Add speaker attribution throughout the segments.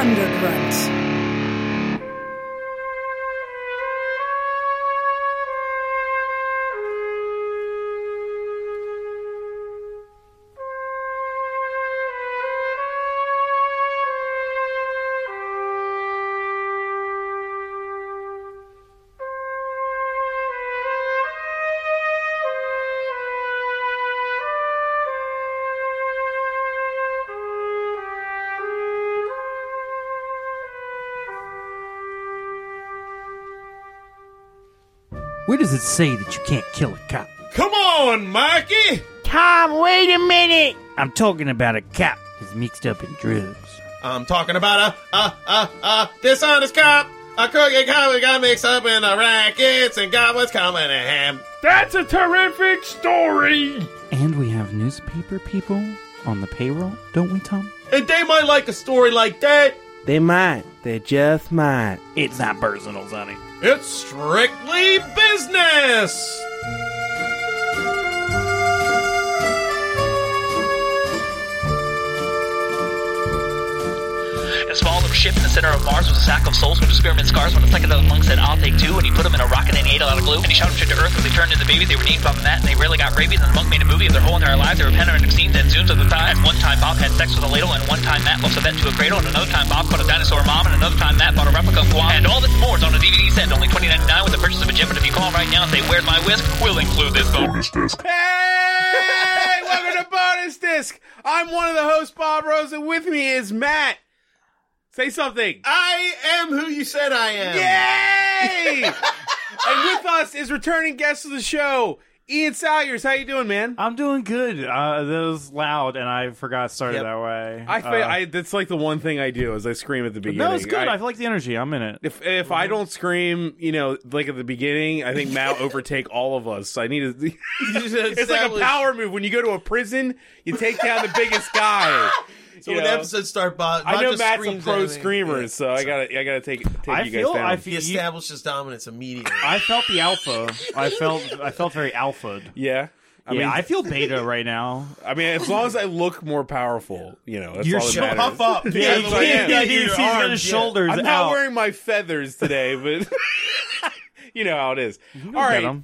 Speaker 1: undergrunt
Speaker 2: Where does it say that you can't kill a cop?
Speaker 3: Come on, Mikey!
Speaker 2: Tom, wait a minute! I'm talking about a cop who's mixed up in drugs.
Speaker 3: I'm talking about a, a, a, a dishonest cop. A crooked cop who got mixed up in the rackets and God was coming at him.
Speaker 4: That's a terrific story!
Speaker 5: And we have newspaper people on the payroll, don't we, Tom?
Speaker 3: And they might like a story like that.
Speaker 6: They might. They just might.
Speaker 2: It's not personal, Sonny.
Speaker 3: It's strictly business.
Speaker 7: A small little ship in the center of Mars was a sack of souls with experiment scars. When the second of the monk said, I'll take two, and he put them in a rocket and he ate a lot of glue. And he shot them straight to Earth where they turned into babies. They were named Bob and Matt, and they really got rabies. And the monk made a movie of their whole entire lives. They were panoramic scenes and zooms of the time. At one time, Bob had sex with a ladle, and one time, Matt lost a vet to a cradle. And another time, Bob caught a dinosaur mom, and another time, Matt bought a replica of Guam. And all this and more is on a DVD set, only twenty ninety nine with the purchase of a gem. But if you call right now and say, Where's my whisk? We'll include this bonus disc.
Speaker 4: Hey! Welcome to Bonus Disc! I'm one of the hosts, Bob Rose, and with me is Matt. Say something.
Speaker 3: I am who you said I am.
Speaker 4: Yay! and with us is returning guest of the show, Ian Salyers. How you doing, man?
Speaker 5: I'm doing good. Uh, that was loud, and I forgot it started
Speaker 3: Yep.
Speaker 5: that way.
Speaker 4: I, fa-
Speaker 5: Uh,
Speaker 4: I that's like the one thing I do is I scream at the beginning.
Speaker 5: no, it's good. I,
Speaker 4: I-
Speaker 5: like the energy. I'm in it.
Speaker 4: if if I don't scream, you know, like at the beginning, I think Mao overtake all of us. I need to. it's like a
Speaker 3: establish-
Speaker 4: power move. When you go to a prison, you take down the biggest guy.
Speaker 3: So
Speaker 4: You
Speaker 3: when
Speaker 4: know?
Speaker 3: the episodes start, Bob,
Speaker 4: I
Speaker 3: Bob
Speaker 4: know
Speaker 3: just
Speaker 4: Matt's a
Speaker 3: screams
Speaker 4: pro
Speaker 3: everything.
Speaker 4: screamer,
Speaker 3: Yeah.
Speaker 4: so I gotta I gotta take take
Speaker 5: I
Speaker 4: you
Speaker 5: feel.
Speaker 4: guys down.
Speaker 5: I
Speaker 3: He
Speaker 5: feel. you-
Speaker 3: establishes dominance immediately.
Speaker 5: I felt the alpha. I felt. I felt very alpha.
Speaker 4: yeah. I
Speaker 5: yeah,
Speaker 4: mean,
Speaker 5: I feel beta right now.
Speaker 4: I mean, as long as I look more powerful, you know, that's
Speaker 5: You're
Speaker 4: all that
Speaker 5: so
Speaker 4: matters.
Speaker 3: Puff up.
Speaker 4: Yeah,
Speaker 3: the
Speaker 4: he's-
Speaker 3: way you
Speaker 4: yeah,
Speaker 3: got
Speaker 5: he's-
Speaker 3: your
Speaker 5: he's got
Speaker 3: arms,
Speaker 5: his
Speaker 3: yeah.
Speaker 5: shoulders
Speaker 4: I'm not
Speaker 5: out.
Speaker 4: wearing my feathers today, but you know how it is. All
Speaker 5: Get
Speaker 4: right,
Speaker 5: 'em.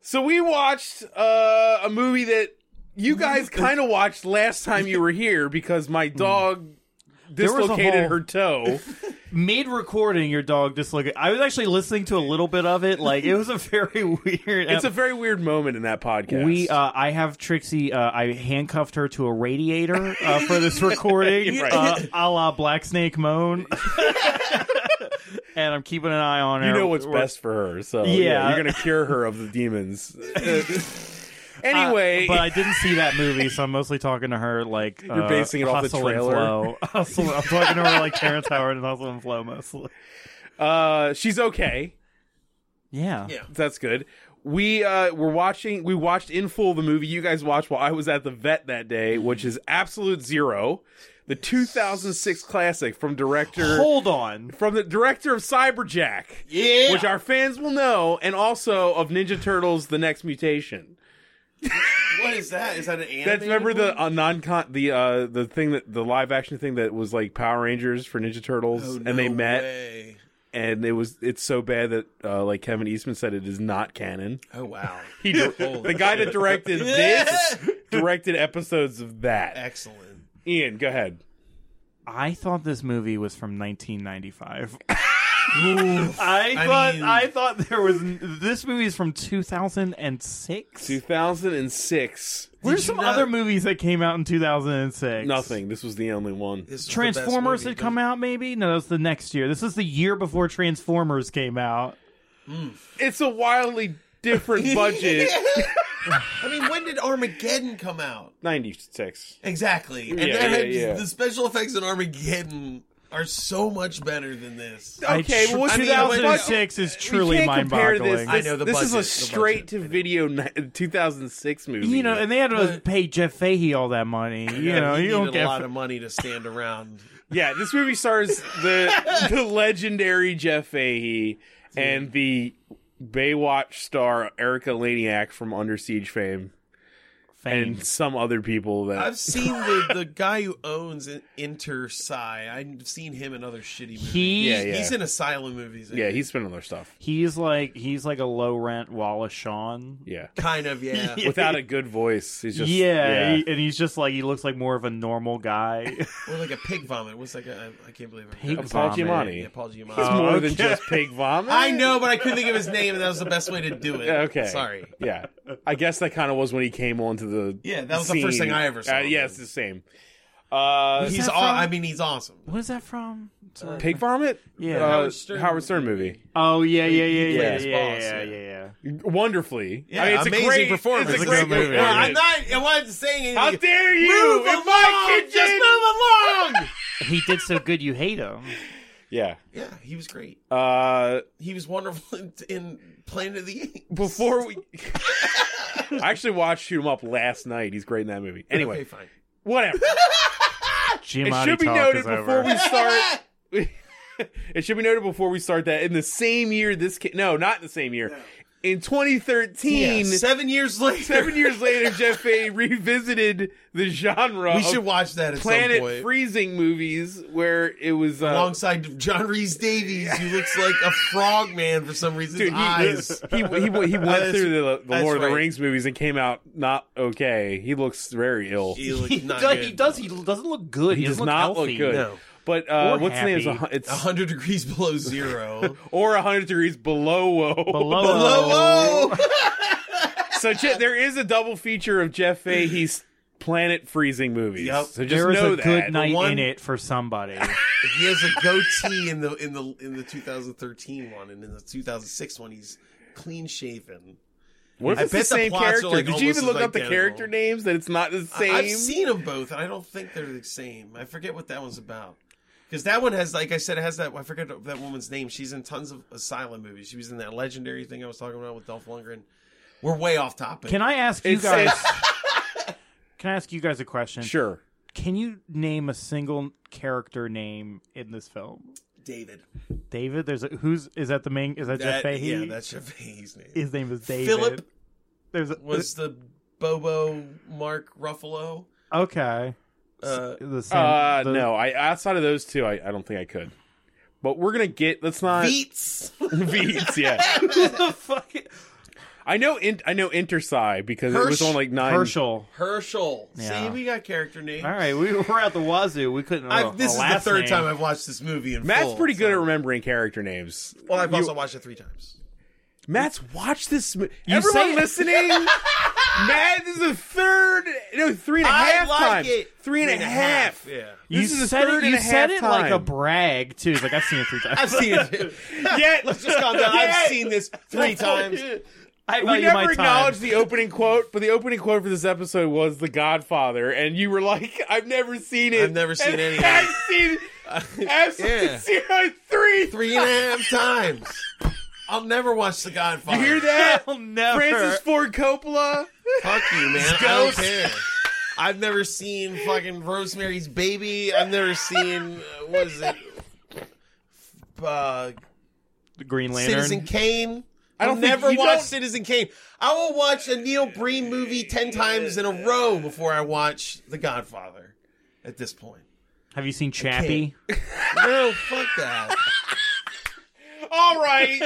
Speaker 4: so we watched uh, a movie that you guys kind of watched last time you were here because my dog
Speaker 5: Hmm. was a
Speaker 4: dislocated
Speaker 5: whole-
Speaker 4: her toe.
Speaker 5: mid recording your dog dislocated. I was actually listening to a little bit of it. Like it was a very weird.
Speaker 4: It's a very weird moment in that podcast.
Speaker 5: we. Uh, I have Trixie. Uh, I handcuffed her to a radiator uh, for this recording,
Speaker 4: Right.
Speaker 5: uh, a la Black Snake Moan. and I'm keeping an eye on her.
Speaker 4: you know what's
Speaker 5: We're-
Speaker 4: best for her, so
Speaker 5: Yeah.
Speaker 4: you're gonna cure her of the demons. anyway,
Speaker 5: uh, but I didn't see that movie, so I'm mostly talking to her like you're
Speaker 4: basing it off the trailer?
Speaker 5: And flow. Hustle- I'm talking to her like Terrence Howard and Hustle and Flow mostly.
Speaker 4: uh, she's okay.
Speaker 5: Yeah,
Speaker 3: Yeah.
Speaker 4: That's good. We uh, were watching. We watched in full the movie you guys watched while I was at the vet that day, which is Absolute Zero, the 2006 classic from director
Speaker 5: hold on.
Speaker 4: from the director of Cyberjack,
Speaker 3: Yeah.
Speaker 4: which our fans will know, and also of Ninja Turtles: The Next Mutation.
Speaker 3: what is that? Is that an anime?
Speaker 4: That's remember the uh, non con the uh, the thing that the live action thing that was like Power Rangers for Ninja Turtles,
Speaker 3: Oh,
Speaker 4: and
Speaker 3: no
Speaker 4: they met,
Speaker 3: way.
Speaker 4: and it was it's so bad that uh, like Kevin Eastman said it is not canon.
Speaker 3: Oh wow.
Speaker 4: He di- the guy that directed this directed episodes of that.
Speaker 3: Excellent.
Speaker 4: Ian, go ahead.
Speaker 5: I thought this movie was from 1995. I thought
Speaker 3: mean-
Speaker 5: I thought there was n- this movie is from 2006.
Speaker 4: 2006.
Speaker 5: There's
Speaker 3: you
Speaker 5: some
Speaker 3: not-
Speaker 5: other movies that came out in 2006.
Speaker 4: Nothing. This was the only one.
Speaker 3: This is the best
Speaker 5: Transformers
Speaker 3: movie,
Speaker 5: had come out maybe? No, that's the next year. This is the year before Transformers came out.
Speaker 4: It's a wildly different budget.
Speaker 3: but- I mean, when did Armageddon come out?
Speaker 4: 96.
Speaker 3: Exactly. And
Speaker 4: Yeah,
Speaker 3: that
Speaker 4: yeah,
Speaker 3: had,
Speaker 4: yeah.
Speaker 3: the special effects in Armageddon are so much better than this.
Speaker 5: I
Speaker 4: Okay,
Speaker 5: tr-
Speaker 4: well, what's the
Speaker 5: 2006 is truly
Speaker 4: we can't compare
Speaker 5: mind-boggling.
Speaker 4: This. This,
Speaker 3: I know the
Speaker 4: this
Speaker 3: budget,
Speaker 4: is a
Speaker 3: the
Speaker 4: straight
Speaker 3: budget,
Speaker 4: to video ni- 2006 movie.
Speaker 5: You know, and they had to
Speaker 3: But-
Speaker 5: pay Jeff Fahey all that money. You know,
Speaker 3: he
Speaker 5: you don't
Speaker 3: needed
Speaker 5: get
Speaker 3: a lot of money to stand around.
Speaker 4: yeah, this movie stars the the legendary Jeff Fahey and the Baywatch star Erica Laniak from Under Siege fame.
Speaker 5: fame.
Speaker 4: and some other people that
Speaker 3: Mm-hmm. I've seen the, the guy who owns InterSci. I've seen him in other shitty movies.
Speaker 5: He-
Speaker 4: Yeah, yeah.
Speaker 3: He's in Asylum movies. I
Speaker 4: yeah
Speaker 3: think.
Speaker 4: he's been on their stuff
Speaker 5: he's like he's like a low rent Wallace Shawn.
Speaker 4: yeah
Speaker 3: kind of. Yeah.
Speaker 4: without a good voice he's just
Speaker 5: yeah, he- and he's just like he looks like more of a normal guy.
Speaker 3: or like a pig vomit. What's like a, I can't believe I
Speaker 5: Pig
Speaker 3: remember.
Speaker 4: Paul
Speaker 5: vomit.
Speaker 4: Giamatti.
Speaker 3: Yeah, Paul Giamatti.
Speaker 4: it's more than
Speaker 5: okay.
Speaker 4: just pig vomit
Speaker 3: I know, but I couldn't think of his name, and that was the best way to do it.
Speaker 4: Yeah, okay
Speaker 3: Sorry.
Speaker 4: yeah i guess that kind of was when he came onto the
Speaker 3: Yeah, that was the first
Speaker 4: scene.
Speaker 3: thing I ever saw
Speaker 4: uh,
Speaker 3: of
Speaker 4: yeah
Speaker 3: him.
Speaker 4: it's the same uh
Speaker 3: He's
Speaker 5: that
Speaker 3: aw-
Speaker 5: from?
Speaker 3: I mean, he's awesome.
Speaker 5: What is that from?
Speaker 4: pig vomit
Speaker 5: Yeah.
Speaker 4: Uh,
Speaker 3: Howard Stern
Speaker 4: howard stern movie
Speaker 5: Oh yeah, yeah,
Speaker 3: He
Speaker 5: yeah, yeah,
Speaker 3: played his
Speaker 5: yeah,
Speaker 3: boss,
Speaker 5: yeah,
Speaker 3: yeah.
Speaker 5: yeah, yeah.
Speaker 4: wonderfully
Speaker 3: Yeah,
Speaker 4: I mean, it's a
Speaker 3: amazing
Speaker 4: great,
Speaker 3: performance.
Speaker 4: it's a
Speaker 5: a
Speaker 4: great
Speaker 5: good movie.
Speaker 4: movie
Speaker 3: No,
Speaker 5: Yeah,
Speaker 3: I'm not. I wasn't saying anything.
Speaker 4: how dare you
Speaker 3: Move
Speaker 4: in
Speaker 3: along,
Speaker 4: my kitchen
Speaker 3: Just move along.
Speaker 5: He did so good, you hate him.
Speaker 4: yeah
Speaker 3: yeah, he was great.
Speaker 4: uh
Speaker 3: He was wonderful in, in Planet of the Apes.
Speaker 4: before we I actually watched him up last night. He's great in that movie.
Speaker 3: okay,
Speaker 4: Anyway,
Speaker 3: fine.
Speaker 4: whatever. It
Speaker 5: Giamatti
Speaker 4: should be
Speaker 5: talk
Speaker 4: noted
Speaker 5: is
Speaker 4: before
Speaker 5: over.
Speaker 4: we start It should be noted before we start that in the same year this ca- no, not in the same year. In 2013,
Speaker 3: Seven years later,
Speaker 4: seven years later, Jeff Fay revisited the genre
Speaker 3: we should
Speaker 4: of
Speaker 3: watch that at some
Speaker 4: Planet
Speaker 3: point.
Speaker 4: Freezing movies where it was uh,
Speaker 3: Alongside John Reese Davies, who looks like a frog man for some reason.
Speaker 4: Dude,
Speaker 3: His
Speaker 4: he,
Speaker 3: eyes.
Speaker 4: he, he, he went
Speaker 3: That's-
Speaker 4: through the, the
Speaker 3: that's
Speaker 4: Lord of the
Speaker 3: right.
Speaker 4: Rings movies and came out not okay. He looks very ill.
Speaker 3: He looks not
Speaker 5: does,
Speaker 3: good.
Speaker 5: he does. He doesn't look good. He,
Speaker 4: He does
Speaker 5: doesn't
Speaker 4: not
Speaker 5: look,
Speaker 4: look
Speaker 5: healthy.
Speaker 4: good.
Speaker 3: No.
Speaker 4: But uh,
Speaker 5: Or
Speaker 4: what's the name? It's, a,
Speaker 5: happy.
Speaker 4: hun- it's
Speaker 3: 100 degrees below zero.
Speaker 4: or 100 degrees below.
Speaker 5: Below.
Speaker 3: Hello!
Speaker 4: so Je- there is a double feature of Jeff Fahey's planet freezing movies.
Speaker 3: Yep.
Speaker 4: So just
Speaker 5: There is
Speaker 4: know
Speaker 5: a
Speaker 4: that.
Speaker 5: good night
Speaker 3: one-
Speaker 5: in it for somebody.
Speaker 3: he has a goatee in the in the in the 2013 one, and in the 2006 one, he's clean shaven.
Speaker 4: What if
Speaker 3: I
Speaker 4: it's the
Speaker 3: bet the
Speaker 4: same
Speaker 3: plots are,
Speaker 4: character?
Speaker 3: like,
Speaker 4: Did you even
Speaker 3: almost
Speaker 4: look
Speaker 3: as
Speaker 4: up the
Speaker 3: identical.
Speaker 4: character names that it's not the
Speaker 3: I-
Speaker 4: same?
Speaker 3: I've seen them both, and I don't think they're the same. I forget what that one's about. Because that one has, like I said, it has that. I forget that woman's name. She's in tons of asylum movies. She was in that legendary thing I was talking about with Dolph Lundgren. We're way off topic.
Speaker 5: Can I ask you
Speaker 4: It's-
Speaker 5: guys? Can I ask you guys a question?
Speaker 4: Sure.
Speaker 5: Can you name a single character name in this film?
Speaker 3: David?
Speaker 5: David, there's a who's is that the main? Is that, Jeff
Speaker 3: That-
Speaker 5: Fahey?
Speaker 3: Yeah, that's Jeff Fahey's name.
Speaker 5: his name is David.
Speaker 3: Philip
Speaker 5: There's a,
Speaker 3: was the Bobo Mark Ruffalo.
Speaker 5: okay.
Speaker 3: Uh,
Speaker 5: The same,
Speaker 4: Uh,
Speaker 5: the-
Speaker 4: no, I outside of those two, I, I don't think I could. But we're gonna get. Let's not
Speaker 3: Beats.
Speaker 4: Veets, yeah.
Speaker 5: the fuck?
Speaker 4: I know. In, I know Intersci because it was
Speaker 3: Hirsch-
Speaker 4: on like nine.
Speaker 5: Herschel.
Speaker 3: Herschel.
Speaker 5: Yeah.
Speaker 3: See, we got character names.
Speaker 5: All right, we were at the wazoo. We couldn't.
Speaker 3: I've, this
Speaker 5: a
Speaker 3: is the
Speaker 5: last
Speaker 3: third
Speaker 5: name.
Speaker 3: time I've watched this movie. In
Speaker 4: Matt's
Speaker 3: full,
Speaker 4: pretty good
Speaker 3: so-
Speaker 4: at remembering character names.
Speaker 3: Well, I've also watched it three times.
Speaker 4: Matt's watched this. Mo- Everyone
Speaker 5: say-
Speaker 4: listening, Matt this is the third, no, three and a
Speaker 3: I
Speaker 4: half
Speaker 3: like
Speaker 4: times,
Speaker 3: it.
Speaker 4: three and a half.
Speaker 3: Yeah.
Speaker 5: You
Speaker 4: This is the
Speaker 5: said
Speaker 4: third
Speaker 5: it,
Speaker 4: and
Speaker 5: you
Speaker 4: a
Speaker 5: said it
Speaker 4: half
Speaker 5: like a
Speaker 4: time.
Speaker 5: brag too. It's like I've seen it three times.
Speaker 3: I've seen it.
Speaker 4: Yet,
Speaker 3: Let's just calm down. I've seen this three times.
Speaker 5: I
Speaker 4: We
Speaker 5: value my
Speaker 4: never
Speaker 5: time.
Speaker 4: acknowledged the opening quote, but the opening quote for this episode was "The Godfather," and you were like, "I've never seen it.
Speaker 3: I've never seen
Speaker 4: And
Speaker 3: any of it.
Speaker 4: I've seen absolutely
Speaker 3: Yeah.
Speaker 4: zero three.
Speaker 3: Three and a half times. I'll never watch The Godfather.
Speaker 4: You hear that?
Speaker 5: I'll never.
Speaker 4: Francis Ford Coppola.
Speaker 3: Fuck you, man. I don't care. I've never seen fucking Rosemary's Baby. I've never seen uh, what is it? Uh,
Speaker 5: Green Lantern.
Speaker 3: Citizen Kane. I
Speaker 4: I
Speaker 3: will
Speaker 4: don't think-
Speaker 3: never
Speaker 4: you
Speaker 3: watch
Speaker 4: don't-
Speaker 3: Citizen Kane. I will watch a Neil Breen movie ten times in a row before I watch The Godfather. At this point,
Speaker 5: Have you seen Chappie?
Speaker 3: no, fuck that.
Speaker 4: All right.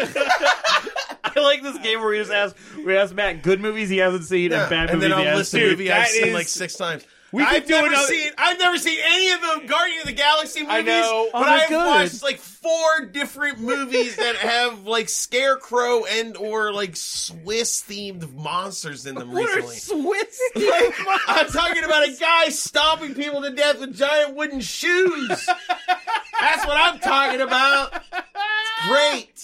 Speaker 5: I like this game where we just ask we ask Matt good movies he hasn't seen and bad
Speaker 3: and
Speaker 5: movies
Speaker 3: then
Speaker 5: he
Speaker 3: I'll
Speaker 5: has
Speaker 3: list the
Speaker 5: seen.
Speaker 3: movie I've
Speaker 4: that
Speaker 3: seen
Speaker 4: is-
Speaker 3: like six times.
Speaker 4: We could
Speaker 3: I've
Speaker 4: do
Speaker 3: never
Speaker 4: another-
Speaker 3: seen. I've never seen any of the Guardian of the Galaxy movies.
Speaker 4: I know.
Speaker 3: but
Speaker 5: Oh, they're
Speaker 3: I've
Speaker 5: good.
Speaker 3: watched like four different movies that have like scarecrow and or like Swiss themed monsters in them recently.
Speaker 4: Swiss?
Speaker 3: Like, I'm talking about a guy stomping people to death with giant wooden shoes. That's what I'm talking about. It's great.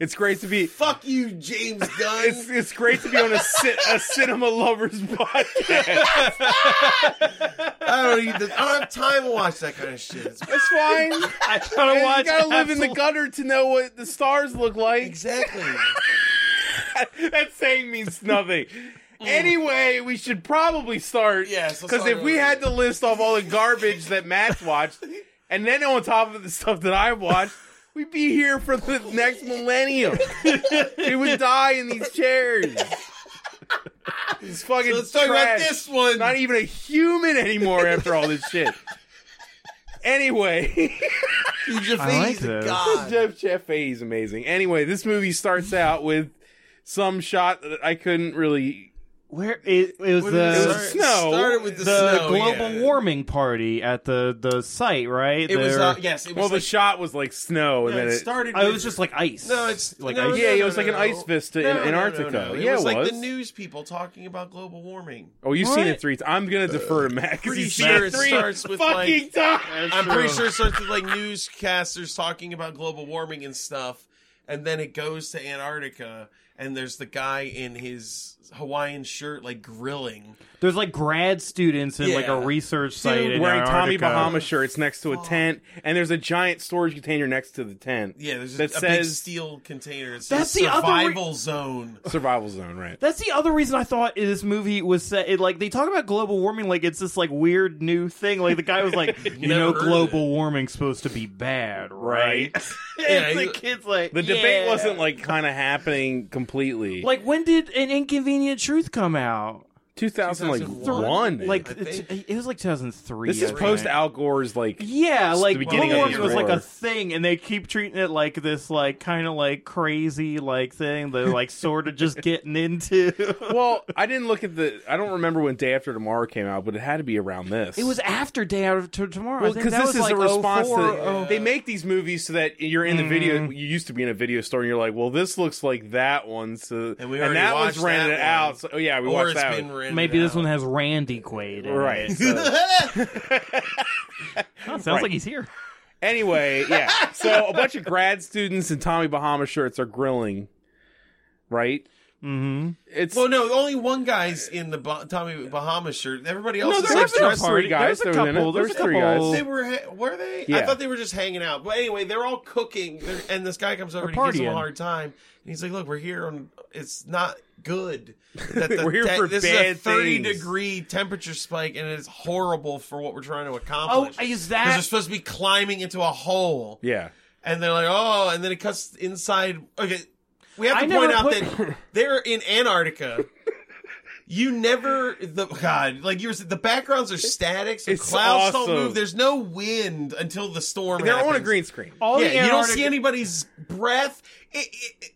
Speaker 4: It's great to be.
Speaker 3: Fuck you, James Gunn.
Speaker 4: It's, it's great to be on a, ci- a cinema lovers podcast.
Speaker 3: I don't need this. I don't have time to watch that kind of shit. It's
Speaker 4: It's fine.
Speaker 5: I gotta
Speaker 4: You
Speaker 5: watch.
Speaker 4: gotta live in the
Speaker 5: absolute-
Speaker 4: gutter to know what the stars look like.
Speaker 3: Exactly.
Speaker 4: that saying means nothing. Anyway, we should probably Mm. start.
Speaker 3: Yes, let's
Speaker 4: because
Speaker 3: start
Speaker 4: if we
Speaker 3: early.
Speaker 4: had to list off all the garbage that Matt's watched, and then on top of the stuff that I've watched, we'd be here for the next millennium. we would die in these chairs. It's fucking
Speaker 3: So let's talk about
Speaker 4: trash.
Speaker 3: this one.
Speaker 4: Not even a human anymore after all this shit. Anyway,
Speaker 5: I like this.
Speaker 4: Jeff Chaffee is amazing. Anyway, this movie starts out with some shot that I couldn't really.
Speaker 5: Where it, it was uh,
Speaker 3: When
Speaker 5: the
Speaker 3: it
Speaker 4: was
Speaker 3: start-
Speaker 4: snow.
Speaker 3: Started with the,
Speaker 5: the
Speaker 3: snow,
Speaker 5: global
Speaker 3: yeah.
Speaker 5: warming party at the the site, right?
Speaker 3: It was
Speaker 5: There-
Speaker 3: uh, yes. It was
Speaker 4: Well, the
Speaker 3: like-
Speaker 4: shot was like snow, and
Speaker 3: no,
Speaker 4: then
Speaker 3: it
Speaker 4: it.
Speaker 3: started.
Speaker 5: I
Speaker 3: with-
Speaker 5: was just like ice.
Speaker 3: no, it's
Speaker 5: like
Speaker 3: no,
Speaker 5: ice.
Speaker 4: Yeah,
Speaker 3: no,
Speaker 4: it was
Speaker 3: no,
Speaker 4: like an
Speaker 3: no.
Speaker 4: ice vista in
Speaker 3: No, no, no,
Speaker 4: Antarctica.
Speaker 3: no. It
Speaker 4: Yeah,
Speaker 3: was
Speaker 4: it
Speaker 3: like the
Speaker 4: was.
Speaker 3: news people talking about global warming.
Speaker 4: oh, you've seen
Speaker 5: What?
Speaker 4: it three times. I'm gonna defer to Matt because
Speaker 3: Pretty
Speaker 4: he's seen
Speaker 3: sure
Speaker 4: it
Speaker 3: it
Speaker 4: three
Speaker 3: starts with,
Speaker 4: fucking
Speaker 3: like-
Speaker 4: times.
Speaker 3: I'm pretty sure it starts with like newscasters talking about global warming and stuff, and then it goes to Antarctica, and there's the guy in his Hawaiian shirt like grilling.
Speaker 5: There's like grad students in like a
Speaker 3: Yeah.
Speaker 5: research site in
Speaker 4: wearing Tommy
Speaker 5: Antarctica.
Speaker 4: Bahama shirts next to a tent, and there's a giant storage container next to the tent.
Speaker 3: Yeah, there's
Speaker 4: that
Speaker 3: a, a big
Speaker 4: says
Speaker 3: steel container. It
Speaker 5: That's
Speaker 3: says
Speaker 5: the other re-
Speaker 3: survival zone.
Speaker 4: survival zone, right?
Speaker 5: That's the other reason I thought this movie was set. It, like they talk about global warming, like it's this like weird new thing. Like the guy was like, you
Speaker 3: Never
Speaker 5: know,
Speaker 3: heard of
Speaker 5: global warming's supposed to be bad, right?
Speaker 3: Yeah,
Speaker 5: and the
Speaker 3: you-
Speaker 5: kid's like,
Speaker 4: The debate
Speaker 5: "Yeah."
Speaker 4: wasn't like kind of happening completely.
Speaker 5: like when did an inconvenient truth come out?
Speaker 4: 2001.
Speaker 5: like
Speaker 3: I
Speaker 5: it's-
Speaker 3: think-
Speaker 5: it was like 2003.
Speaker 4: this is
Speaker 5: I
Speaker 4: post
Speaker 5: think.
Speaker 4: Al Gore's like
Speaker 5: Yeah, like
Speaker 4: the
Speaker 5: global
Speaker 4: beginning
Speaker 3: of
Speaker 5: warming
Speaker 3: the
Speaker 5: was like
Speaker 4: war.
Speaker 5: a thing, and they keep treating it like this, like kind of like crazy, like thing they're like sort of just getting into.
Speaker 4: well, I didn't look at the. I don't remember when Day After Tomorrow came out, but it had to be around this.
Speaker 5: It was after Day After Tomorrow.
Speaker 4: well
Speaker 5: I think
Speaker 4: because
Speaker 5: that was
Speaker 4: this is
Speaker 5: like
Speaker 4: a response
Speaker 5: 04,
Speaker 4: to.
Speaker 5: oh- Mm.
Speaker 4: They make these movies so that you're in the video. You used to be in a video store, and you're like, "Well, this looks like that one." So
Speaker 3: And we already
Speaker 4: that one's
Speaker 3: watched
Speaker 4: rented
Speaker 3: that one.
Speaker 4: out. So, oh yeah, we
Speaker 3: or
Speaker 4: watched
Speaker 3: it's
Speaker 4: that.
Speaker 3: been
Speaker 4: one.
Speaker 3: rented
Speaker 5: Maybe this
Speaker 3: out.
Speaker 5: one has Randy Quaid. In
Speaker 4: Right.
Speaker 5: It.
Speaker 4: so-
Speaker 5: Oh, sounds
Speaker 4: Right.
Speaker 5: like he's here.
Speaker 4: Anyway, yeah. So a bunch of grad students in Tommy Bahama shirts are grilling, right?
Speaker 5: Mm-hmm.
Speaker 4: It's
Speaker 3: Well, no, only one guy's in the ba- Tommy Bahama shirt. Everybody else
Speaker 4: no,
Speaker 3: is
Speaker 4: there
Speaker 3: like
Speaker 4: was no
Speaker 3: dressed.
Speaker 4: party guys.
Speaker 5: There's a
Speaker 4: that was in it.
Speaker 5: couple-
Speaker 4: There
Speaker 5: there's
Speaker 4: was
Speaker 5: a
Speaker 4: three
Speaker 5: couple-
Speaker 4: guys.
Speaker 3: They were ha- were they? I
Speaker 4: Yeah.
Speaker 3: thought they were just hanging out. But anyway, they're all cooking, they're, and this guy comes over and he
Speaker 5: They're
Speaker 3: gives them a
Speaker 5: partying.
Speaker 3: hard time. And he's like, "Look, we're here on. It's not good. That the
Speaker 4: We're here
Speaker 3: te-
Speaker 4: for
Speaker 3: this is a
Speaker 4: bad
Speaker 3: thirty
Speaker 4: things.
Speaker 3: degree temperature spike, and it's horrible for what we're trying to accomplish.
Speaker 5: Oh, is
Speaker 3: 'Cause
Speaker 5: that-
Speaker 3: they're supposed to be climbing into a hole?
Speaker 4: Yeah.
Speaker 3: And they're like, "Oh," and then it cuts inside. Okay, we have
Speaker 5: I
Speaker 3: to point
Speaker 5: never
Speaker 3: out
Speaker 5: put-
Speaker 3: that they're in Antarctica. You never the God like you were the backgrounds are static, so
Speaker 4: It's
Speaker 3: clouds
Speaker 4: awesome.
Speaker 3: don't move. There's no wind until the storm.
Speaker 4: They're
Speaker 3: happens.
Speaker 4: on a green screen.
Speaker 5: All
Speaker 3: Yeah,
Speaker 5: the
Speaker 3: you don't
Speaker 5: Antarctic-
Speaker 3: see anybody's breath. It, it- it-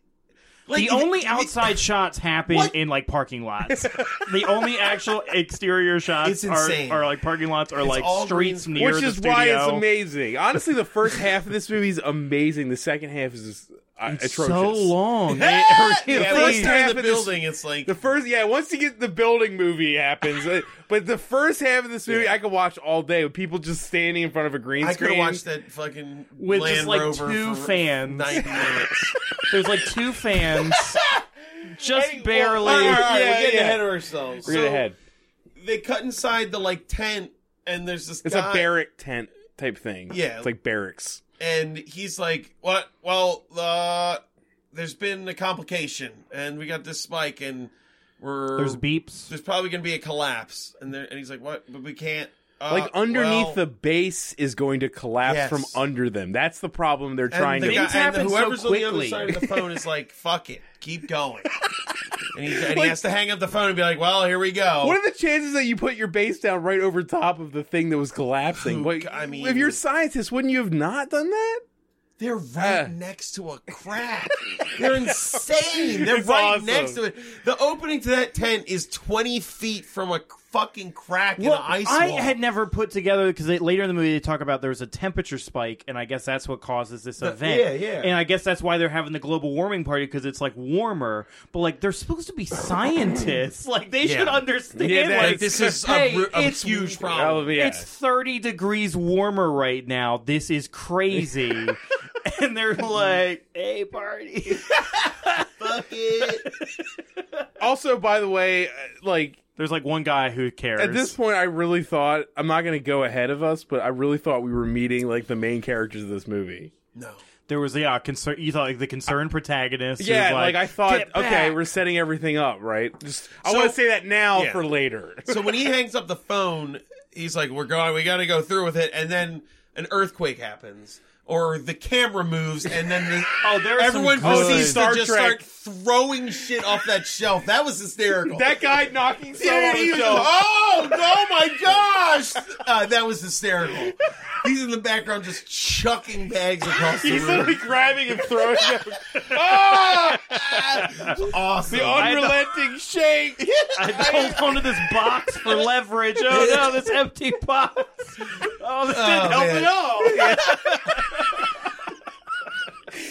Speaker 3: like,
Speaker 5: The
Speaker 3: it-
Speaker 5: only
Speaker 3: it-
Speaker 5: outside shots happen
Speaker 3: What?
Speaker 5: in like parking lots. the only actual exterior shots
Speaker 3: It's
Speaker 5: are,
Speaker 3: insane.
Speaker 5: are like parking lots or like
Speaker 3: all
Speaker 5: streets
Speaker 3: green
Speaker 5: near
Speaker 4: Which
Speaker 5: the
Speaker 4: is
Speaker 5: studio.
Speaker 4: why it's amazing. Honestly, the first half of this movie is amazing. The second half is just, uh, atrocious.
Speaker 5: So long.
Speaker 3: Yeah,
Speaker 4: Please.
Speaker 3: once they're in
Speaker 4: Half
Speaker 3: the
Speaker 4: of this-
Speaker 3: building, it's like
Speaker 4: The first, yeah, once you get the building movie happens, uh, but the first half of this movie I could watch all day with people just standing in front of a green
Speaker 3: I could
Speaker 4: screen.
Speaker 3: have watched that fucking
Speaker 5: With
Speaker 3: Land
Speaker 5: just, like,
Speaker 3: Rover
Speaker 5: two
Speaker 3: for
Speaker 5: fans.
Speaker 3: ninety minutes.
Speaker 5: There's like two fans, just
Speaker 4: Hey, well,
Speaker 5: barely.
Speaker 4: all right, all
Speaker 3: All right,
Speaker 4: Yeah,
Speaker 3: we're getting
Speaker 4: yeah.
Speaker 3: ahead of ourselves.
Speaker 4: We're gonna
Speaker 3: So,
Speaker 4: head.
Speaker 3: They cut inside the like tent, and there's this
Speaker 4: It's
Speaker 3: guy,
Speaker 4: a barrack tent type thing.
Speaker 3: Yeah.
Speaker 4: it's like barracks.
Speaker 3: and he's like, "What? Well, uh, there's been a complication, and we got this spike, and we're
Speaker 5: There's beeps.
Speaker 3: there's probably going to be a collapse." And there, and he's like, "What? But we can't." Uh,
Speaker 4: Like underneath
Speaker 3: well,
Speaker 4: the base is going to collapse
Speaker 3: Yes.
Speaker 4: from under them. That's the problem they're
Speaker 3: and
Speaker 4: trying
Speaker 3: the
Speaker 4: to.
Speaker 3: guy-
Speaker 5: Things
Speaker 3: and
Speaker 5: happen so
Speaker 3: whoever's on the other
Speaker 5: quickly.
Speaker 3: side of the phone is like, "Fuck it, keep going." And, he, and he has to hang up the phone and be like, "Well, here we go."
Speaker 4: What are the chances that you put your base down right over top of the thing that was collapsing?
Speaker 3: Who-
Speaker 4: What,
Speaker 3: I mean-
Speaker 4: if you're a scientist, wouldn't you have not done that?
Speaker 3: They're right
Speaker 4: Uh.
Speaker 3: next to a crack. They're insane. They're
Speaker 4: It's
Speaker 3: right
Speaker 4: awesome.
Speaker 3: next to it. The opening to that tent is 20 feet from a fucking crack in
Speaker 5: Well,
Speaker 3: an ice
Speaker 5: I
Speaker 3: wall.
Speaker 5: had never put together because later in the movie they talk about there was a temperature spike, and I guess that's what causes this event.
Speaker 3: yeah, yeah.
Speaker 5: And I guess that's why they're having the global warming party because it's like warmer. But like they're supposed to be scientists, like they
Speaker 3: Yeah.
Speaker 5: should understand.
Speaker 4: Yeah, that-
Speaker 5: like
Speaker 3: like, this is a,
Speaker 5: hey,
Speaker 3: ru- a
Speaker 5: it's-
Speaker 3: huge
Speaker 4: Oh,
Speaker 3: problem.
Speaker 4: yeah.
Speaker 5: It's 30 degrees warmer right now. This is crazy. and they're like, hey, party.
Speaker 3: Fuck it.
Speaker 4: also, by the way, uh, like
Speaker 5: There's like one guy who cares.
Speaker 4: at this point, I really thought I'm not going to go ahead of us, but I really thought we were meeting like the main characters of this movie.
Speaker 3: No.
Speaker 5: there was, yeah, concern. You thought like the concerned protagonist. who's
Speaker 4: Yeah,
Speaker 5: like,
Speaker 4: like, I thought,
Speaker 5: "Get
Speaker 4: okay,
Speaker 5: back!"
Speaker 4: we're setting everything up, right? Just I
Speaker 3: So-
Speaker 4: want to say that now
Speaker 3: Yeah.
Speaker 4: for later.
Speaker 3: So when he hangs up the phone, he's like, "We're going. We got to go through with it." And then an earthquake happens, or the camera moves, and then the,
Speaker 5: Oh, there are some
Speaker 3: everyone
Speaker 5: good-
Speaker 3: proceeds to
Speaker 4: Star
Speaker 3: just
Speaker 4: Trek.
Speaker 3: start throwing shit off that shelf. That was hysterical.
Speaker 4: That guy knocking
Speaker 3: Dude,
Speaker 4: someone on
Speaker 3: he
Speaker 4: the
Speaker 3: was-
Speaker 4: shelf.
Speaker 3: oh, oh my gosh! Uh, that was hysterical. He's in the background just chucking bags across the
Speaker 4: He's
Speaker 3: room.
Speaker 4: literally grabbing and throwing him.
Speaker 3: It was awesome.
Speaker 4: The unrelenting shake.
Speaker 5: I hold onto this box for leverage. Oh no, this empty box. Oh, this didn't help
Speaker 3: man.
Speaker 5: at all.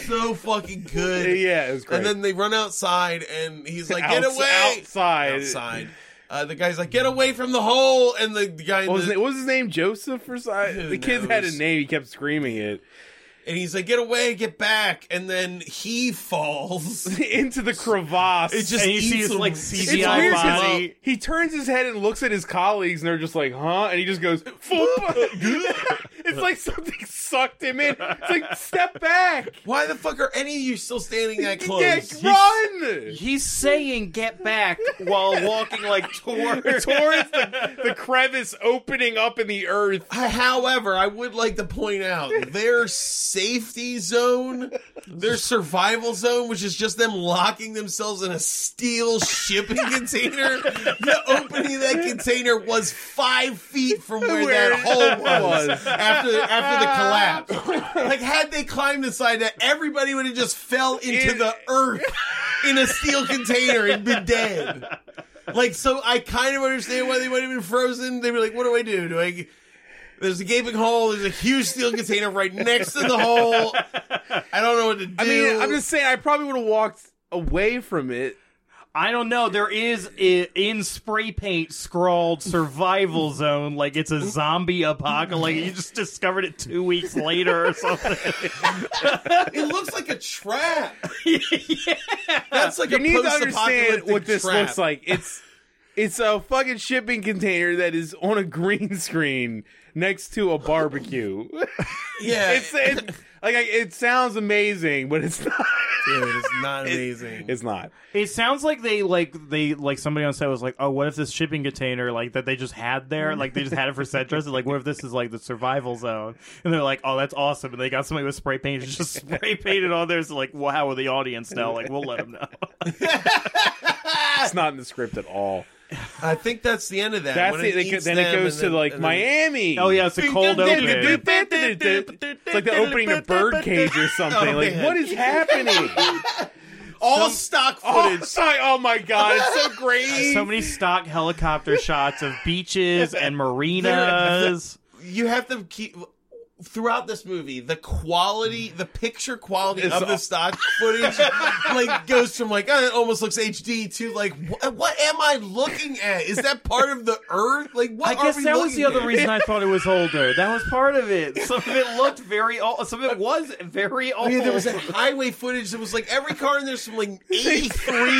Speaker 3: so fucking good.
Speaker 4: Yeah, it was great.
Speaker 3: And then they run outside, and he's like, "Get
Speaker 4: Outs-
Speaker 3: away!"
Speaker 4: outside.
Speaker 3: Outside. Uh, the guy's like, "Get away from the hole!" And the, the guy, in
Speaker 4: What was,
Speaker 3: the-
Speaker 4: his, what was his name? Joseph or something?
Speaker 3: Who
Speaker 4: The kid had a
Speaker 3: knows?
Speaker 4: name. He kept screaming it
Speaker 3: and he's like, "Get away! Get back!" And then he falls.
Speaker 4: into the crevasse.
Speaker 3: It just
Speaker 5: And you see
Speaker 3: eats
Speaker 5: his
Speaker 3: him.
Speaker 5: like
Speaker 4: it's
Speaker 5: CGI
Speaker 4: weird 'cause
Speaker 5: body.
Speaker 4: he, he turns his head and looks at his colleagues, and they're just like, "Huh?" And he just goes, "Foop." "It's like something sucked him in." It's like, "Step back,
Speaker 3: Why the fuck are any of you still standing that close?
Speaker 4: Dick, run!"
Speaker 5: He's saying "get back" while walking like towards.
Speaker 4: Towards the, the crevice opening up in the earth.
Speaker 3: I- However, I would like to point out their safety zone, their survival zone, which is just them locking themselves in a steel shipping container. The opening of that container was five feet from where,
Speaker 4: Where
Speaker 3: that
Speaker 4: it
Speaker 3: hole was,
Speaker 4: was.
Speaker 3: after the, after the collapse. Like had they climbed inside that, everybody would have just fell into
Speaker 4: In-
Speaker 3: the earth in a steel container and been dead. Like so, I kind of understand why they might have been frozen. They were like, "What do I do? Do I?" There's a gaping hole. There's a huge steel container right next to the hole. I don't know what to do.
Speaker 4: I mean, I'm just saying, I probably would have walked away from it.
Speaker 5: I don't know. There is i- in spray paint scrawled "survival zone" like it's a zombie apocalypse. You just discovered it two weeks later or something.
Speaker 3: it looks like a trap. That's like
Speaker 4: you
Speaker 3: a
Speaker 4: need to understand
Speaker 3: post-apocalyptic
Speaker 4: what this
Speaker 3: trap.
Speaker 4: looks like. It's it's a fucking shipping container that is on a green screen next to a barbecue.
Speaker 3: Yeah,
Speaker 4: it's it, like I- it sounds amazing, but it's not.
Speaker 3: dude, it's not amazing.
Speaker 4: It's not.
Speaker 5: It sounds like they like they like somebody on set was like, oh, what if this shipping container like that they just had there, like they just had it for Centris, and like what if this is like the survival zone? And they're like, oh, that's awesome, and they got somebody with spray paint and just spray painted on there. So like, well, how will the audience know? Like, we'll let them know.
Speaker 3: Ah.
Speaker 4: It's not in the script at all.
Speaker 3: I think that's the end of that.
Speaker 4: That's
Speaker 3: When
Speaker 4: it.
Speaker 3: eats
Speaker 4: then it
Speaker 3: them
Speaker 4: goes
Speaker 3: and
Speaker 4: to
Speaker 3: then-
Speaker 4: like
Speaker 3: and then-
Speaker 4: Miami.
Speaker 5: Oh yeah, it's a cold open.
Speaker 4: It's like the opening to Birdcage or something.
Speaker 3: Oh,
Speaker 4: Like,
Speaker 3: man.
Speaker 4: what is happening?
Speaker 3: all stock
Speaker 4: Oh,
Speaker 3: footage.
Speaker 4: sorry. oh my god, it's so great.
Speaker 5: So many stock helicopter shots of beaches and marinas.
Speaker 3: you have to keep throughout this movie the quality the picture quality
Speaker 4: It's
Speaker 3: of
Speaker 4: aw-
Speaker 3: the stock footage like goes from like oh, it almost looks hd to like what, what am i looking at is that part of the earth like what
Speaker 5: I
Speaker 3: are
Speaker 5: guess
Speaker 3: we
Speaker 5: that was
Speaker 3: looking
Speaker 5: the other
Speaker 3: at?
Speaker 5: reason I thought it was older. That was part of it. Some of it looked very old. Some of it was very old.
Speaker 3: Oh, yeah, there was that highway footage that was like every car in there's from like 83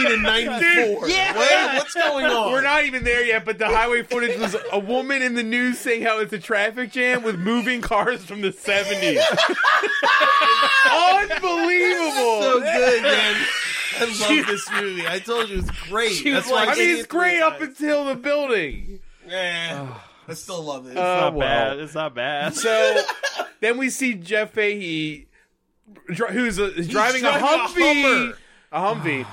Speaker 3: to 94
Speaker 5: yeah.
Speaker 3: What- what's going on
Speaker 4: We're not even there yet, but the highway footage was a woman in the news saying how it's a traffic jam with moving cars from the 70s. Unbelievable.
Speaker 3: so good man i love this movie i told you it's great that's why
Speaker 4: I
Speaker 3: gave
Speaker 4: mean,
Speaker 3: it
Speaker 4: it's
Speaker 3: three
Speaker 4: great up
Speaker 3: times.
Speaker 4: until the building.
Speaker 3: Eh, i still love it
Speaker 4: Uh,
Speaker 5: not bad.
Speaker 4: well.
Speaker 5: It's not bad.
Speaker 4: So then we see Jeff Fahey, dri- who's a, is driving,
Speaker 3: driving
Speaker 4: a
Speaker 3: a
Speaker 4: Humvee.
Speaker 3: Hummer. Ah,
Speaker 4: A, Humvee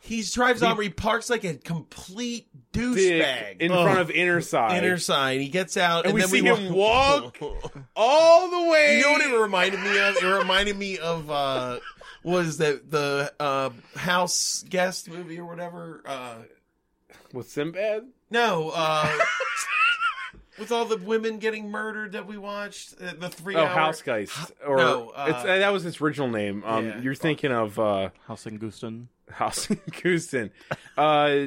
Speaker 3: He drives on where he parks like a complete
Speaker 4: dick
Speaker 3: douchebag.
Speaker 4: in front of Inner Side.
Speaker 3: Inner sign. He gets out,
Speaker 4: And
Speaker 3: and,
Speaker 4: we
Speaker 3: then
Speaker 4: see
Speaker 3: we
Speaker 4: him all the way.
Speaker 3: you know what it reminded me of? It reminded me of uh, was that the uh, house guest movie or whatever? Uh,
Speaker 4: With Sinbad?
Speaker 3: no, uh, with all the women getting murdered that we watched, uh, the three.
Speaker 4: Oh,
Speaker 3: hour,
Speaker 4: Housegeist. Or
Speaker 3: No, uh,
Speaker 4: it's, uh, that was its original name. Um,
Speaker 3: yeah.
Speaker 4: you're thinking of uh,
Speaker 5: House and Guston.
Speaker 4: House Houston. Uh,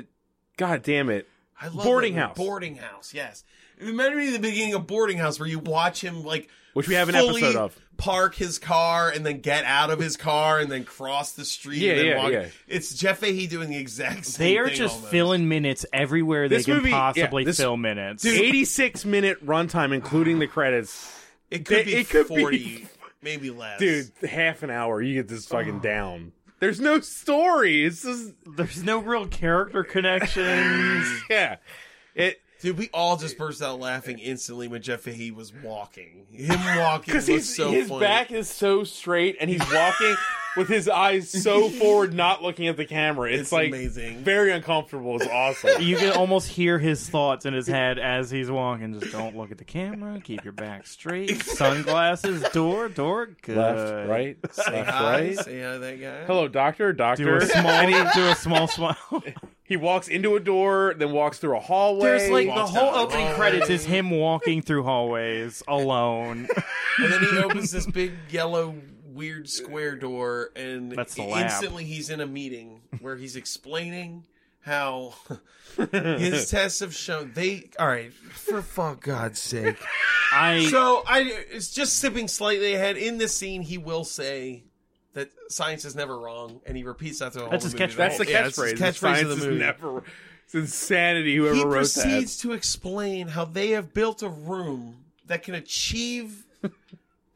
Speaker 4: God damn it!
Speaker 3: I love
Speaker 4: Boarding
Speaker 3: that movie.
Speaker 4: House.
Speaker 3: Boarding house. Yes. It reminded me of the beginning of Boarding House where you watch him like
Speaker 4: Which we have an
Speaker 3: fully
Speaker 4: episode of.
Speaker 3: Park his car and then get out of his car and then cross the street.
Speaker 4: Yeah,
Speaker 3: and then
Speaker 4: yeah,
Speaker 3: walk.
Speaker 4: yeah.
Speaker 3: It's Jeff Fahey doing the exact same.
Speaker 5: They are
Speaker 3: thing
Speaker 5: just
Speaker 3: almost.
Speaker 5: filling minutes everywhere
Speaker 4: This
Speaker 5: they can
Speaker 4: movie- yeah,
Speaker 5: possibly
Speaker 4: this-
Speaker 5: fill minutes.
Speaker 4: 86 minute runtime, including the credits.
Speaker 3: It could
Speaker 4: It-
Speaker 3: be
Speaker 4: it could be-
Speaker 3: forty, maybe less.
Speaker 4: Dude, half an hour, you get this fucking down. There's no story. It's just
Speaker 5: There's no real character connections.
Speaker 4: yeah. It
Speaker 3: Dude, we all just burst out laughing instantly when Jeff Fahey was walking. Him walking
Speaker 4: Because
Speaker 3: was
Speaker 4: his,
Speaker 3: so
Speaker 4: his
Speaker 3: funny.
Speaker 4: back is so straight and he's walking with his eyes so forward, not looking at the camera. It's,
Speaker 3: It's
Speaker 4: like
Speaker 3: amazing.
Speaker 4: very uncomfortable. It's awesome.
Speaker 5: You can almost hear his thoughts in his head as he's walking. Just don't look at the camera. Keep your back straight. Sunglasses. Door. Door. Good.
Speaker 4: Left, right,
Speaker 3: Say
Speaker 4: left,
Speaker 3: hi,
Speaker 4: right.
Speaker 3: say hi to that guy.
Speaker 4: Hello, doctor.
Speaker 5: Do
Speaker 4: Doctor.
Speaker 5: a small. do a small smile.
Speaker 4: He walks into a door, then walks through a hallway.
Speaker 5: There's like the
Speaker 3: Walked
Speaker 5: whole
Speaker 3: out.
Speaker 5: opening credits is him walking through hallways alone.
Speaker 3: And then he opens this big yellow weird square door and
Speaker 5: That's the lab.
Speaker 3: instantly he's in a meeting where he's explaining how his tests have shown they all right for fuck god's sake
Speaker 5: I
Speaker 3: so i it's just sipping slightly ahead in this scene he will say that science is never wrong and he repeats that through the
Speaker 5: That's
Speaker 3: whole
Speaker 5: his
Speaker 3: movie.
Speaker 5: catchphrase.
Speaker 4: That's the
Speaker 3: Yeah, that's
Speaker 4: catchphrase.
Speaker 3: his catchphrase
Speaker 4: Science
Speaker 3: of the
Speaker 4: Oh, is
Speaker 3: movie
Speaker 4: Never, it's insanity. Whoever
Speaker 3: he
Speaker 4: wrote
Speaker 3: proceeds to explain how they have built a room that can achieve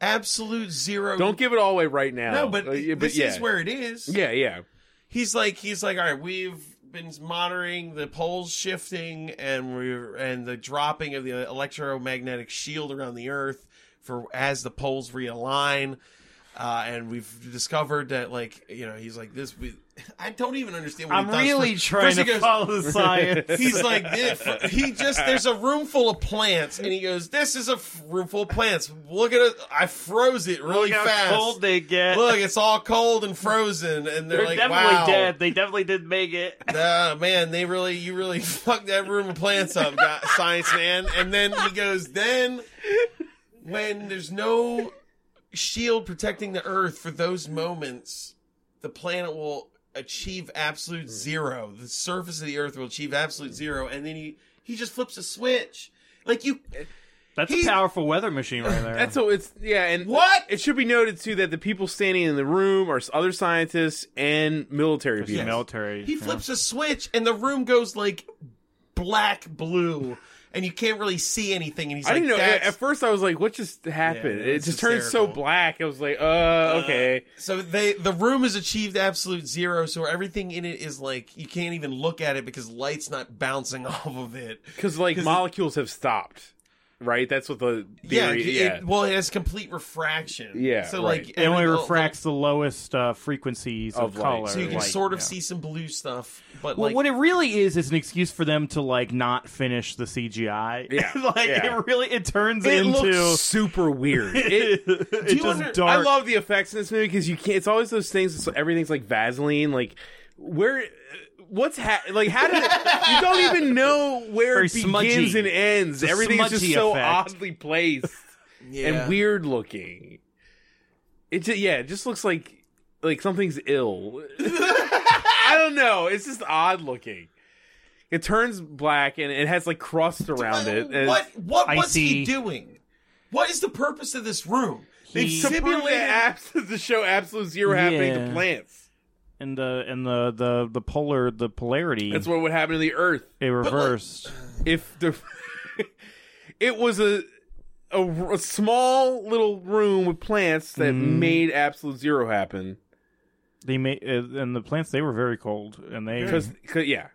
Speaker 3: absolute zero
Speaker 4: that. Don't give it all away right now.
Speaker 3: no, but,
Speaker 4: Uh, yeah, but
Speaker 3: this
Speaker 4: yeah.
Speaker 3: is where it is.
Speaker 4: Yeah, yeah.
Speaker 3: He's like he's like, all right, we've been monitoring the poles shifting and we're and the dropping of the electromagnetic shield around the earth for as the poles realign. Uh, and we've discovered that, like, you know, he's like this. We, I don't even understand. What
Speaker 5: I'm
Speaker 3: he thought.
Speaker 5: really
Speaker 3: First-
Speaker 5: trying
Speaker 3: first he
Speaker 5: to
Speaker 3: goes,
Speaker 5: follow the science.
Speaker 3: He's like, "This- he just, there's a room full of plants, and he goes, This is a f- room full of plants. Look at it. I froze it really
Speaker 5: Look how
Speaker 3: fast.
Speaker 5: cold they get.
Speaker 3: Look, it's all cold and frozen, and they're,
Speaker 5: They're
Speaker 3: like,
Speaker 5: definitely
Speaker 3: "Wow,
Speaker 5: dead. They definitely did make it.
Speaker 3: Ah, man, they really, you really fucked that room of plants up, guy- science man." And then he goes, "Then when there's no shield protecting the Earth for those moments, the planet will achieve absolute zero. The surface of the Earth will achieve absolute zero, and then he he just flips a switch, like you."
Speaker 5: That's a
Speaker 3: He-
Speaker 5: powerful weather machine right there.
Speaker 4: That's so it's yeah, and
Speaker 3: What?
Speaker 4: it should be noted too that the people standing in the room are s- other scientists and military
Speaker 5: The
Speaker 4: people.
Speaker 5: military.
Speaker 3: He
Speaker 5: you know.
Speaker 3: flips a switch and the room goes like black blue and you can't really see anything and he's
Speaker 4: I
Speaker 3: like
Speaker 4: didn't know.
Speaker 3: "That's-"
Speaker 4: At first, I was like, "What just happened?"
Speaker 3: Yeah,
Speaker 4: it
Speaker 3: it's
Speaker 4: just turned so
Speaker 3: hysterical.
Speaker 4: black. I was like, "Uh, okay."
Speaker 3: so they the room has achieved absolute zero so everything in it is like you can't even look at it because light's not bouncing off of it
Speaker 4: Because like molecules have stopped, right? That's what the
Speaker 3: yeah,
Speaker 4: theory.
Speaker 3: it-
Speaker 4: Yeah,
Speaker 3: It, well it has complete refraction
Speaker 4: Yeah,
Speaker 3: so
Speaker 4: right.
Speaker 3: like
Speaker 5: It only
Speaker 3: every- well,
Speaker 5: refracts the lowest uh, frequencies of,
Speaker 4: Of light.
Speaker 5: color.
Speaker 3: so you can
Speaker 5: light,
Speaker 3: sort of
Speaker 5: yeah.
Speaker 3: see some blue stuff but
Speaker 5: Well,
Speaker 3: like
Speaker 5: what it really is is an excuse for them to like not finish the CGI.
Speaker 4: Yeah,
Speaker 5: like
Speaker 4: yeah.
Speaker 5: it really it turns
Speaker 4: It
Speaker 5: into
Speaker 4: looks super weird. It,
Speaker 5: it, it
Speaker 3: you
Speaker 5: just
Speaker 3: under- I
Speaker 5: dark.
Speaker 4: I love the effects in this movie because you can't. It's always those things. It's, everything's like Vaseline. Like where, what's ha- like? How did it, you don't even know where
Speaker 5: Very
Speaker 4: it begins
Speaker 5: smudgy.
Speaker 4: and ends?
Speaker 5: a
Speaker 4: Everything's just
Speaker 5: smudgy
Speaker 4: so
Speaker 5: effect.
Speaker 4: oddly placed
Speaker 3: yeah.
Speaker 4: and weird looking. It just, yeah, it just looks like like something's ill. I don't know. It's just odd looking. It turns black and it has like crust around it. and
Speaker 3: what what was
Speaker 5: Icy.
Speaker 3: he doing what is the purpose of this room
Speaker 5: He-
Speaker 3: They've
Speaker 4: It's simply
Speaker 3: simulated-
Speaker 4: abs- to show absolute zero happening to
Speaker 5: Yeah.
Speaker 4: plants.
Speaker 5: and the and the the the polar the polarity
Speaker 4: That's what would happen to the Earth
Speaker 5: it reversed.
Speaker 4: if the it was a, a a small little room with plants that
Speaker 5: Mm-hmm.
Speaker 4: made absolute zero happen.
Speaker 5: they made uh, and the plants they were very cold and they
Speaker 4: Because yeah,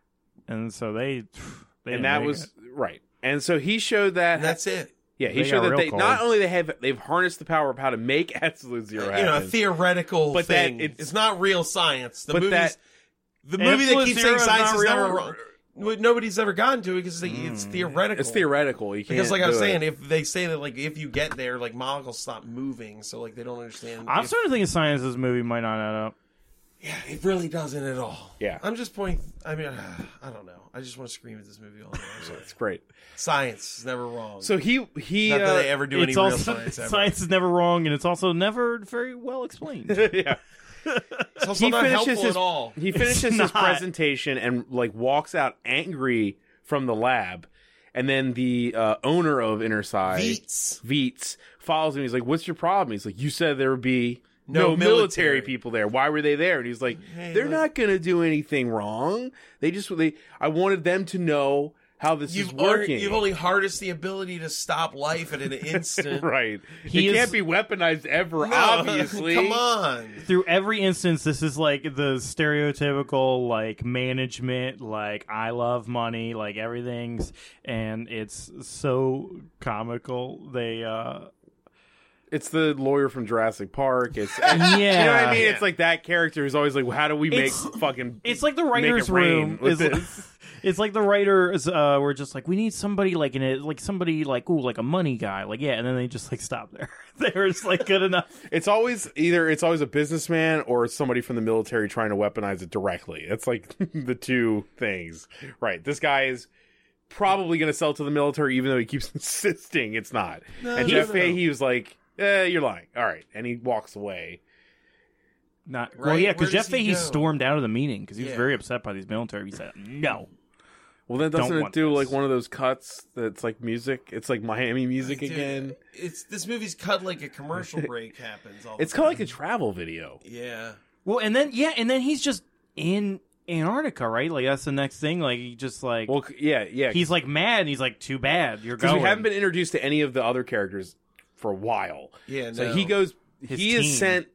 Speaker 5: and so they they didn't
Speaker 4: and that
Speaker 5: make
Speaker 4: was
Speaker 5: it.
Speaker 4: right. And so he showed that
Speaker 3: and that's it
Speaker 4: yeah he
Speaker 5: They
Speaker 4: showed
Speaker 5: got
Speaker 4: that
Speaker 5: real
Speaker 4: they
Speaker 5: cold.
Speaker 4: not only they have they've harnessed the power of how to make absolute zero
Speaker 3: you
Speaker 4: happen.
Speaker 3: know, a theoretical
Speaker 4: But that
Speaker 3: thing.
Speaker 4: it's-
Speaker 3: it's, not real science. The
Speaker 4: but
Speaker 3: movies,
Speaker 4: that
Speaker 3: the movie that
Speaker 5: Absolute
Speaker 3: keeps
Speaker 5: zero
Speaker 3: saying
Speaker 5: is
Speaker 3: science
Speaker 5: not
Speaker 3: is
Speaker 5: real.
Speaker 3: never wrong. Well, Nobody's ever gotten to it because it's theoretical.
Speaker 4: Mm. it's theoretical. You can't
Speaker 3: Because, like I was
Speaker 4: do it.
Speaker 3: saying, if they say that, like, if you get there, like, molecules stop moving, so like they don't understand.
Speaker 5: I'm
Speaker 3: if-
Speaker 5: starting to think a science this movie might not add up.
Speaker 3: yeah, it really doesn't at all.
Speaker 4: Yeah.
Speaker 3: I'm just pointing. I mean, I don't know. I just want to scream at this movie all the time.
Speaker 4: it's great.
Speaker 3: science is never wrong.
Speaker 4: So he he
Speaker 3: not that
Speaker 4: uh,
Speaker 3: they ever do any
Speaker 5: It's
Speaker 3: real
Speaker 5: also
Speaker 3: science ever.
Speaker 5: is never wrong, and it's also never very well explained.
Speaker 4: yeah.
Speaker 3: It's also not helpful
Speaker 4: his,
Speaker 3: at all.
Speaker 4: He finishes his
Speaker 5: not.
Speaker 4: presentation and like walks out angry from the lab. And then the uh, owner of InterSci,
Speaker 3: Veets.
Speaker 4: Veets, follows him. He's like, "What's your problem?" He's like, "You said there would be no,
Speaker 3: No
Speaker 4: military.
Speaker 3: military.
Speaker 4: people there. Why were they there?" And he's like,
Speaker 3: Hey,
Speaker 4: "They're
Speaker 3: look.
Speaker 4: not going to do anything wrong. They just they. I wanted them to know how this is
Speaker 3: You've
Speaker 4: working.
Speaker 3: already, you've only harnessed the ability to stop life at an instant.
Speaker 4: right.
Speaker 5: He
Speaker 4: it
Speaker 5: is-
Speaker 4: can't be weaponized ever,
Speaker 3: No,
Speaker 4: obviously.
Speaker 3: come on.
Speaker 5: through every instance this is like the stereotypical like management like i love money like everything's and it's so comical they uh
Speaker 4: It's the lawyer from Jurassic Park. It's
Speaker 5: yeah
Speaker 4: You know what I mean? It's like that character is always like, well, how do we make
Speaker 5: It's-
Speaker 4: fucking?
Speaker 5: it's like the
Speaker 4: make it
Speaker 5: writers
Speaker 4: rain
Speaker 5: room
Speaker 4: with
Speaker 5: is-
Speaker 4: this?
Speaker 5: it's like the writers uh were just like we need somebody like in it like somebody like ooh like a money guy like yeah and then they just like stop there they were just like good enough
Speaker 4: It's always either it's always a businessman or it's somebody from the military trying to weaponize it directly. That's like the two things, right? This guy is probably going to sell to the military, even though he keeps insisting it's not. and
Speaker 3: no,
Speaker 4: Jeff
Speaker 3: no.
Speaker 4: Fahey was like, eh, "You're lying." All right, and he walks away.
Speaker 5: not well
Speaker 3: Right?
Speaker 5: yeah because
Speaker 3: Where does
Speaker 5: jeff
Speaker 3: he
Speaker 5: fahey
Speaker 3: go?
Speaker 5: stormed out of the meeting because he was
Speaker 3: Yeah.
Speaker 5: very upset by these military he said no
Speaker 4: Well, then doesn't
Speaker 5: Don't
Speaker 4: it
Speaker 5: want
Speaker 4: do
Speaker 5: this.
Speaker 4: like one of those cuts that's like music? It's like Miami music
Speaker 3: Dude,
Speaker 4: again.
Speaker 3: It's this movie's cut like a commercial break happens. All
Speaker 4: It's
Speaker 3: the
Speaker 4: kind
Speaker 3: time.
Speaker 4: of like a travel video.
Speaker 3: yeah.
Speaker 5: Well, and then yeah, and then he's just in Antarctica, right? Like that's the next thing. Like he just like
Speaker 4: Well, c- yeah, yeah.
Speaker 5: he's like mad. And he's like, too bad you're
Speaker 4: because
Speaker 5: going.
Speaker 4: we haven't been introduced to any of the other characters for a while.
Speaker 3: Yeah, no.
Speaker 4: So he goes.
Speaker 5: His
Speaker 4: he
Speaker 5: team.
Speaker 4: is sent,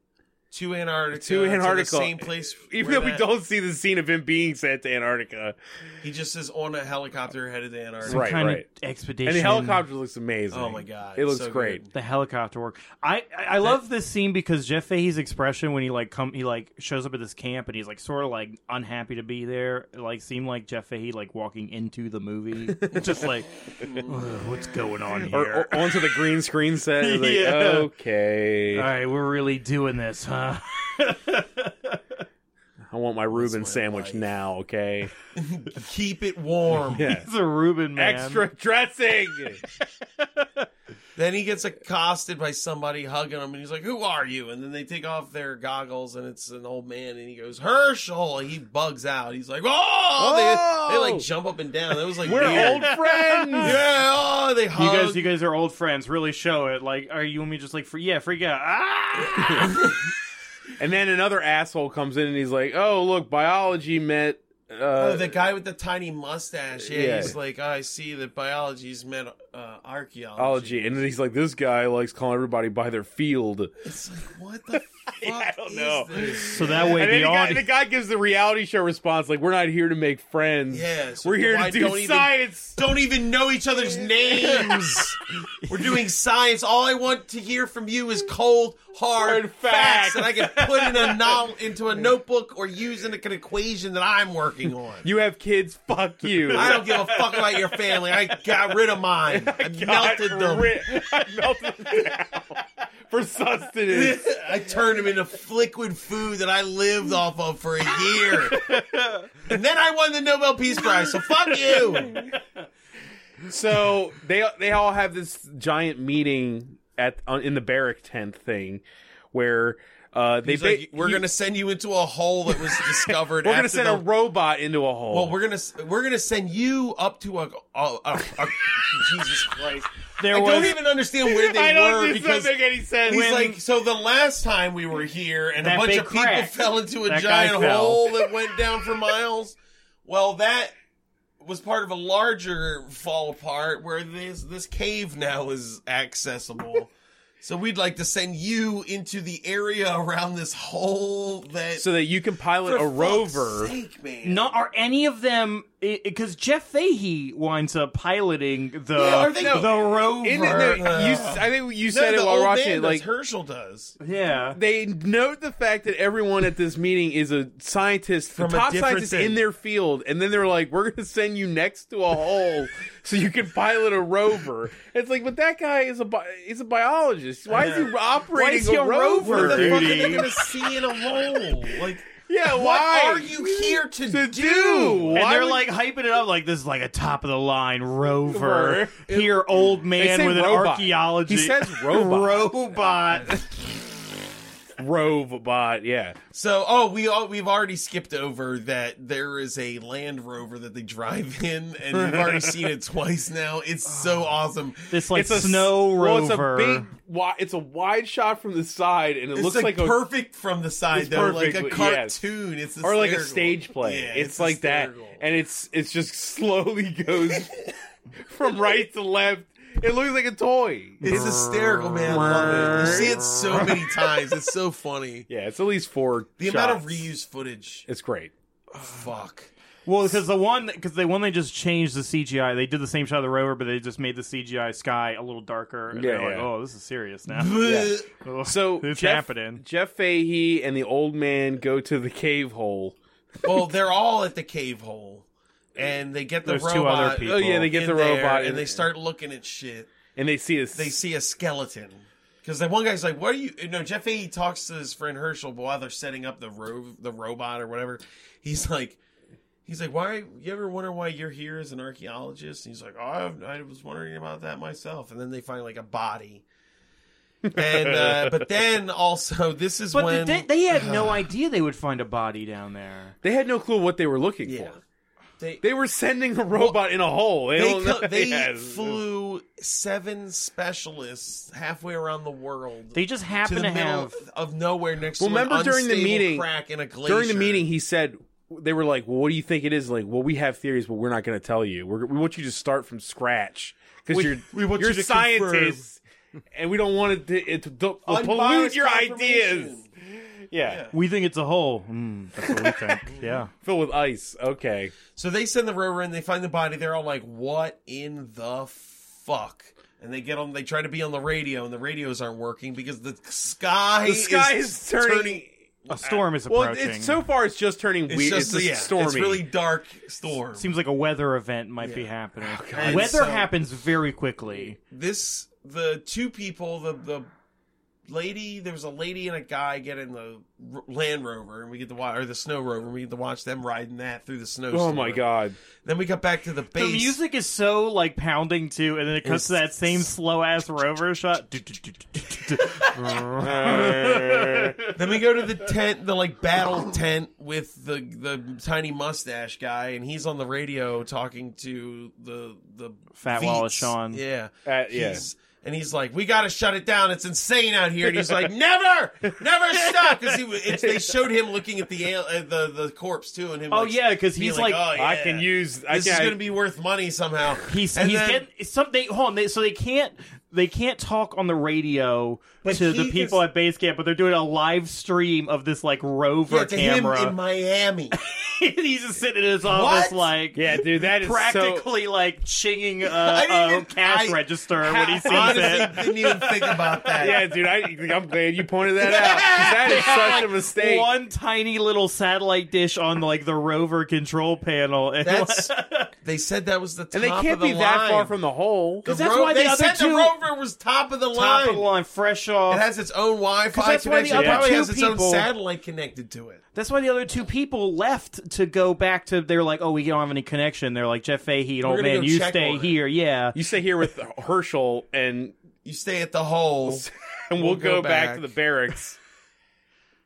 Speaker 3: to Antarctica.
Speaker 4: To Antarctica.
Speaker 3: the same place.
Speaker 4: even
Speaker 3: where
Speaker 4: though we
Speaker 3: that-
Speaker 4: don't see the scene of him being sent to Antarctica,
Speaker 3: He just says on a helicopter headed to Antarctica.
Speaker 5: some
Speaker 4: right,
Speaker 5: kind
Speaker 4: right.
Speaker 5: of expedition.
Speaker 4: and the helicopter looks amazing.
Speaker 3: Oh my god,
Speaker 4: it looks
Speaker 3: so
Speaker 4: great.
Speaker 3: good.
Speaker 5: The helicopter work. I I, I love this scene because Jeff Fahey's expression when he like come he like shows up at this camp and he's like sort of like unhappy to be there. It, like seemed like Jeff Fahey like walking into the movie, just like "Ugh, what's going on here?
Speaker 4: Or, or onto the green screen set. it's like,
Speaker 5: Yeah.
Speaker 4: Okay,
Speaker 5: All right, we're really doing this, huh?
Speaker 4: I want my Reuben sandwich
Speaker 3: life.
Speaker 4: now. Okay,
Speaker 3: Keep it warm.
Speaker 4: yeah.
Speaker 5: it's a Reuben man.
Speaker 4: Extra dressing.
Speaker 3: Then he gets accosted by somebody hugging him, and he's like, "Who are you?" And then they take off their goggles, and it's an old man, and he goes, "Herschel." And he bugs out. He's like, "Oh!" They, they like jump up and down. That was like
Speaker 4: We're
Speaker 3: weird.
Speaker 4: old friends.
Speaker 3: Yeah. Oh, they
Speaker 5: You
Speaker 3: hug.
Speaker 5: guys, you guys are old friends. Really show it. Like, are you want me to just like, free, yeah, freak out? Ah!
Speaker 4: And then another asshole comes in and he's like, "Oh, look, biology met." Uh,
Speaker 3: Oh, the guy with the tiny mustache. Yeah,
Speaker 4: yeah.
Speaker 3: he's like, I see that biology's meant uh, archaeology.
Speaker 4: biology, and then he's like, "This guy likes calling everybody by their field."
Speaker 3: It's like, what the fuck
Speaker 4: I don't
Speaker 3: is
Speaker 4: know.
Speaker 3: this?
Speaker 5: So that way,
Speaker 4: and then
Speaker 5: the
Speaker 4: the guy,
Speaker 5: audience.
Speaker 4: the guy gives the reality show response, like, "We're not here to make friends.
Speaker 3: Yeah, so
Speaker 4: We're here
Speaker 3: why
Speaker 4: to
Speaker 3: don't
Speaker 4: do
Speaker 3: even-
Speaker 4: science."
Speaker 3: Don't even know each other's names. We're doing science. All I want to hear from you is cold, hard
Speaker 4: Hard facts.
Speaker 3: facts that I can put in a no- into a notebook or use in an equation that I'm working on.
Speaker 4: You have kids. Fuck you.
Speaker 3: I don't give a fuck about your family. I got rid of mine. I
Speaker 4: God,
Speaker 3: melted them.
Speaker 4: ri- I melted them down for sustenance.
Speaker 3: I turned him into f- liquid food that I lived off of for a year. and then I won the Nobel Peace Prize, so fuck you.
Speaker 4: so they they all have this giant meeting at on, in the barrack tent thing, where uh, they
Speaker 3: He's like,
Speaker 4: ba-
Speaker 3: we're
Speaker 4: he-
Speaker 3: going to send you into a hole that was discovered.
Speaker 4: we're gonna
Speaker 3: after
Speaker 4: send
Speaker 3: the-
Speaker 4: a robot into a hole.
Speaker 3: Well, Oh, we're gonna s- we're gonna send you up to a, a, a, a Jesus Christ.
Speaker 5: there
Speaker 3: I
Speaker 5: was
Speaker 3: don't even understand where they
Speaker 4: I don't
Speaker 3: were
Speaker 4: think this doesn't
Speaker 3: because
Speaker 4: make any sense.
Speaker 3: he's like, so the last time we were here, and a
Speaker 5: That
Speaker 3: bunch
Speaker 5: big
Speaker 3: of people
Speaker 5: crack.
Speaker 3: fell into a
Speaker 5: That guy
Speaker 3: giant
Speaker 5: fell.
Speaker 3: hole that went down for miles. Well, that was part of a larger fall apart where this this cave now is accessible. so we'd like to send you into the area around this hole that
Speaker 4: so that you can pilot
Speaker 3: for
Speaker 4: a
Speaker 3: fuck's
Speaker 4: rover.
Speaker 3: sake, man.
Speaker 5: not are any of them because Jeff Fahey winds up piloting the
Speaker 3: Yeah, are they-
Speaker 5: the
Speaker 3: No.
Speaker 5: rover.
Speaker 4: In the, no, you, I think you
Speaker 3: No,
Speaker 4: said
Speaker 3: the
Speaker 4: it while
Speaker 3: old
Speaker 4: watching
Speaker 3: man
Speaker 4: it.
Speaker 3: does.
Speaker 4: Like
Speaker 3: Herschel does.
Speaker 5: yeah,
Speaker 4: they note the fact that everyone at this meeting is a scientist,
Speaker 3: From
Speaker 4: the
Speaker 3: a
Speaker 4: top
Speaker 3: different
Speaker 4: scientist
Speaker 3: thing.
Speaker 4: in their field, and then they're like, "We're going to send you next to a hole so you can pilot a rover." It's like, but that guy is a bi- he's a biologist. Why is he operating
Speaker 5: is he a rover,
Speaker 4: rover?
Speaker 3: What the fuck are
Speaker 5: Dude.
Speaker 3: they gonna see in a hole? Like,
Speaker 4: Yeah,
Speaker 3: what
Speaker 4: why
Speaker 3: are you here to,
Speaker 4: to
Speaker 3: do?
Speaker 4: do?
Speaker 5: and
Speaker 4: Why
Speaker 5: they're
Speaker 4: would-
Speaker 5: like hyping it up like this is like a top of the line rover.
Speaker 4: Rover.
Speaker 5: Here, old
Speaker 4: They
Speaker 5: man
Speaker 4: say
Speaker 5: with an
Speaker 4: robot.
Speaker 5: archaeology.
Speaker 4: He says robot.
Speaker 5: robot.
Speaker 4: Robot, yeah.
Speaker 3: So, oh, we all we've already skipped over that there is a Land Rover that they drive in, and we've already seen it twice now. It's
Speaker 4: Oh.
Speaker 3: so awesome.
Speaker 5: This like
Speaker 4: it's a
Speaker 5: snow
Speaker 4: well,
Speaker 5: rover.
Speaker 4: It's a big, wi- it's a wide shot from the side, and it
Speaker 3: It's
Speaker 4: looks
Speaker 3: like,
Speaker 4: like, a
Speaker 3: perfect from the side
Speaker 4: It's
Speaker 3: though, like a
Speaker 4: perfect, yes.
Speaker 3: cartoon. It's
Speaker 4: or like a
Speaker 3: hysterical.
Speaker 4: stage play.
Speaker 3: Yeah,
Speaker 4: it's, like
Speaker 3: hysterical.
Speaker 4: that, and it's it's just slowly goes from right to left. It looks like a toy.
Speaker 3: It's hysterical, man. I love it. You see it so many times. It's so funny.
Speaker 4: Yeah, it's at least four.
Speaker 3: The amount of
Speaker 4: shots.
Speaker 3: reused footage.
Speaker 4: it's great.
Speaker 3: Fuck.
Speaker 5: well, because the one because the one they just changed the CGI. They did the same shot of the rover, but they just made the CGI sky a little darker. And
Speaker 4: Yeah,
Speaker 5: they're like,
Speaker 4: yeah.
Speaker 5: oh, this is serious now. Oh,
Speaker 3: Bleh.
Speaker 4: So
Speaker 5: it's
Speaker 4: Jeff,
Speaker 5: happening.
Speaker 4: Jeff Fahey and the old man go to the cave hole.
Speaker 3: well, they're all at the cave hole, and they get the
Speaker 5: There's
Speaker 3: robot.
Speaker 5: two other people.
Speaker 4: Oh yeah, they get
Speaker 3: Uh, in
Speaker 4: the
Speaker 3: there,
Speaker 4: robot
Speaker 3: and they start looking at shit.
Speaker 4: and they see this.
Speaker 3: They see a skeleton because the one guy's like, "What are you?" No, Jeff Fahey talks to his friend Herschel while they're setting up the ro- the robot or whatever. He's like. He's like, why? You ever wonder why you're here as an archaeologist? And he's like, oh, I've, I was wondering about that myself. And then they find like a body, and uh, but then also this is
Speaker 5: But
Speaker 3: when
Speaker 5: they, they had no idea they would find a body down there.
Speaker 4: they had no clue what they were looking
Speaker 3: yeah,
Speaker 4: for.
Speaker 3: they
Speaker 4: They were sending a robot in a hole. They,
Speaker 3: They,
Speaker 4: don't
Speaker 3: co-
Speaker 4: know-
Speaker 3: they
Speaker 4: Yes.
Speaker 3: flew seven specialists halfway around the world.
Speaker 5: They just
Speaker 3: to
Speaker 5: happen
Speaker 3: the
Speaker 5: to,
Speaker 3: middle
Speaker 5: have.
Speaker 3: of nowhere next
Speaker 4: Well,
Speaker 3: to an
Speaker 4: remember during the
Speaker 3: unstable
Speaker 4: meeting-
Speaker 3: crack in a glacier.
Speaker 4: during the meeting he said they were like well what do you think it is like well we have theories but we're not going to tell you we're, we want you to start from scratch because you're
Speaker 3: we want
Speaker 4: you're
Speaker 3: you to
Speaker 4: scientists and we don't want it to, it to, to pollute
Speaker 3: Unbiased
Speaker 4: your ideas
Speaker 3: confirmation.
Speaker 4: yeah,
Speaker 3: Yeah.
Speaker 5: We think it's a hole. Mm, that's what we think. yeah.
Speaker 4: filled with ice okay
Speaker 3: So they send the rover in. They find the body. They're all like, "What in the fuck?" And they get on. They try to be on the radio, and the radios aren't working because the sky
Speaker 4: the sky is, turning,
Speaker 5: A storm is
Speaker 4: uh, well
Speaker 5: approaching.
Speaker 4: it's so far it's just turning
Speaker 3: It's
Speaker 4: weird
Speaker 3: just,
Speaker 4: it's just
Speaker 3: yeah,
Speaker 4: stormy
Speaker 3: It's really dark storm.
Speaker 5: Seems like a weather event might be happening.
Speaker 3: God.
Speaker 5: weather
Speaker 3: So-
Speaker 5: happens very quickly.
Speaker 3: this the two people the the lady there was a lady and a guy get in the r- land rover and we get to watch or the snow rover and we get to watch them riding that through the snow
Speaker 4: oh my god
Speaker 3: then we got back to the base
Speaker 5: The music is so like pounding too, and then it cuts to that same slow ass rover shot.
Speaker 4: Uh,
Speaker 3: then we go to the tent the like battle tent with the the tiny mustache guy and he's on the radio talking to the the
Speaker 5: Fat
Speaker 3: Veets.
Speaker 5: Wallace Shawn.
Speaker 3: yeah
Speaker 4: Uh, yeah.
Speaker 3: He's- and he's like, "We got to shut it down. It's insane out here." And he's like, "Never, never stop." Because they showed him looking at the al- uh, the the corpse too, and him.
Speaker 5: Oh
Speaker 3: like,
Speaker 5: yeah, because
Speaker 3: being
Speaker 5: he's like,
Speaker 3: "Oh,
Speaker 4: i
Speaker 3: yeah,
Speaker 4: can use i
Speaker 3: This
Speaker 4: can
Speaker 3: is going to be worth money somehow.
Speaker 5: he's
Speaker 3: And
Speaker 5: he's
Speaker 3: then-
Speaker 5: getting some. They hold on, they, so they can't they can't talk on the radio to the
Speaker 3: he
Speaker 5: people
Speaker 3: is-
Speaker 5: at base camp, but they're doing a live stream of this like rover
Speaker 3: yeah, to
Speaker 5: camera.
Speaker 3: him in Miami.
Speaker 5: he's just sitting in his office
Speaker 3: What?
Speaker 5: like
Speaker 4: yeah dude that is so
Speaker 5: practically like chinging a,
Speaker 3: I
Speaker 5: a
Speaker 3: didn't-
Speaker 5: cash
Speaker 3: I-
Speaker 5: register when he sees
Speaker 3: Honestly,
Speaker 5: it.
Speaker 3: didn't even think about that.
Speaker 4: yeah, dude, I, I'm glad you pointed that out. 'cause That is such a mistake.
Speaker 5: One tiny little satellite dish on like the rover control panel. And
Speaker 3: That's they said that was the top
Speaker 4: and they can't
Speaker 3: of the
Speaker 4: be that
Speaker 3: line.
Speaker 4: far from the hole.
Speaker 3: The
Speaker 5: that's
Speaker 3: ro-
Speaker 5: why the
Speaker 3: they
Speaker 5: other
Speaker 3: said
Speaker 5: two-
Speaker 3: the rover was top of the
Speaker 5: top
Speaker 3: line.
Speaker 5: of the line, fresh
Speaker 3: It
Speaker 5: off.
Speaker 3: has its own Wi-Fi
Speaker 5: 'Cause that's why the
Speaker 3: connection.
Speaker 5: other
Speaker 3: it probably
Speaker 5: two
Speaker 3: has its
Speaker 5: people-
Speaker 3: own satellite connected to it.
Speaker 5: That's why the other two people left to go back to. They're like, oh, we don't have any connection. They're like, Jeff Fahey, and old
Speaker 3: gonna
Speaker 5: man,
Speaker 3: go
Speaker 5: you
Speaker 3: check
Speaker 5: stay
Speaker 3: on it."
Speaker 5: here. Yeah.
Speaker 4: You stay here with Herschel, and
Speaker 3: You stay at the hole.
Speaker 4: and we'll, go, back. to the barracks,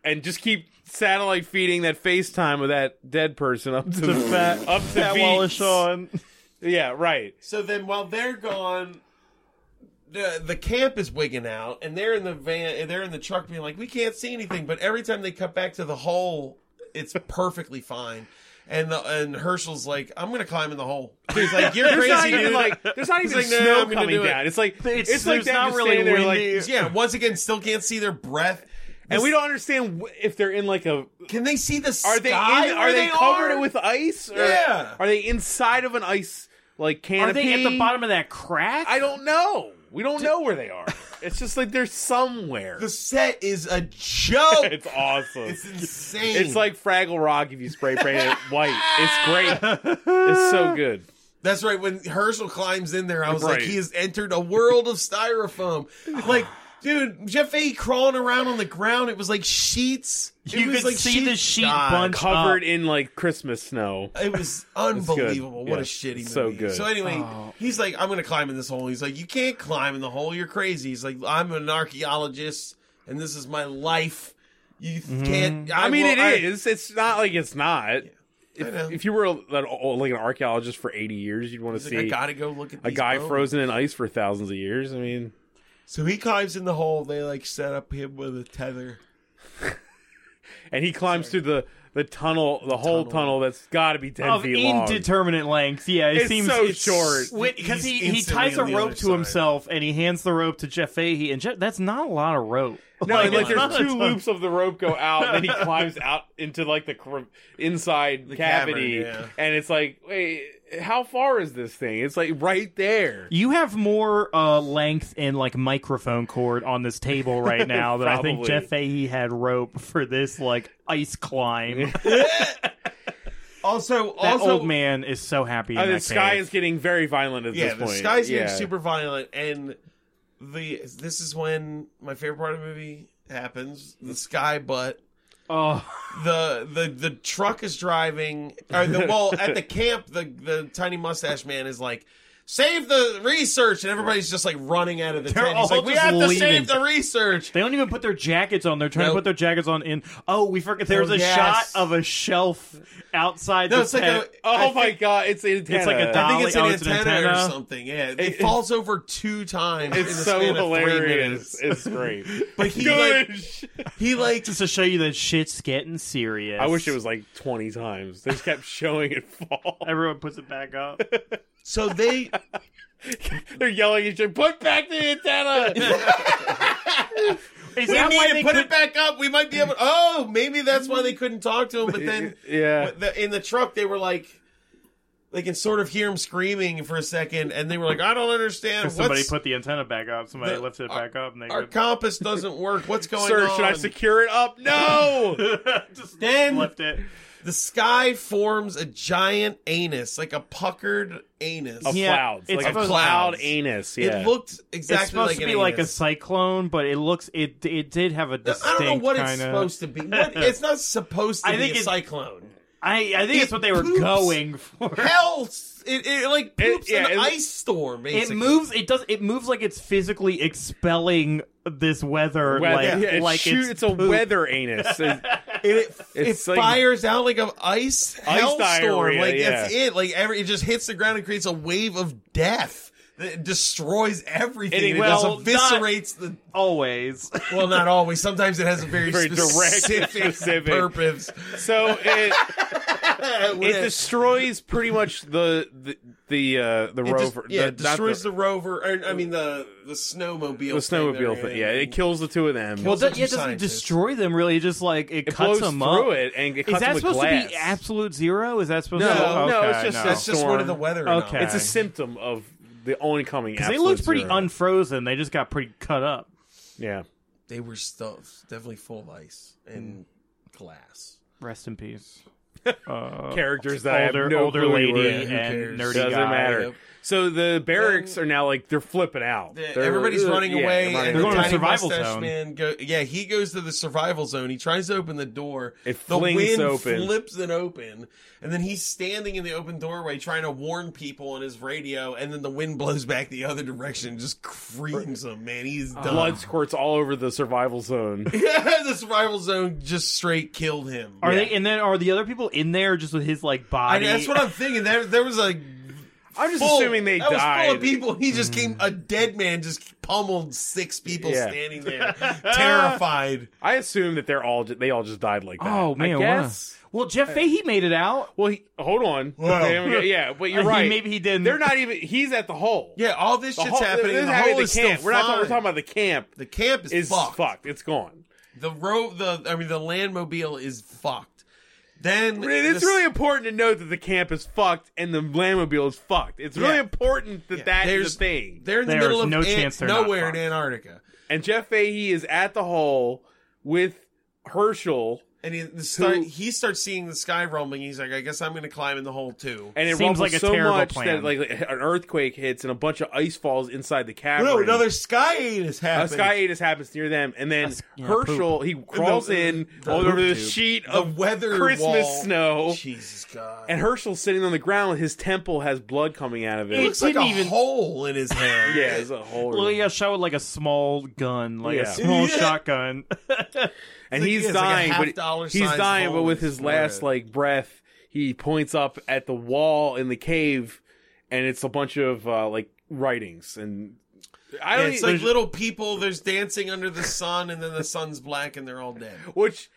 Speaker 4: and just keep satellite feeding that FaceTime of that dead person up to
Speaker 5: The fat,
Speaker 4: up to
Speaker 5: fat
Speaker 4: Veets.
Speaker 5: Wallace Shawn.
Speaker 4: Yeah, right.
Speaker 3: So then, while they're gone, the the camp is wigging out, and they're in the van, they're in the truck, being like, "We can't see anything." But every time they cut back to the hole, it's perfectly fine. And the, and Herschel's like, "I'm gonna climb in the hole." He's like, "You're
Speaker 4: There's not
Speaker 3: crazy,
Speaker 4: even
Speaker 3: dude."
Speaker 4: like there's not even
Speaker 3: He's like, "No,
Speaker 4: snow
Speaker 3: I'm gonna
Speaker 4: coming
Speaker 3: do it."
Speaker 4: down. It's like
Speaker 5: It's-
Speaker 4: it's, like
Speaker 5: there's
Speaker 4: them
Speaker 5: not
Speaker 4: just
Speaker 5: really
Speaker 4: standing there
Speaker 5: windy.
Speaker 4: like,
Speaker 3: yeah. Once again, still can't see their breath,
Speaker 4: and we don't understand wh- if they're in like a
Speaker 3: Can they see the sky?
Speaker 4: Are they in,
Speaker 3: where
Speaker 4: are they, covered
Speaker 3: are?
Speaker 4: with ice? Or
Speaker 3: Yeah.
Speaker 4: Are they inside of an ice like
Speaker 5: Are
Speaker 4: canopy?
Speaker 5: they at the bottom of that crack?
Speaker 4: I don't know. We don't know where they are. It's just like they're somewhere.
Speaker 3: The set is a joke.
Speaker 4: it's awesome.
Speaker 3: it's
Speaker 4: It's,
Speaker 3: insane.
Speaker 4: like Fraggle Rock if you spray paint it white. It's great. It's so good.
Speaker 3: That's right. When Herschel climbs in there, I was
Speaker 4: Right.
Speaker 3: like, he has entered a world of styrofoam. like, dude, Jeff Fahey crawling around on the ground. It was like sheets. It
Speaker 5: You
Speaker 3: was
Speaker 5: could
Speaker 3: like
Speaker 5: see
Speaker 3: sheets.
Speaker 5: the sheet
Speaker 3: God,
Speaker 5: bunch
Speaker 4: Covered
Speaker 5: up.
Speaker 4: in like Christmas snow.
Speaker 3: It was
Speaker 4: good.
Speaker 3: unbelievable. What a
Speaker 4: Yeah.
Speaker 3: shitty movie.
Speaker 4: So good.
Speaker 3: So anyway, he's like, I'm gonna climb in this hole. He's like, You can't climb in the hole. You're crazy. He's like, I'm an archaeologist, and this is my life. You can't.
Speaker 4: Mm-hmm. I, mean,
Speaker 3: will-
Speaker 4: it
Speaker 3: I-
Speaker 4: is. It's not like it's not.
Speaker 3: I know.
Speaker 4: If, if you were an, oh, like an archaeologist for eighty years, you'd want to
Speaker 3: He's like, I
Speaker 4: see
Speaker 3: gotta go look at
Speaker 4: a
Speaker 3: these
Speaker 4: guy
Speaker 3: bones.
Speaker 4: frozen in ice for thousands of years. I mean,
Speaker 3: So he climbs in the hole. They like set up him with a tether.
Speaker 4: and he climbs through the the tunnel, the whole tunnel, that's got to be ten
Speaker 5: of
Speaker 4: feet long.
Speaker 5: indeterminate length. Yeah, it
Speaker 4: It's
Speaker 5: seems
Speaker 4: so
Speaker 5: it's-
Speaker 4: short.
Speaker 5: Wait, because he, he
Speaker 3: He's
Speaker 5: ties a
Speaker 3: instantly on the
Speaker 5: rope
Speaker 3: other
Speaker 5: to
Speaker 3: side.
Speaker 5: himself and he hands the rope to Jeff Fahey, and Jeff, that's not a lot of rope.
Speaker 4: no, and, like
Speaker 5: it's not
Speaker 4: there's
Speaker 5: a
Speaker 4: two
Speaker 5: ton.
Speaker 4: loops of the rope go out, and then he climbs out into like the cr- inside cavity,
Speaker 3: cavern, yeah.
Speaker 4: and it's like, wait, how far is this thing? It's like right there.
Speaker 5: You have more uh, length in like microphone cord on this table right now than I think
Speaker 4: Probably.
Speaker 5: Jeff Fahey had rope for this like ice climb.
Speaker 3: Also,
Speaker 5: that
Speaker 3: also,
Speaker 5: old man is so happy. In
Speaker 4: Uh,
Speaker 5: that
Speaker 4: the sky
Speaker 5: cave.
Speaker 4: is getting very violent at
Speaker 3: yeah,
Speaker 4: this
Speaker 3: the
Speaker 4: point.
Speaker 3: sky's
Speaker 4: yeah.
Speaker 3: getting super violent, and the this is when my favorite part of the movie happens. The sky butt.
Speaker 5: Oh,
Speaker 3: the the the truck is driving or the well at the camp the the tiny mustache man is like save the research and everybody's just like running out of the
Speaker 5: They're
Speaker 3: tent he's
Speaker 5: all
Speaker 3: like we
Speaker 5: just
Speaker 3: have to
Speaker 5: leaving.
Speaker 3: save the research
Speaker 5: They don't even put their jackets on. They're trying
Speaker 3: Nope.
Speaker 5: to put their jackets on in. Oh, we forgot. There was
Speaker 3: Oh,
Speaker 5: a
Speaker 3: yes.
Speaker 5: shot of a shelf outside
Speaker 3: no
Speaker 5: the
Speaker 3: it's like
Speaker 5: tent.
Speaker 3: a, I
Speaker 4: Oh
Speaker 3: think-
Speaker 4: my god, it's an antenna.
Speaker 5: It's like a
Speaker 3: I think it's an,
Speaker 5: Oh,
Speaker 3: antenna
Speaker 5: it's an antenna.
Speaker 3: or something yeah it, falls over two times in the
Speaker 4: It's so
Speaker 3: span of three
Speaker 4: hilarious.
Speaker 3: minutes.
Speaker 4: It's great.
Speaker 3: but he like
Speaker 4: Goosh!
Speaker 3: he like
Speaker 5: just to show you that shit's getting serious.
Speaker 4: I wish it was like 20 times. They just kept showing it fall.
Speaker 5: Everyone puts it back up.
Speaker 3: so they
Speaker 4: They're yelling at each other, put back the antenna!
Speaker 5: Is
Speaker 3: we
Speaker 5: that why
Speaker 3: need
Speaker 5: they
Speaker 3: to put
Speaker 5: could-
Speaker 3: it back up we might be able oh maybe that's why they couldn't talk to him but then
Speaker 4: yeah.
Speaker 3: But the, in the truck they were like they can sort of hear him screaming for a second and they were like i don't understand
Speaker 5: Somebody
Speaker 3: what's-
Speaker 5: put the antenna back up. Somebody
Speaker 3: The-
Speaker 5: lifted it back up, and they
Speaker 3: our
Speaker 5: could-
Speaker 3: compass doesn't work what's going
Speaker 4: Sir,
Speaker 3: on
Speaker 4: should I secure it up? No!
Speaker 3: then
Speaker 5: lift it.
Speaker 3: the sky forms a giant anus like a puckered anus
Speaker 4: A
Speaker 5: Yeah,
Speaker 4: cloud.
Speaker 5: it's
Speaker 4: Like a
Speaker 5: supposed-
Speaker 4: cloud
Speaker 3: Clouds.
Speaker 4: anus. Yeah.
Speaker 3: it looked
Speaker 5: Oh, It's
Speaker 3: exactly
Speaker 5: supposed
Speaker 3: like
Speaker 5: to
Speaker 3: an
Speaker 5: be like a
Speaker 3: anus.
Speaker 5: cyclone, but it looks it it did have a distinct.
Speaker 3: I don't know what
Speaker 5: kinda,
Speaker 3: it's supposed to be. What, it's not supposed to
Speaker 5: I
Speaker 3: be
Speaker 5: think
Speaker 3: a
Speaker 5: it-
Speaker 3: cyclone.
Speaker 5: I I think
Speaker 3: It
Speaker 5: it's what they were
Speaker 3: poops.
Speaker 5: going for.
Speaker 3: Hell, it, it like poops
Speaker 4: yeah,
Speaker 3: in an
Speaker 4: it-
Speaker 3: ice storm.
Speaker 5: It
Speaker 3: Basically.
Speaker 5: moves. It does. It moves like it's physically expelling this weather.
Speaker 4: Weather-
Speaker 5: like,
Speaker 4: yeah, it
Speaker 5: like
Speaker 4: shoot, it's, a
Speaker 5: poop.
Speaker 4: weather anus. It-
Speaker 3: It,
Speaker 4: It's
Speaker 3: it
Speaker 4: like-
Speaker 3: fires out like an ice, hellstorm.
Speaker 4: diarrhea,
Speaker 3: Like that's
Speaker 4: yeah.
Speaker 3: it. Like every it just hits the ground and creates a wave of death that destroys everything.
Speaker 4: It-
Speaker 3: It,
Speaker 5: well,
Speaker 3: just eviscerates
Speaker 5: Always.
Speaker 3: the. Well, not always. Sometimes it has a very,
Speaker 4: Very direct,
Speaker 3: specific,
Speaker 4: specific.
Speaker 3: purpose.
Speaker 4: so it, it
Speaker 3: It,
Speaker 4: destroys pretty much the the the, uh, the
Speaker 3: it just-
Speaker 4: rover.
Speaker 3: yeah,
Speaker 4: the,
Speaker 3: it
Speaker 4: not
Speaker 3: destroys the, rover. Or, I mean the the snowmobile.
Speaker 4: the snowmobile
Speaker 3: thing.
Speaker 4: thing. Yeah, it kills the two of them.
Speaker 5: Well,
Speaker 3: Those are
Speaker 5: it,
Speaker 3: two
Speaker 5: it doesn't
Speaker 3: scientists.
Speaker 5: destroy them really. It just like it,
Speaker 4: it
Speaker 5: cuts
Speaker 4: blows
Speaker 5: them
Speaker 4: through
Speaker 5: up.
Speaker 4: it and it
Speaker 5: Is that
Speaker 4: cuts them with
Speaker 5: supposed
Speaker 4: glass.
Speaker 5: to be absolute zero? Is that supposed
Speaker 4: No,
Speaker 5: to?
Speaker 4: no, it's
Speaker 5: okay,
Speaker 4: just-
Speaker 3: That's just
Speaker 4: Storm.
Speaker 3: one of the weather. anomalies.
Speaker 5: Okay.
Speaker 4: It's a symptom of the oncoming.
Speaker 5: 'Cause they
Speaker 4: absolute
Speaker 5: looked pretty
Speaker 4: zero.
Speaker 5: unfrozen. They just got pretty cut up.
Speaker 4: Yeah,
Speaker 3: They were stuffed, definitely full of ice and
Speaker 4: Mm.
Speaker 3: glass.
Speaker 5: Rest in peace.
Speaker 4: characters that I
Speaker 5: older,
Speaker 4: have no
Speaker 5: older
Speaker 4: clue
Speaker 5: lady
Speaker 4: were-
Speaker 3: yeah, who
Speaker 5: and
Speaker 3: cares?
Speaker 5: nerdy
Speaker 4: Doesn't
Speaker 5: guy.
Speaker 4: matter.
Speaker 3: Yep.
Speaker 4: So the barracks are now like they're flipping out.
Speaker 3: Yeah,
Speaker 4: They're-
Speaker 3: everybody's running
Speaker 4: uh, yeah,
Speaker 3: away.
Speaker 4: running
Speaker 3: and
Speaker 5: They're
Speaker 3: the
Speaker 5: going to
Speaker 3: tiny
Speaker 5: survival
Speaker 3: mustache
Speaker 5: zone.
Speaker 3: Man go, yeah, he goes to the survival zone. He tries to open the door.
Speaker 4: It
Speaker 3: the
Speaker 4: flings
Speaker 3: wind
Speaker 4: open.
Speaker 3: flips it open, and then he's standing in the open doorway trying to warn people on his radio. And then the wind blows back the other direction, and just creams him. Man, he's
Speaker 5: Uh-huh.
Speaker 3: done.
Speaker 4: Blood squirts all over the survival zone.
Speaker 3: the survival zone just straight killed him.
Speaker 5: Are they? And then are the other people in there just with his like
Speaker 3: I
Speaker 5: body?
Speaker 3: mean, that's what I'm thinking. There, there was a
Speaker 4: I'm just
Speaker 3: full,
Speaker 4: assuming they
Speaker 3: that was full
Speaker 4: died. Mm.
Speaker 3: of people. He just came a dead man, just pummeled six people
Speaker 4: Yeah.
Speaker 3: standing there, terrified.
Speaker 4: I assume that they're all ju- they all just died like that.
Speaker 5: Oh man,
Speaker 4: I
Speaker 5: what a-
Speaker 4: guess.
Speaker 5: Well, Jeff Fahey made it out.
Speaker 4: Well, he, hold on.
Speaker 3: Wow.
Speaker 4: Damn, yeah, yeah, but you're
Speaker 5: He-
Speaker 4: right.
Speaker 5: maybe he didn't.
Speaker 4: They're not even. He's at the hole.
Speaker 3: Yeah, all this
Speaker 4: the
Speaker 3: shit's
Speaker 4: hole-
Speaker 3: happening.
Speaker 4: This
Speaker 3: and
Speaker 4: is
Speaker 3: the
Speaker 4: happening
Speaker 3: hole
Speaker 4: at
Speaker 3: is
Speaker 4: the
Speaker 3: still
Speaker 4: camp. We're not talking, we're
Speaker 3: fine.
Speaker 4: talking about the camp.
Speaker 3: the camp is,
Speaker 4: Is
Speaker 3: fucked.
Speaker 4: fucked. It's gone.
Speaker 3: The rope, the I mean, the landmobile is fucked. Then
Speaker 4: But it's
Speaker 3: the-
Speaker 4: really important to note that the camp is fucked and the landmobile is fucked. It's really
Speaker 3: Yeah.
Speaker 4: important that
Speaker 3: yeah,
Speaker 4: that
Speaker 3: there's-
Speaker 4: is the thing.
Speaker 3: They're in the
Speaker 5: There's
Speaker 3: middle of
Speaker 5: no
Speaker 3: Ant-
Speaker 5: chance they're not
Speaker 3: nowhere in
Speaker 5: fucked.
Speaker 3: Antarctica.
Speaker 4: And Jeff Fahey is at the hole with Herschel
Speaker 3: And he the start, he starts seeing the sky rumbling. He's like, I guess I'm going to climb in the hole too.
Speaker 4: and it
Speaker 5: Seems
Speaker 4: rumbles
Speaker 5: like a
Speaker 4: so
Speaker 5: terrible
Speaker 4: much
Speaker 5: plan.
Speaker 4: that like an earthquake hits and a bunch of ice falls inside the cavern.
Speaker 3: no, another sky is
Speaker 4: A
Speaker 3: happening.
Speaker 4: sky aidus happens near them, and then
Speaker 5: yeah,
Speaker 4: Herschel he crawls
Speaker 3: The-
Speaker 4: in
Speaker 3: uh, the
Speaker 4: all over
Speaker 5: poop
Speaker 4: the
Speaker 5: tube.
Speaker 4: sheet
Speaker 3: the
Speaker 4: of
Speaker 3: weather
Speaker 4: Christmas
Speaker 3: wall.
Speaker 4: snow,
Speaker 3: Jesus God.
Speaker 4: and Herschel's sitting on the ground. His temple has blood coming out of
Speaker 3: it
Speaker 4: it.
Speaker 3: looks like a
Speaker 5: didn't even-
Speaker 3: hole in his hand.
Speaker 4: yeah, it's a whole.
Speaker 5: Well, yeah, shot with like a small gun, like
Speaker 4: Yeah.
Speaker 5: a small
Speaker 3: Yeah.
Speaker 5: shotgun.
Speaker 4: and
Speaker 3: It's like-
Speaker 4: he's
Speaker 3: yeah, it's like a
Speaker 4: dying,
Speaker 3: half dollar
Speaker 4: but he's
Speaker 3: size
Speaker 4: dying,
Speaker 3: hole
Speaker 4: but
Speaker 3: in
Speaker 4: with
Speaker 3: his
Speaker 4: his last
Speaker 3: forehead.
Speaker 4: like breath, he points up at the wall in the cave, and it's a bunch of uh, like writings, and I
Speaker 3: Yeah,
Speaker 4: don't
Speaker 3: it's
Speaker 4: even-
Speaker 3: e, like little people. There's dancing under the sun, and then the sun's black, and they're all dead.
Speaker 4: which.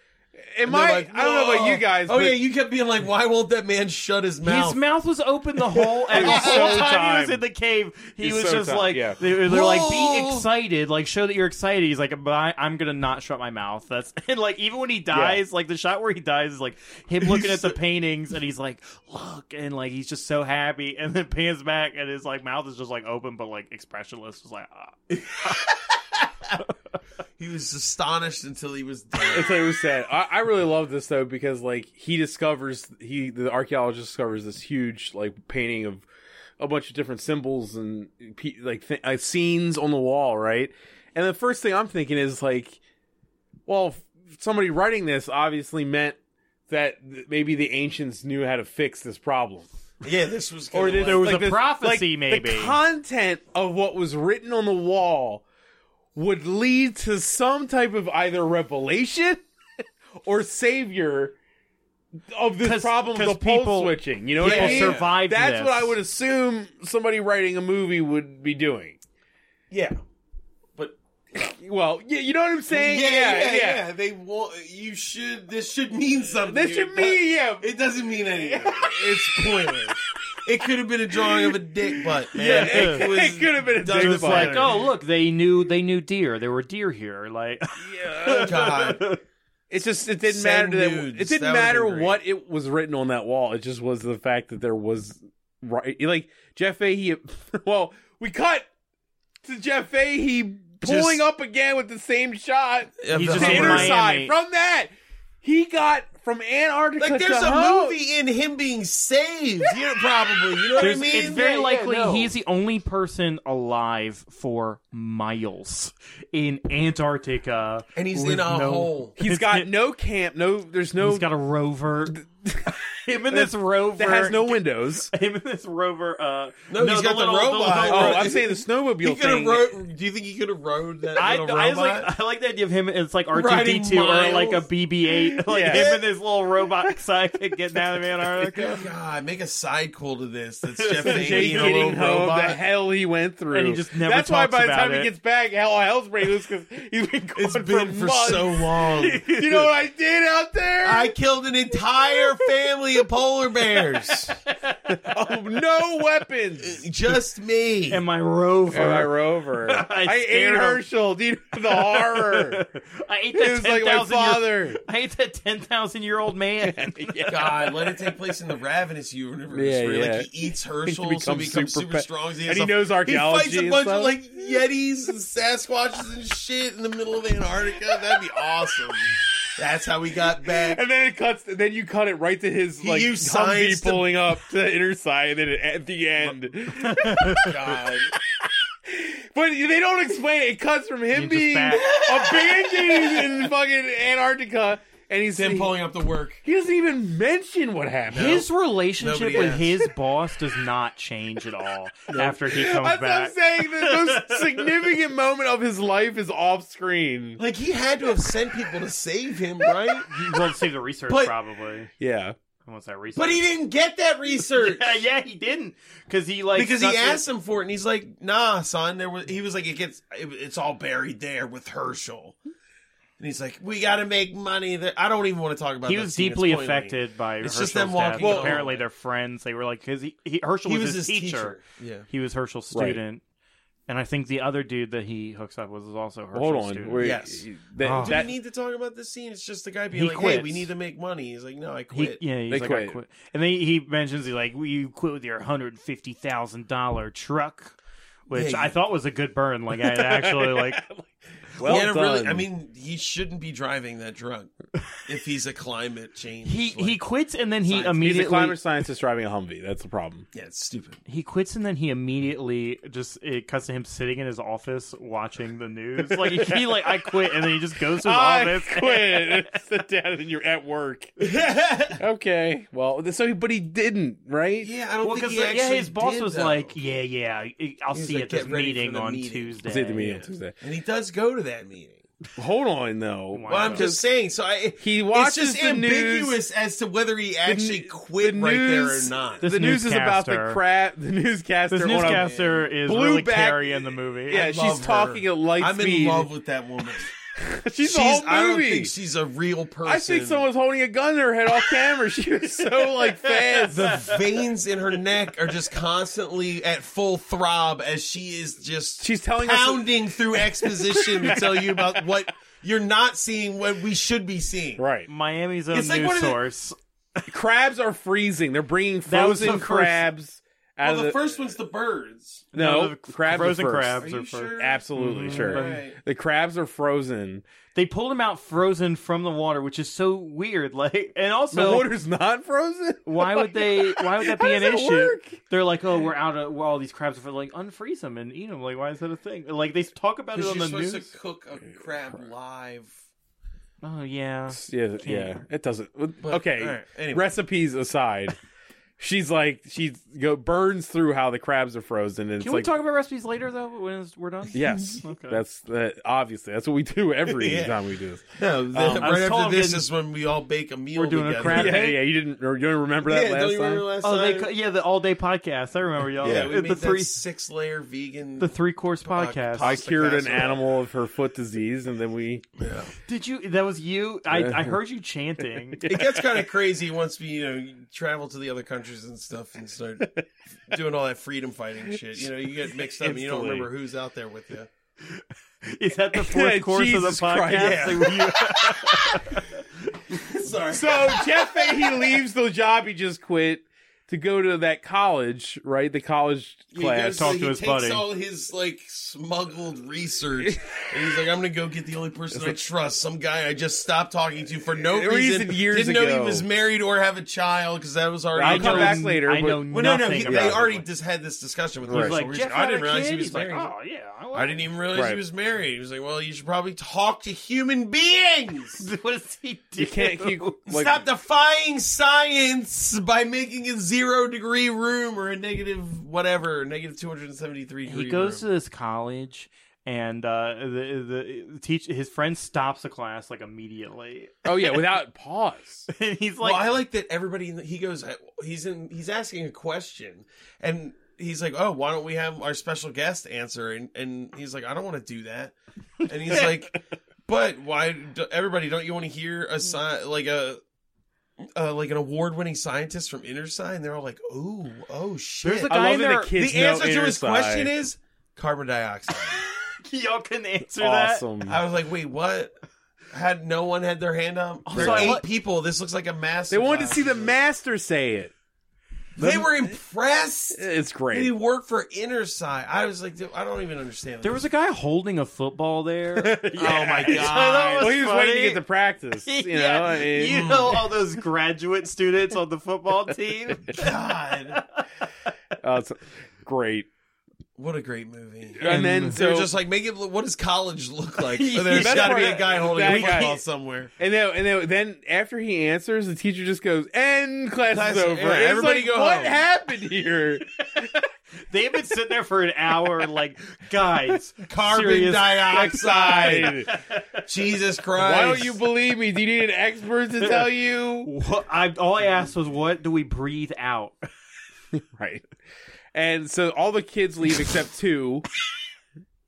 Speaker 4: Am
Speaker 3: They're
Speaker 4: I?
Speaker 3: like,
Speaker 4: I don't know about you
Speaker 3: "Whoa."
Speaker 4: guys.
Speaker 3: Oh
Speaker 4: but
Speaker 3: yeah, you kept being like, "Why won't that man shut his mouth?"
Speaker 5: His mouth was open the whole and the
Speaker 4: He's
Speaker 5: whole time, he
Speaker 4: so
Speaker 5: was
Speaker 4: timed.
Speaker 5: in the cave. He
Speaker 4: He's
Speaker 5: was
Speaker 4: so
Speaker 5: just
Speaker 4: timed,
Speaker 5: like
Speaker 4: yeah.
Speaker 5: they, are like be
Speaker 3: Whoa.
Speaker 5: excited, like show that you're excited. He's like, but I, I'm gonna not shut my mouth. That's and like even when he dies, like the shot where he dies is like him looking at the paintings and he's like, look, and like he's just so happy, and then pans back and his like mouth is just like open but like expressionless. It's like ah.
Speaker 3: He was astonished until he was dead.
Speaker 4: It's like we said. I, I really love this though because like he discovers he the archaeologist discovers this huge like painting of a bunch of different symbols and pe- like th- uh, scenes on the wall, right? And the first thing I'm thinking is like, well, f- somebody writing this obviously meant that th- maybe the ancients knew how to fix this problem.
Speaker 3: yeah, this was.
Speaker 4: Or
Speaker 3: kinda
Speaker 4: this,
Speaker 5: There was
Speaker 4: like
Speaker 5: a
Speaker 4: this-
Speaker 5: prophecy,
Speaker 4: like,
Speaker 5: maybe.
Speaker 4: the content of what was written on the wall would lead to some type of either revelation or savior of this
Speaker 5: 'Cause-
Speaker 4: problem.
Speaker 5: 'cause
Speaker 4: the pole
Speaker 5: people-
Speaker 4: switching, you know, what I
Speaker 5: people
Speaker 4: mean?
Speaker 5: survived
Speaker 4: That's
Speaker 5: this.
Speaker 4: what I would assume somebody writing a movie would be doing.
Speaker 3: yeah, but
Speaker 4: Well, yeah, you know what I'm saying?
Speaker 3: They want you should. This should mean something.
Speaker 4: This should mean yeah.
Speaker 3: It doesn't mean anything. it's pointless. It could have been a drawing of a dick butt, man.
Speaker 4: Yeah,
Speaker 5: it-
Speaker 4: it
Speaker 3: was
Speaker 4: could've been a
Speaker 3: done
Speaker 4: dick
Speaker 5: It
Speaker 4: It
Speaker 5: was
Speaker 4: was
Speaker 3: by-
Speaker 5: like, oh look, they knew they knew deer. There were deer here. Like
Speaker 3: God.
Speaker 4: It's just it didn't
Speaker 3: Send
Speaker 4: matter that
Speaker 3: nudes.
Speaker 4: it didn't
Speaker 3: That would've
Speaker 4: matter
Speaker 3: been great.
Speaker 4: what it was written on that wall. It just was the fact that there was right like Jeff Fahey. Well, we cut to Jeff Fahey pulling up
Speaker 3: Just-
Speaker 4: again with the same shot
Speaker 5: He's
Speaker 4: to
Speaker 5: just
Speaker 4: the
Speaker 5: in
Speaker 4: inner
Speaker 5: Miami.
Speaker 4: side. From that, he got from Antarctica.
Speaker 3: Like there's
Speaker 4: to
Speaker 3: a
Speaker 4: home.
Speaker 3: movie in him being saved. You know, probably. You know what I
Speaker 5: There's-
Speaker 3: mean?
Speaker 5: it's very
Speaker 4: Yeah, yeah,
Speaker 5: likely
Speaker 4: no.
Speaker 5: he's the only person alive for miles in Antarctica,
Speaker 3: and he's
Speaker 5: with
Speaker 3: in a
Speaker 5: no-
Speaker 3: hole.
Speaker 4: He's got no camp. No, there's no.
Speaker 5: He's got a rover. him and this rover
Speaker 4: that has no windows.
Speaker 5: Him and this rover. Uh,
Speaker 3: No, he's
Speaker 5: the
Speaker 3: got the
Speaker 5: little-
Speaker 3: robot.
Speaker 5: little-
Speaker 4: Oh,
Speaker 3: Right.
Speaker 4: I'm saying the snowmobile
Speaker 3: He could
Speaker 4: thing.
Speaker 3: have rode. Do you think he could have rode that
Speaker 5: I,
Speaker 3: little
Speaker 5: I, just
Speaker 3: robot?
Speaker 5: like, I like the idea of him. It's like
Speaker 3: Riding
Speaker 5: R2D2 or like a
Speaker 3: miles.
Speaker 5: BB8. Like
Speaker 4: Yeah.
Speaker 5: him and this little robot sidekick getting out of Antarctica.
Speaker 3: God, make a side call to this. That's Jeff
Speaker 4: Jake
Speaker 3: Beatty and a
Speaker 4: getting
Speaker 3: little
Speaker 4: home,
Speaker 3: robot.
Speaker 4: the hell he went through.
Speaker 5: And he just never
Speaker 4: That's why
Speaker 5: talks
Speaker 4: by the
Speaker 5: about
Speaker 4: time
Speaker 5: it.
Speaker 4: he gets back, hell, hell's breaking loose because he's been gone
Speaker 3: It's been for
Speaker 4: months.
Speaker 3: so long.
Speaker 4: you know what I did out there?
Speaker 3: I killed an entire family of polar bears.
Speaker 4: Oh, no weapons.
Speaker 3: Just me.
Speaker 5: And my rover.
Speaker 4: And my rover. I, ate
Speaker 5: scared him.
Speaker 4: Herschel. Dude, the horror.
Speaker 5: I ate
Speaker 4: It
Speaker 5: that
Speaker 4: was like my
Speaker 5: 10,000 year
Speaker 4: father.
Speaker 5: I ate that 10,000 year old man.
Speaker 3: God, let it take place in the Ravenous universe
Speaker 4: Yeah,
Speaker 3: where
Speaker 4: yeah.
Speaker 3: like he eats Herschel,
Speaker 4: He
Speaker 3: so he
Speaker 4: becomes
Speaker 3: becomes
Speaker 4: super
Speaker 3: super,
Speaker 4: pet-
Speaker 3: strong. so
Speaker 4: and
Speaker 3: has
Speaker 4: he
Speaker 3: a-
Speaker 4: knows archaeology
Speaker 3: He fights a
Speaker 4: and
Speaker 3: bunch
Speaker 4: stuff.
Speaker 3: of like Yetis and Sasquatches and shit in the middle of Antarctica. That'd be awesome. That's how we got back.
Speaker 4: And then it cuts. Then you cut it right to his
Speaker 3: He
Speaker 4: like
Speaker 3: used
Speaker 4: Humvee
Speaker 3: science to-
Speaker 4: pulling up to the inner side, and then at the end.
Speaker 3: God.
Speaker 4: But they don't explain it. It cuts from him
Speaker 5: You're just
Speaker 4: being
Speaker 5: back.
Speaker 4: abandoned in fucking Antarctica, and he's
Speaker 3: Him
Speaker 4: he,
Speaker 3: pulling up the work.
Speaker 4: he doesn't even mention what happened.
Speaker 5: His relationship
Speaker 3: Nobody
Speaker 5: with
Speaker 3: asked.
Speaker 5: his boss does not change at all after he comes
Speaker 4: That's what I'm
Speaker 5: back.
Speaker 4: saying. The most significant moment of his life is off screen.
Speaker 3: Like he had to have sent people to save him, right?
Speaker 5: He- Well, save the research
Speaker 3: But-
Speaker 5: probably.
Speaker 4: Yeah.
Speaker 5: Once that research,
Speaker 3: But he didn't get that research.
Speaker 5: Yeah, yeah, he didn't because he like
Speaker 3: because he
Speaker 5: stuck it-
Speaker 3: asked him for it, and he's like, "Nah, son." There was he was like, "It gets it, it's all buried there with Herschel," and he's like, "We got to make money." That I don't even want to talk about.
Speaker 5: He
Speaker 3: that
Speaker 5: was
Speaker 3: scene. It's
Speaker 5: deeply
Speaker 3: pointless.
Speaker 5: affected by
Speaker 3: It's
Speaker 5: Herschel's
Speaker 3: just them
Speaker 5: death.
Speaker 3: walking
Speaker 5: Well,
Speaker 3: home.
Speaker 5: apparently, they're friends. They were like because he, he Herschel
Speaker 3: He
Speaker 5: was,
Speaker 3: was his
Speaker 5: teacher.
Speaker 3: teacher. Yeah.
Speaker 5: He was Herschel's
Speaker 4: Right.
Speaker 5: student, and I think the other dude that he hooks up with was also Herschel's
Speaker 4: Hold on.
Speaker 5: student.
Speaker 4: We're-
Speaker 3: Yes.
Speaker 4: that-
Speaker 5: Oh.
Speaker 3: Do
Speaker 4: that-
Speaker 3: we need to talk about this scene? It's just the guy being
Speaker 5: He
Speaker 3: like, "Hey,
Speaker 5: quits.
Speaker 3: we need to make money." He's like, "No, I
Speaker 5: He,
Speaker 3: quit."
Speaker 5: yeah, he's
Speaker 4: They
Speaker 5: like, I
Speaker 4: quit.
Speaker 5: quit. And then he mentions, he's like, well, you quit with your $150,000 truck, which
Speaker 3: Yeah,
Speaker 5: I
Speaker 3: you-
Speaker 5: thought was a good burn. Like, I actually, like,
Speaker 4: Well
Speaker 3: he had a really,
Speaker 4: done.
Speaker 3: I mean, he shouldn't be driving that drug if he's a climate change.
Speaker 5: He
Speaker 3: like-
Speaker 5: he quits and then he
Speaker 3: Science. He's
Speaker 4: he's
Speaker 3: a
Speaker 4: a
Speaker 5: immediately
Speaker 4: climate scientist driving a Humvee. That's the problem.
Speaker 3: yeah, it's stupid.
Speaker 5: he quits and then he immediately just it cuts to him sitting in his office watching the news. Like he like I quit and then he just goes to his office.
Speaker 4: quit. Sit down and you're at work.
Speaker 3: yeah,
Speaker 4: Okay. Well, so he- but he didn't, right?
Speaker 3: I don't
Speaker 5: Well,
Speaker 3: think
Speaker 5: because
Speaker 3: he actually
Speaker 5: yeah, his boss
Speaker 3: did,
Speaker 5: was
Speaker 3: though.
Speaker 5: like, yeah, yeah, I- I'll
Speaker 3: He's
Speaker 5: see
Speaker 3: like,
Speaker 5: you at this
Speaker 3: "Get ready for
Speaker 5: meeting
Speaker 3: the
Speaker 5: on
Speaker 3: meeting."
Speaker 5: Tuesday.
Speaker 4: I'll see you at the meeting on Tuesday.
Speaker 3: and he does go to that meeting.
Speaker 4: Hold on, though.
Speaker 5: Why
Speaker 3: Well, I'm
Speaker 5: not?
Speaker 3: just saying. So I,
Speaker 4: He
Speaker 3: it's
Speaker 4: watches
Speaker 3: just
Speaker 4: the
Speaker 3: ambiguous
Speaker 4: news.
Speaker 3: as to whether he actually
Speaker 4: the
Speaker 3: quit right there or
Speaker 4: news-
Speaker 3: not.
Speaker 5: This
Speaker 4: the news is about the
Speaker 5: newscaster-
Speaker 4: crap. The newscaster.
Speaker 5: This
Speaker 4: on a-
Speaker 5: newscaster is
Speaker 4: Blue
Speaker 5: really
Speaker 4: back-
Speaker 5: carrying the movie.
Speaker 4: Yeah,
Speaker 3: I
Speaker 4: she's
Speaker 3: love her.
Speaker 4: talking at light
Speaker 3: I'm
Speaker 4: speed.
Speaker 3: in love with that woman.
Speaker 4: she's, the
Speaker 3: She's-
Speaker 4: whole movie.
Speaker 3: I don't think she's a real person.
Speaker 4: I think someone's holding a gun to her head off camera. She was so like fast.
Speaker 3: the veins in her neck are just constantly at full throb as she is just
Speaker 4: She's telling us-
Speaker 3: pounding through exposition to tell you about what you're not seeing what we should be seeing.
Speaker 4: right.
Speaker 5: Miami's own
Speaker 3: It's like
Speaker 5: news
Speaker 3: one of the-
Speaker 5: source.
Speaker 4: Crabs are freezing. They're bringing
Speaker 5: That was the
Speaker 4: frozen
Speaker 5: first-
Speaker 4: crabs out
Speaker 3: Well,
Speaker 4: of
Speaker 3: the first one's the birds.
Speaker 4: No,
Speaker 5: the
Speaker 4: crabs are
Speaker 5: frozen
Speaker 4: first.
Speaker 3: Are
Speaker 5: crabs
Speaker 3: you
Speaker 5: are first.
Speaker 3: sure?
Speaker 4: Absolutely sure.
Speaker 3: Mm-hmm. Right.
Speaker 4: The crabs are frozen.
Speaker 5: They pulled him out frozen from the water, which is so weird. Like, and also,
Speaker 4: the water's not frozen.
Speaker 5: why would they? Why would that
Speaker 4: How
Speaker 5: be
Speaker 4: does
Speaker 5: an
Speaker 4: that
Speaker 5: issue?
Speaker 4: work?
Speaker 5: They're like, oh, we're out of well, all these crabs are for like unfreeze them and eat them. Like, why is that a thing? Like, they talk about it
Speaker 3: Because
Speaker 5: on
Speaker 3: you're
Speaker 5: the
Speaker 3: supposed
Speaker 5: news.
Speaker 3: to cook a crab live.
Speaker 5: Oh yeah,
Speaker 4: Yeah, yeah. It doesn't. okay.
Speaker 3: all right, anyway.
Speaker 4: Recipes aside, she's like she go burns through how the crabs are frozen, and
Speaker 5: Can
Speaker 4: it's
Speaker 5: we
Speaker 4: like
Speaker 5: talk about recipes later, though, when it's- we're done?
Speaker 4: yes,
Speaker 5: Okay.
Speaker 4: that's that. Obviously, that's what we do every
Speaker 3: Yeah.
Speaker 4: time we do this.
Speaker 3: No, the-
Speaker 4: Um,
Speaker 5: I was
Speaker 3: right after
Speaker 5: told
Speaker 3: this
Speaker 5: in-
Speaker 3: is when we all bake a meal.
Speaker 5: We're doing a
Speaker 3: together.
Speaker 5: crab-
Speaker 4: Yeah, yeah. You didn't. You don't remember that
Speaker 3: Yeah,
Speaker 4: last
Speaker 3: don't you remember
Speaker 4: time.
Speaker 3: last
Speaker 5: Oh, they
Speaker 3: time?
Speaker 5: ca- yeah, the all day podcast. I remember y'all.
Speaker 3: yeah, we
Speaker 5: the
Speaker 3: made that
Speaker 5: three
Speaker 3: six-layer vegan.
Speaker 5: the three course podcast.
Speaker 4: I
Speaker 3: the
Speaker 4: cured an
Speaker 3: casserole.
Speaker 4: animal of her foot disease, and then we
Speaker 5: Did you? That was you. I I heard you chanting.
Speaker 3: it gets kind of crazy once we, you know, you travel to the other countries and stuff and start doing all that freedom fighting shit. You know, you get mixed up and you don't
Speaker 4: Instantly.
Speaker 3: remember who's out there with you.
Speaker 5: Is that the fourth course of the
Speaker 4: Jesus Christ.
Speaker 5: podcast?
Speaker 3: Yeah.
Speaker 5: Like, were you-
Speaker 3: Sorry.
Speaker 4: So Jeff Fahey leaves the job he just quit to go to that college, right? The college
Speaker 3: He
Speaker 4: class.
Speaker 3: goes-
Speaker 5: talk to
Speaker 3: he
Speaker 5: his
Speaker 3: takes
Speaker 5: buddy.
Speaker 3: all his like smuggled research, and he's like, "I'm gonna go get the only person I trust, some guy I just stopped talking to for no
Speaker 4: Reason
Speaker 3: reason.
Speaker 4: years
Speaker 3: Didn't know
Speaker 4: ago.
Speaker 3: he was married or have a child because that was already."
Speaker 4: I'll
Speaker 5: I
Speaker 4: come
Speaker 5: know-
Speaker 4: back later,
Speaker 5: I
Speaker 4: but-
Speaker 5: know
Speaker 3: Well,
Speaker 5: nothing.
Speaker 3: no, no, he,
Speaker 5: about
Speaker 3: they
Speaker 5: it.
Speaker 3: already just had this discussion with him.
Speaker 5: He's
Speaker 3: So
Speaker 5: like,
Speaker 3: we're
Speaker 5: Jeff
Speaker 3: just- I
Speaker 5: had a
Speaker 3: didn't realize
Speaker 5: kid.
Speaker 3: he was
Speaker 5: He's like,
Speaker 3: married.
Speaker 5: oh yeah, I,
Speaker 3: I didn't even realize
Speaker 4: Right.
Speaker 3: he was married. He was like, "Well, you should probably talk to human beings.
Speaker 5: even. What does he do?
Speaker 4: You can't keep like,
Speaker 3: Stop defying science by making a zero degree room or a negative whatever, negative two hundred and seventy three degree."
Speaker 5: he goes to
Speaker 3: room.
Speaker 5: this college and uh the the teach his friend stops the class like immediately
Speaker 4: Oh yeah, without pause.
Speaker 5: and he's
Speaker 3: Well,
Speaker 5: like
Speaker 3: I like that everybody. In the, he goes. He's in. He's asking a question, and he's like, "Oh, why don't we have our special guest answer?" And and he's like, "I don't want to do that." And he's like, "But why? Do, everybody, don't you want to hear a sci- like a." Uh, like an award-winning scientist from InterSci, and they're all like, "Oh, oh shit!"
Speaker 5: There's a
Speaker 4: I
Speaker 5: Guy
Speaker 4: love
Speaker 5: in
Speaker 4: that
Speaker 5: there-
Speaker 4: the kids
Speaker 3: the
Speaker 4: know
Speaker 3: answer to his
Speaker 4: Intersci.
Speaker 3: question is carbon dioxide.
Speaker 5: y'all can answer
Speaker 4: awesome.
Speaker 3: I was like, "Wait, what?" Had no one had their hand up? There
Speaker 5: Also,
Speaker 3: are
Speaker 5: I
Speaker 3: eight
Speaker 5: want-
Speaker 3: people. This looks like a mass.
Speaker 4: They wanted to see the master say it.
Speaker 3: They were impressed.
Speaker 4: It's
Speaker 3: And he
Speaker 4: great.
Speaker 3: worked for InterSci. I was like, dude, I don't even understand.
Speaker 5: that there
Speaker 3: this.
Speaker 5: was a guy holding a football there oh my god
Speaker 4: Well, he was waiting to get to practice. You know,
Speaker 5: yeah,
Speaker 4: I mean,
Speaker 5: you know all those graduate students on the football team.
Speaker 3: God.
Speaker 4: oh, it's great.
Speaker 3: What a great movie.
Speaker 4: And then
Speaker 3: they were
Speaker 4: so
Speaker 3: just like, make it. look- What does college look like?
Speaker 5: Yeah.
Speaker 3: There's
Speaker 5: That's
Speaker 3: got to be
Speaker 4: part-
Speaker 3: a guy holding
Speaker 4: that
Speaker 3: a
Speaker 4: guy-
Speaker 3: football somewhere.
Speaker 4: And then, and then, then after he answers, the teacher just goes, "And class,
Speaker 3: Class-
Speaker 4: is over."
Speaker 3: yeah,
Speaker 4: It's
Speaker 3: everybody
Speaker 4: like,
Speaker 3: go
Speaker 4: What
Speaker 3: home."
Speaker 4: happened here?
Speaker 5: They've been sitting there for an hour, like guys,
Speaker 3: Carbon
Speaker 5: serious-
Speaker 3: dioxide.
Speaker 4: Side.
Speaker 3: Jesus Christ.
Speaker 4: Why don't you believe me? Do you need an expert to tell you?
Speaker 5: What, I, all I asked was, what do we breathe out?
Speaker 4: Right. And so all the kids leave except two.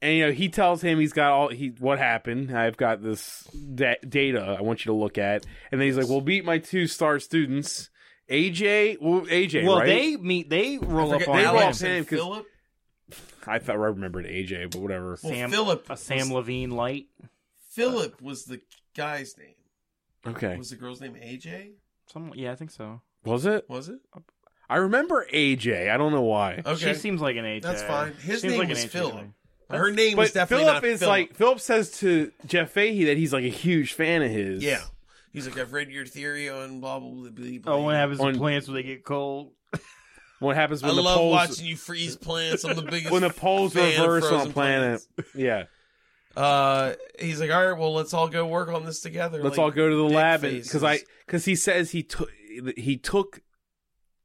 Speaker 4: And you know he tells him he's got all he what happened. I've got this da- data I want you to look at, and then he's like, "Well, beat my two star students, AJ. Well, AJ,
Speaker 5: Well,
Speaker 4: right?
Speaker 5: they meet, they roll up
Speaker 3: Forget-
Speaker 5: on
Speaker 3: they
Speaker 5: him.
Speaker 3: roll
Speaker 4: rolled
Speaker 3: up
Speaker 4: him
Speaker 3: and
Speaker 4: 'cause-
Speaker 3: Philip.
Speaker 4: I thought I remembered AJ, but whatever.
Speaker 3: Well,
Speaker 5: Sam-
Speaker 3: Philip.
Speaker 5: a Sam Levine light,
Speaker 3: Philip was the guy's name.
Speaker 4: Okay,
Speaker 3: Was the girl's name AJ?
Speaker 5: some yeah, I think so.
Speaker 4: was it?
Speaker 3: Was it?
Speaker 4: I remember AJ. I don't know why.
Speaker 3: Okay. Oh,
Speaker 5: She seems like an AJ.
Speaker 3: That's fine. His
Speaker 5: Seems
Speaker 3: name
Speaker 5: like an
Speaker 3: was
Speaker 5: AJ to
Speaker 3: Philip.
Speaker 5: me.
Speaker 3: Her name was
Speaker 4: But
Speaker 3: definitely
Speaker 4: Philip
Speaker 3: not
Speaker 4: is
Speaker 3: Philip.
Speaker 4: like Philip says to Jeff Fahey that he's like a huge fan of his.
Speaker 3: yeah. He's like, I've read your theory on blah blah blah. blah, blah.
Speaker 5: Oh, what happens
Speaker 4: On-
Speaker 5: to plants when they get cold?
Speaker 4: What happens
Speaker 3: I
Speaker 4: when the
Speaker 3: love
Speaker 4: poles
Speaker 3: watching you freeze plants. I'm the biggest
Speaker 4: when the poles
Speaker 3: fan of
Speaker 4: reverse on
Speaker 3: frozen
Speaker 4: a planet?
Speaker 3: plants.
Speaker 4: Yeah.
Speaker 3: Uh, he's like, all right, well, let's all go work on this together.
Speaker 4: Let's
Speaker 3: like,
Speaker 4: all go to the
Speaker 3: dick
Speaker 4: lab because I
Speaker 3: faces.
Speaker 4: because he says he took he took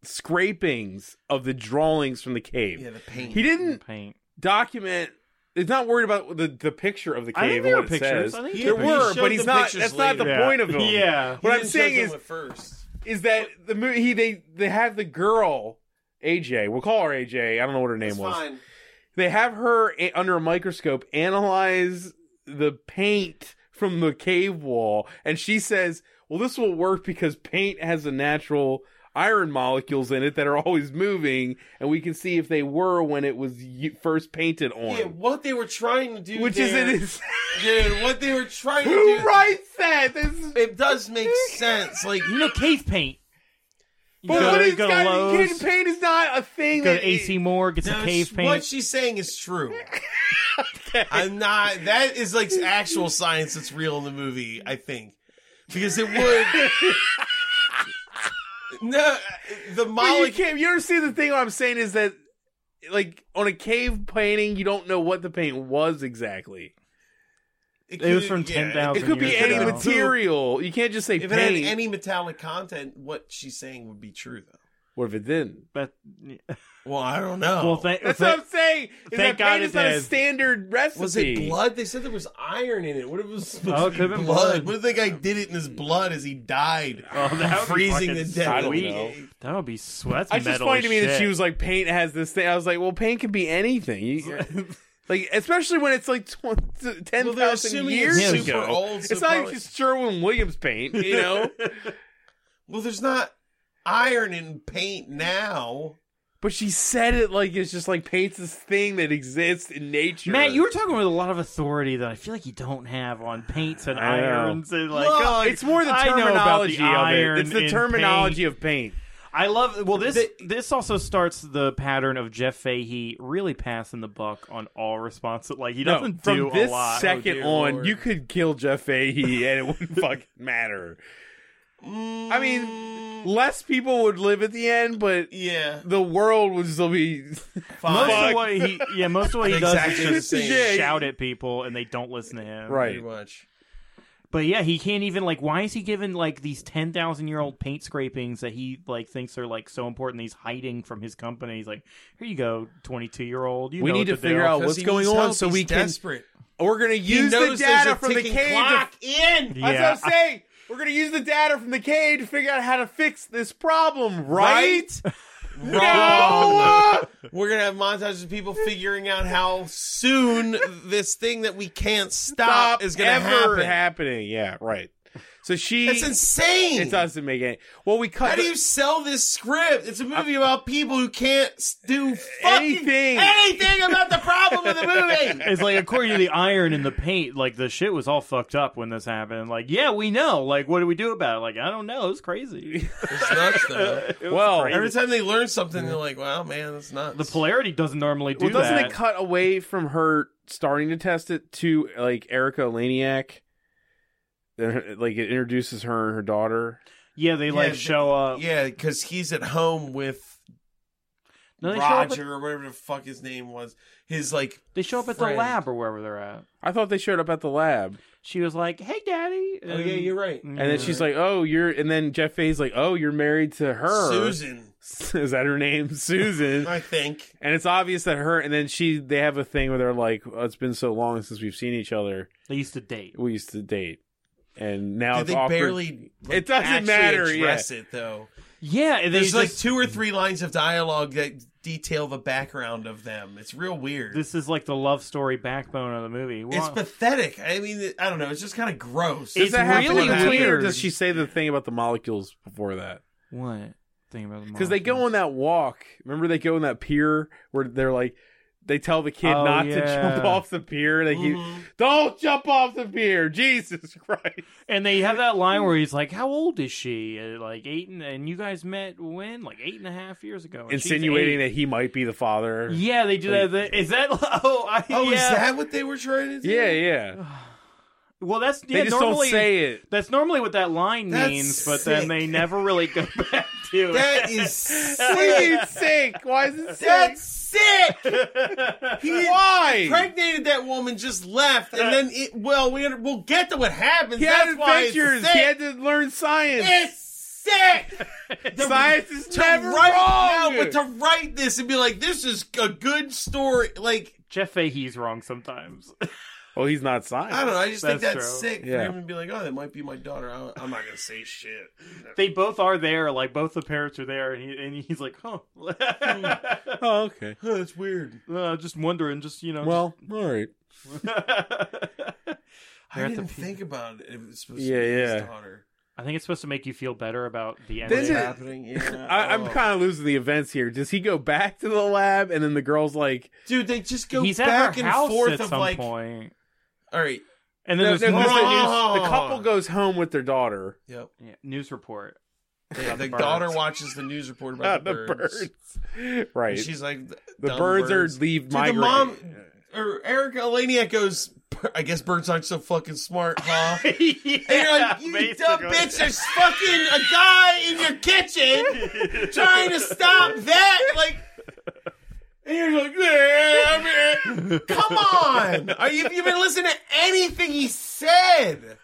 Speaker 4: scrapings of the drawings from the cave.
Speaker 3: yeah, the paint.
Speaker 4: He didn't
Speaker 5: Paint.
Speaker 4: document. It's not worried about the, the picture of the
Speaker 5: I think
Speaker 4: cave.
Speaker 5: there
Speaker 4: and
Speaker 5: were
Speaker 4: what it
Speaker 5: pictures.
Speaker 4: says.
Speaker 5: I think
Speaker 3: He-
Speaker 5: there
Speaker 4: there
Speaker 5: were
Speaker 4: were,
Speaker 3: pictures.
Speaker 4: but
Speaker 3: He
Speaker 4: he's
Speaker 3: showed
Speaker 4: not.
Speaker 3: the
Speaker 4: That's not the
Speaker 3: pictures
Speaker 4: point of him.
Speaker 5: Yeah.
Speaker 3: He
Speaker 4: What I'm
Speaker 3: didn't show
Speaker 4: saying
Speaker 3: them
Speaker 4: is
Speaker 3: at first.
Speaker 4: is that the movie he they they have the girl AJ. We'll call her AJ. I don't know what her name
Speaker 3: It's
Speaker 4: was.
Speaker 3: fine.
Speaker 4: They have her a- under a microscope analyze the paint from the cave wall, and she says, "Well, this will work because paint has a natural." Iron molecules in it that are always moving, and we can see if they were when it was y- first painted on.
Speaker 3: Yeah, what they were trying to do,
Speaker 4: Which is
Speaker 3: there,
Speaker 4: it is
Speaker 3: dude. What they were trying to
Speaker 4: who
Speaker 3: do,
Speaker 4: writes that? This is,
Speaker 3: It does make sense. Like
Speaker 5: You know, cave paint. You
Speaker 4: but
Speaker 5: go,
Speaker 4: what
Speaker 5: to-
Speaker 4: is
Speaker 5: go to
Speaker 4: got
Speaker 5: Lowe's,
Speaker 4: kid paint is not a thing.
Speaker 5: go
Speaker 4: that
Speaker 5: to AC Moore, get some
Speaker 3: No,
Speaker 5: cave
Speaker 3: sh-
Speaker 5: paint.
Speaker 3: What she's saying is true. I'm not. That is like actual science that's real in the movie. I think because it would. no, the
Speaker 4: Well, you
Speaker 3: molecule.
Speaker 4: can't. You understand the thing? What I'm saying is that, like, on a cave painting, you don't know what the paint was exactly.
Speaker 5: It was
Speaker 3: could-
Speaker 5: from
Speaker 3: yeah,
Speaker 5: 10,000
Speaker 4: It could be
Speaker 5: years
Speaker 4: any
Speaker 5: ago.
Speaker 4: material. You can't just say
Speaker 3: If it had
Speaker 4: paint.
Speaker 3: any metallic content, what she's saying would be true, though.
Speaker 4: what if it didn't?
Speaker 5: But,
Speaker 4: Oh.
Speaker 3: Well, I don't know.
Speaker 5: well, thank,
Speaker 4: That's
Speaker 5: thank-
Speaker 4: what I'm saying. Is
Speaker 5: thank
Speaker 4: that
Speaker 5: God
Speaker 4: paint
Speaker 5: it
Speaker 4: is not a
Speaker 5: did.
Speaker 4: standard recipe.
Speaker 3: was it blood? They said there was iron in it. What if it was supposed
Speaker 5: Oh, it
Speaker 3: to be
Speaker 5: could've been
Speaker 3: blood?
Speaker 5: blood.
Speaker 3: What if the guy did it in his blood as he died,
Speaker 5: Oh, that would be
Speaker 3: freezing to
Speaker 5: fucking
Speaker 3: death?
Speaker 4: I don't
Speaker 5: sweet.
Speaker 4: know.
Speaker 5: That would be sweat.
Speaker 4: It's just funny to me that she was like, paint has this thing. I was like, well, paint can be anything. You- like, especially when it's like tw-
Speaker 3: Well, they're
Speaker 4: 10,000
Speaker 3: assuming
Speaker 4: years
Speaker 3: it's super
Speaker 4: ago.
Speaker 3: old, so
Speaker 4: it's not like
Speaker 3: probably-
Speaker 4: it's Sherwin Williams paint, you know?
Speaker 3: Well, there's not iron in paint now.
Speaker 4: But she said it like it's just like paints this thing that exists in nature.
Speaker 5: Matt, you were talking with a lot of authority that I feel like you don't have on paints and
Speaker 4: I know.
Speaker 5: irons and like.
Speaker 3: Well,
Speaker 5: God,
Speaker 4: It's more the
Speaker 5: I know about the
Speaker 4: terminology of
Speaker 5: iron
Speaker 4: it. It's the
Speaker 5: in
Speaker 4: terminology of paint.
Speaker 5: I love. Well, this
Speaker 3: The-
Speaker 5: this also starts the pattern of Jeff Fahey really passing the buck on all responses. Like he
Speaker 4: No,
Speaker 5: doesn't
Speaker 4: from
Speaker 5: do
Speaker 4: this
Speaker 5: a lot.
Speaker 4: second
Speaker 3: dear
Speaker 4: on,
Speaker 3: Lord.
Speaker 4: you could kill Jeff Fahey and it wouldn't fucking matter. I mean, less people would live at the end, but
Speaker 3: Yeah,
Speaker 4: the world would still be.
Speaker 5: most
Speaker 4: Fuck.
Speaker 5: of what he yeah most of what he
Speaker 3: The
Speaker 5: does
Speaker 3: exact
Speaker 5: is just
Speaker 3: same.
Speaker 4: Yeah.
Speaker 5: shout at people and they don't listen to him.
Speaker 3: pretty much.
Speaker 5: But yeah, he can't even like. Why is he given like these ten thousand year old paint scrapings that he like thinks are like so important? He's hiding from his company. He's like, here you go, twenty two year old. You
Speaker 4: We
Speaker 5: know
Speaker 4: need
Speaker 5: what
Speaker 4: to figure
Speaker 5: do."
Speaker 4: out
Speaker 3: 'Cause
Speaker 4: what's
Speaker 3: he
Speaker 4: going on
Speaker 3: needs help.
Speaker 4: so
Speaker 3: He's
Speaker 4: we can-
Speaker 3: desperate.
Speaker 4: We're going to
Speaker 3: He
Speaker 4: use the
Speaker 3: knows there's
Speaker 4: data
Speaker 3: a
Speaker 4: from the
Speaker 3: ticking
Speaker 4: cave. To,
Speaker 3: clock in.
Speaker 5: Yeah,
Speaker 4: That's what I'm saying. We're going to use the data from the cave to figure out how to fix this problem, right?
Speaker 3: Wrong. We're gonna have montages of people figuring out how soon this thing that we can't stop,
Speaker 4: stop
Speaker 3: is gonna
Speaker 4: ever
Speaker 3: happen.
Speaker 4: happening. Yeah, right. So she.
Speaker 3: It's insane.
Speaker 4: It doesn't make any. Well, we cut
Speaker 3: How do
Speaker 4: the-
Speaker 3: you sell this script? It's a movie about people who can't s- do fucking
Speaker 4: anything.
Speaker 3: anything about the problem of the movie.
Speaker 5: It's like according to the iron and the paint, like the shit was all fucked up when this happened. Like, yeah, we know. Like, what do we do about it? Like, I don't know. It was crazy.
Speaker 3: It's nuts, though.
Speaker 4: well,
Speaker 3: Every time they learn something, they're like, "Wow, man, that's nuts."
Speaker 5: The polarity doesn't normally do
Speaker 4: well, doesn't
Speaker 5: that.
Speaker 4: it cut away from her starting to test it to like Erica Laniak? Then, Like it introduces her and her daughter.
Speaker 5: yeah, they like
Speaker 3: Yeah,
Speaker 5: show up.
Speaker 3: Yeah, because he's at home with
Speaker 5: No, they show up. At,
Speaker 3: Roger or whatever the fuck his name was. His like,
Speaker 5: they show up at
Speaker 3: Friend.
Speaker 5: the lab or wherever they're at.
Speaker 4: I thought they showed up at the lab,
Speaker 5: She was like, "Hey, daddy."
Speaker 3: oh yeah, you're right.
Speaker 5: And
Speaker 4: and then she's like, "Oh, you're," and then Jeff Faye's like, "Oh, you're married to her."
Speaker 3: Susan,
Speaker 4: is that her name, Susan?
Speaker 3: I think.
Speaker 4: and it's obvious that her, and then she, they have a thing where they're like, oh, "It's been so long since we've seen each other.
Speaker 5: They used to date.
Speaker 4: We used to date, and now
Speaker 3: Did
Speaker 4: it's
Speaker 3: they
Speaker 4: awkward."
Speaker 3: barely? like,
Speaker 4: It doesn't
Speaker 3: actually
Speaker 4: matter,
Speaker 3: Address it though.
Speaker 5: Yeah, they
Speaker 3: There's
Speaker 5: just,
Speaker 3: like two or three lines of dialogue that detail the background of them. It's real weird.
Speaker 5: this is like the love story backbone of the movie.
Speaker 3: it's
Speaker 5: Well,
Speaker 3: pathetic. I mean, I don't know. It's just kind of gross.
Speaker 4: Does
Speaker 5: It's
Speaker 4: that happen
Speaker 5: really
Speaker 4: in between, or
Speaker 5: weird.
Speaker 4: does she say the thing about the molecules before that?
Speaker 5: what thing about the
Speaker 4: Because they go
Speaker 5: molecules.
Speaker 4: on that walk. Remember, they go on that pier where they're like, they tell the kid
Speaker 5: Oh,
Speaker 4: not to jump
Speaker 5: yeah.
Speaker 4: off the pier. Like,
Speaker 3: Mm-hmm.
Speaker 4: he- don't jump off the pier, Jesus Christ!
Speaker 5: And they have that line where he's like, "How old is she? Uh, Like eight, and, and you guys met when? Like eight and a half years
Speaker 3: Oh,
Speaker 5: ago." and she's
Speaker 4: Insinuating
Speaker 5: eight.
Speaker 4: that he might be the father.
Speaker 5: Yeah, they do that. that. Is that? Oh, I,
Speaker 3: Oh,
Speaker 5: yeah.
Speaker 3: is that what they were trying to do?
Speaker 4: yeah, yeah.
Speaker 5: Well, that's
Speaker 4: They
Speaker 5: yeah,
Speaker 4: just
Speaker 5: normally,
Speaker 4: don't say it.
Speaker 5: That's normally what that line
Speaker 3: That's
Speaker 5: means, but then
Speaker 3: sick.
Speaker 5: they never really go back to
Speaker 3: That is sick.
Speaker 4: Please, sake, why is it sick?
Speaker 3: That's sick.
Speaker 5: it.
Speaker 3: He
Speaker 4: Why?
Speaker 3: impregnated that woman, just left, and then it. Well, we under- we'll get to what happens.
Speaker 4: He
Speaker 3: That's
Speaker 4: had
Speaker 3: why it's
Speaker 4: adventures.
Speaker 3: sick.
Speaker 4: He had to learn science.
Speaker 3: It's sick.
Speaker 4: Science is
Speaker 3: to
Speaker 4: never
Speaker 3: write
Speaker 4: wrong.
Speaker 3: no, but to write this and be like, this is a good story. Like
Speaker 5: Jeff Fahey's wrong sometimes.
Speaker 4: well, Oh, he's not science.
Speaker 3: I don't know. I just think
Speaker 5: That's
Speaker 3: that's
Speaker 5: true.
Speaker 3: sick
Speaker 4: Yeah.
Speaker 3: for him to be like, oh, that might be my daughter. I, I'm not gonna say shit.
Speaker 5: They both are there, like both the parents are there, and, he, and he's like, "Huh,
Speaker 4: Oh, okay.
Speaker 3: Huh, that's weird.
Speaker 5: uh, just wondering, just you know."
Speaker 4: Well, all right.
Speaker 5: just-
Speaker 3: I
Speaker 5: They're at the
Speaker 3: didn't
Speaker 5: peak.
Speaker 3: think about it. It was supposed
Speaker 4: Yeah,
Speaker 3: to be his
Speaker 4: yeah.
Speaker 3: daughter.
Speaker 5: I think it's supposed to make you feel better about the end.
Speaker 4: Does
Speaker 5: of
Speaker 4: it-
Speaker 5: it.
Speaker 3: happening? Yeah.
Speaker 4: I, I'm
Speaker 3: Oh.
Speaker 4: kind of losing the events here. Does he go back to the lab, and then the girl's like,
Speaker 3: dude. They just go
Speaker 5: He's
Speaker 3: back
Speaker 5: at her
Speaker 3: and
Speaker 5: house
Speaker 3: forth
Speaker 5: at
Speaker 3: of
Speaker 5: some
Speaker 3: like,
Speaker 5: point,
Speaker 3: all right,
Speaker 5: and then
Speaker 4: no, no,
Speaker 5: there's
Speaker 4: no,
Speaker 5: news,
Speaker 3: Wrong.
Speaker 4: the couple goes home with their daughter.
Speaker 3: yep.
Speaker 5: yeah, news report.
Speaker 3: Yeah, the
Speaker 5: the
Speaker 3: daughter
Speaker 5: birds.
Speaker 3: watches the news report
Speaker 4: Ah,
Speaker 3: about
Speaker 4: the birds, right?
Speaker 3: And she's like,
Speaker 4: the
Speaker 3: dumb
Speaker 4: birds, are leave
Speaker 3: Dude, the
Speaker 4: migrating.
Speaker 3: mom or Erica Elaniak goes. I guess birds aren't so fucking smart, huh? And you're like, you dumb bitch, there's fucking a guy in your kitchen trying to stop that. Like, and you're like, "Yeah, I mean, come on. Are you, you've been listening to anything he said.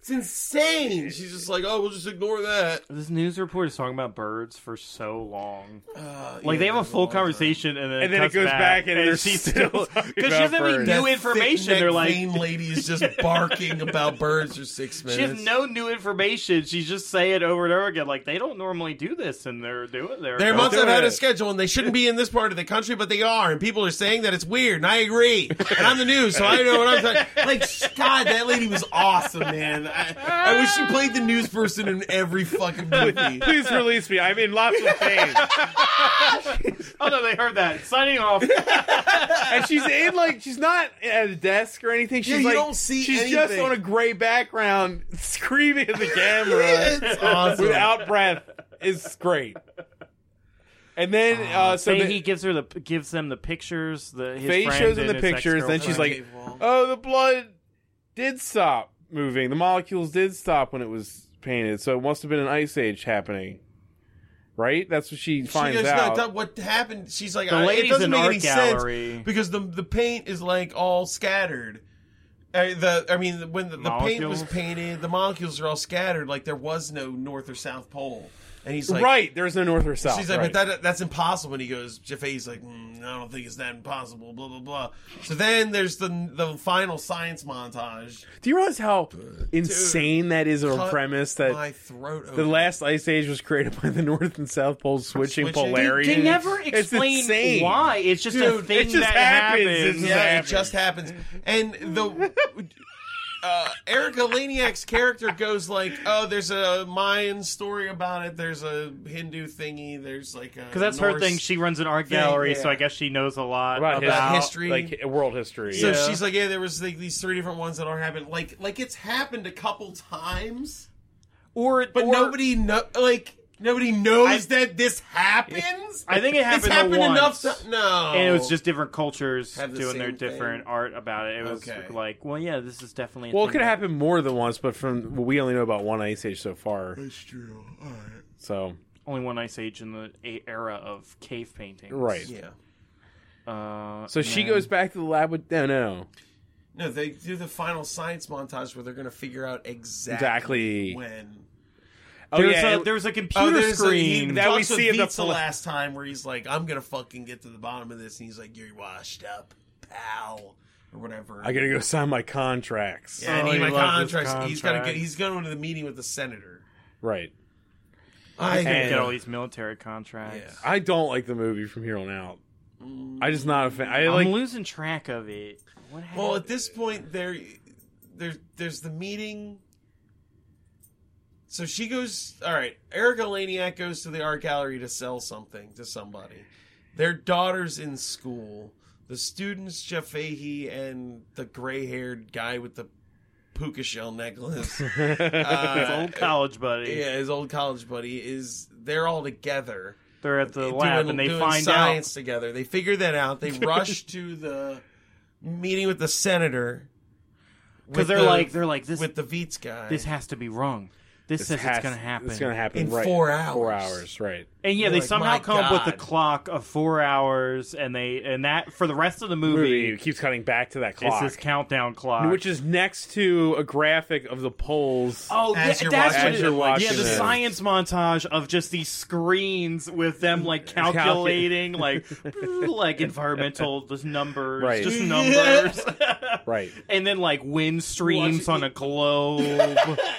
Speaker 3: It's insane. She's just like, oh, we'll just ignore that.
Speaker 5: This news report is talking about birds for so long.
Speaker 3: Uh,
Speaker 5: Like
Speaker 3: yeah,
Speaker 5: they have a
Speaker 3: that's
Speaker 5: full
Speaker 3: long time.
Speaker 5: conversation, and then
Speaker 4: And then it
Speaker 5: cuts
Speaker 4: goes back and they're
Speaker 5: she's
Speaker 4: still
Speaker 5: still
Speaker 4: talking
Speaker 5: because she
Speaker 4: about
Speaker 5: doesn't have any
Speaker 4: birds.
Speaker 5: new
Speaker 3: That
Speaker 5: information.
Speaker 3: thick-necked
Speaker 5: They're like
Speaker 3: vain lady is just barking about birds for six minutes.
Speaker 5: she has no new information. She's just saying it over and over again. Like they don't normally do this, and they're doing their
Speaker 3: They're months
Speaker 4: do
Speaker 3: ahead
Speaker 4: it.
Speaker 3: of schedule, and they shouldn't be in this part of the country, but they are. And people are saying that it's weird, and I agree. And I'm the news, so I know what I'm talking. Like, God, that lady was awesome, man. I, I wish she played the news person in every fucking movie.
Speaker 4: Please release me. I'm in lots of pain.
Speaker 5: oh no, they heard that signing off.
Speaker 4: and she's in like she's not at a desk or anything. She's
Speaker 3: Yeah, you
Speaker 4: like
Speaker 3: don't see
Speaker 4: she's just
Speaker 3: anything.
Speaker 4: on a gray background screaming at the camera
Speaker 3: It's awesome.
Speaker 4: without breath. It's great. And then
Speaker 3: Oh,
Speaker 4: uh, so
Speaker 5: Say
Speaker 4: the,
Speaker 5: he gives her the gives them the pictures. The his
Speaker 4: Faye
Speaker 5: friend
Speaker 4: shows him
Speaker 5: and
Speaker 4: the
Speaker 5: his
Speaker 4: pictures, then she's
Speaker 5: ex-girlfriend.
Speaker 4: like, oh, the blood did stop moving. The molecules did stop when it was painted, so it must have been an ice age happening. Right? That's what she,
Speaker 3: she
Speaker 4: finds
Speaker 3: goes,
Speaker 4: out.
Speaker 3: No, that- what happened? She's like,
Speaker 5: The
Speaker 4: "Uh,
Speaker 3: I- it
Speaker 5: lady's
Speaker 3: doesn't
Speaker 5: in
Speaker 3: make
Speaker 5: art
Speaker 3: any
Speaker 5: gallery.
Speaker 3: sense because the the paint is like all scattered. Uh, the I mean, when the, the paint was
Speaker 5: Molecules.
Speaker 3: painted, the molecules are all scattered. Like there was no north or south pole. And he's like,
Speaker 4: right. There's no north or south.
Speaker 3: She's like,
Speaker 4: right.
Speaker 3: but that that's impossible. And he goes, Jafe's like, mm, I don't think it's that impossible. Blah blah blah. So then there's the the final science montage.
Speaker 4: Do you realize how insane that is a
Speaker 3: Cut
Speaker 4: premise that
Speaker 3: my throat. Open.
Speaker 4: The last ice age was created by the North and South Poles switching,
Speaker 3: Switching.
Speaker 4: polarities.
Speaker 5: They never
Speaker 4: It's
Speaker 5: explain
Speaker 4: insane.
Speaker 5: why. It's just a
Speaker 4: Dude,
Speaker 5: thing
Speaker 4: it just
Speaker 5: that
Speaker 4: happens.
Speaker 5: happens.
Speaker 4: It's-
Speaker 3: yeah,
Speaker 4: happens.
Speaker 3: it just happens. And the uh, Erica Laniak's character goes like, "Oh, there's a Mayan story about it. There's a Hindu thingy. Thethe's like a
Speaker 5: Because that's her
Speaker 3: Norse
Speaker 5: thing. She runs an art
Speaker 3: thing,
Speaker 5: gallery, so
Speaker 3: yeah.
Speaker 5: I guess she knows a lot
Speaker 4: about,
Speaker 5: about,
Speaker 3: about
Speaker 4: his-
Speaker 3: history.
Speaker 4: like world history.
Speaker 3: So
Speaker 4: yeah.
Speaker 3: she's like, yeah, there was like these three different ones that all happened. Like, like it's happened a couple times,
Speaker 5: or
Speaker 3: but
Speaker 5: or-
Speaker 3: nobody know, like nobody knows that this happens.
Speaker 5: I think it happened
Speaker 3: It's
Speaker 5: the
Speaker 3: happened enough.
Speaker 5: once.
Speaker 3: To, no,
Speaker 5: And it was just different cultures
Speaker 3: Have the
Speaker 5: doing their
Speaker 3: same thing.
Speaker 5: different art about it. It was
Speaker 3: Okay.
Speaker 5: like, well, yeah, this is definitely. A
Speaker 4: well, it
Speaker 5: thing
Speaker 4: could
Speaker 5: that-
Speaker 4: happen more than once, but from we only know about one ice age so far.
Speaker 3: That's true. All right.
Speaker 4: So
Speaker 5: Only one ice age in the a- era of cave paintings,
Speaker 4: right.
Speaker 3: Yeah.
Speaker 5: Uh,
Speaker 4: So
Speaker 5: and
Speaker 4: she
Speaker 5: then-
Speaker 4: goes back to the lab with no, no.
Speaker 3: No, they do the final science montage where they're going to figure out exactly,
Speaker 4: Exactly.
Speaker 3: when.
Speaker 4: Oh
Speaker 5: There's
Speaker 4: yeah,
Speaker 5: a
Speaker 4: it-
Speaker 5: there's a computer
Speaker 3: Oh, there's a, he
Speaker 5: screen.
Speaker 4: that we
Speaker 3: talks with
Speaker 4: see in the
Speaker 3: Vietz
Speaker 4: pla-
Speaker 3: last time where he's like, "I'm going to fucking get to the bottom of this," and he's like, "You're washed up, pal," or whatever.
Speaker 4: I gotta go sign my contracts.
Speaker 3: Yeah, and
Speaker 5: Oh,
Speaker 3: he,
Speaker 5: he
Speaker 3: my
Speaker 5: loves his
Speaker 3: contracts. He's got to get.
Speaker 5: contract.
Speaker 3: He's going to the meeting with the senator.
Speaker 4: Right.
Speaker 5: Can't
Speaker 3: I
Speaker 5: get
Speaker 4: And-
Speaker 5: all these military contracts.
Speaker 4: I don't like the movie from here on out. I just not a fan. I
Speaker 5: I'm
Speaker 4: like
Speaker 5: losing track of it. What happened?
Speaker 3: Well, at this point, there, there's there's the meeting. So she goes. All right, Erica Laniak goes to the art gallery to sell something to somebody. Their daughter's in school. the students, Jeff Fahey, and the gray-haired guy with the puka shell necklace. uh,
Speaker 5: old college buddy.
Speaker 3: yeah, his old college buddy is. They're all together.
Speaker 5: They're at the
Speaker 3: doing-
Speaker 5: lab and they
Speaker 3: doing
Speaker 5: find
Speaker 3: science together. They figure that out. They rush to the meeting with the senator
Speaker 5: out because
Speaker 3: with
Speaker 5: they're
Speaker 3: the-
Speaker 5: like they're like this.
Speaker 3: with the Veets guy.
Speaker 5: this has to be wrong. This, says
Speaker 4: has-
Speaker 5: it's gonna happen.
Speaker 4: It's gonna happen
Speaker 3: In
Speaker 4: right.
Speaker 3: four
Speaker 4: Four
Speaker 3: hours.
Speaker 4: hours, right?
Speaker 5: And yeah,
Speaker 3: You're
Speaker 5: they
Speaker 3: like,
Speaker 5: somehow
Speaker 3: "My
Speaker 5: come up with
Speaker 3: God."
Speaker 5: the clock of four hours, and they and that for the rest of the movie,
Speaker 4: Movie it keeps cutting back to that
Speaker 5: it's
Speaker 4: clock,
Speaker 5: this countdown clock,
Speaker 4: which is next to a graphic of the polls.
Speaker 5: Oh,
Speaker 3: As
Speaker 5: yeah,
Speaker 3: you're
Speaker 5: that's
Speaker 3: watching
Speaker 5: what
Speaker 4: it,
Speaker 5: it,
Speaker 4: you're watching
Speaker 5: yeah, the
Speaker 4: it.
Speaker 5: science montage of just these screens with them like calculating like like environmental just numbers,
Speaker 4: Right.
Speaker 5: just numbers,
Speaker 4: Right.
Speaker 5: and then like wind streams
Speaker 3: Watching-
Speaker 5: on a globe.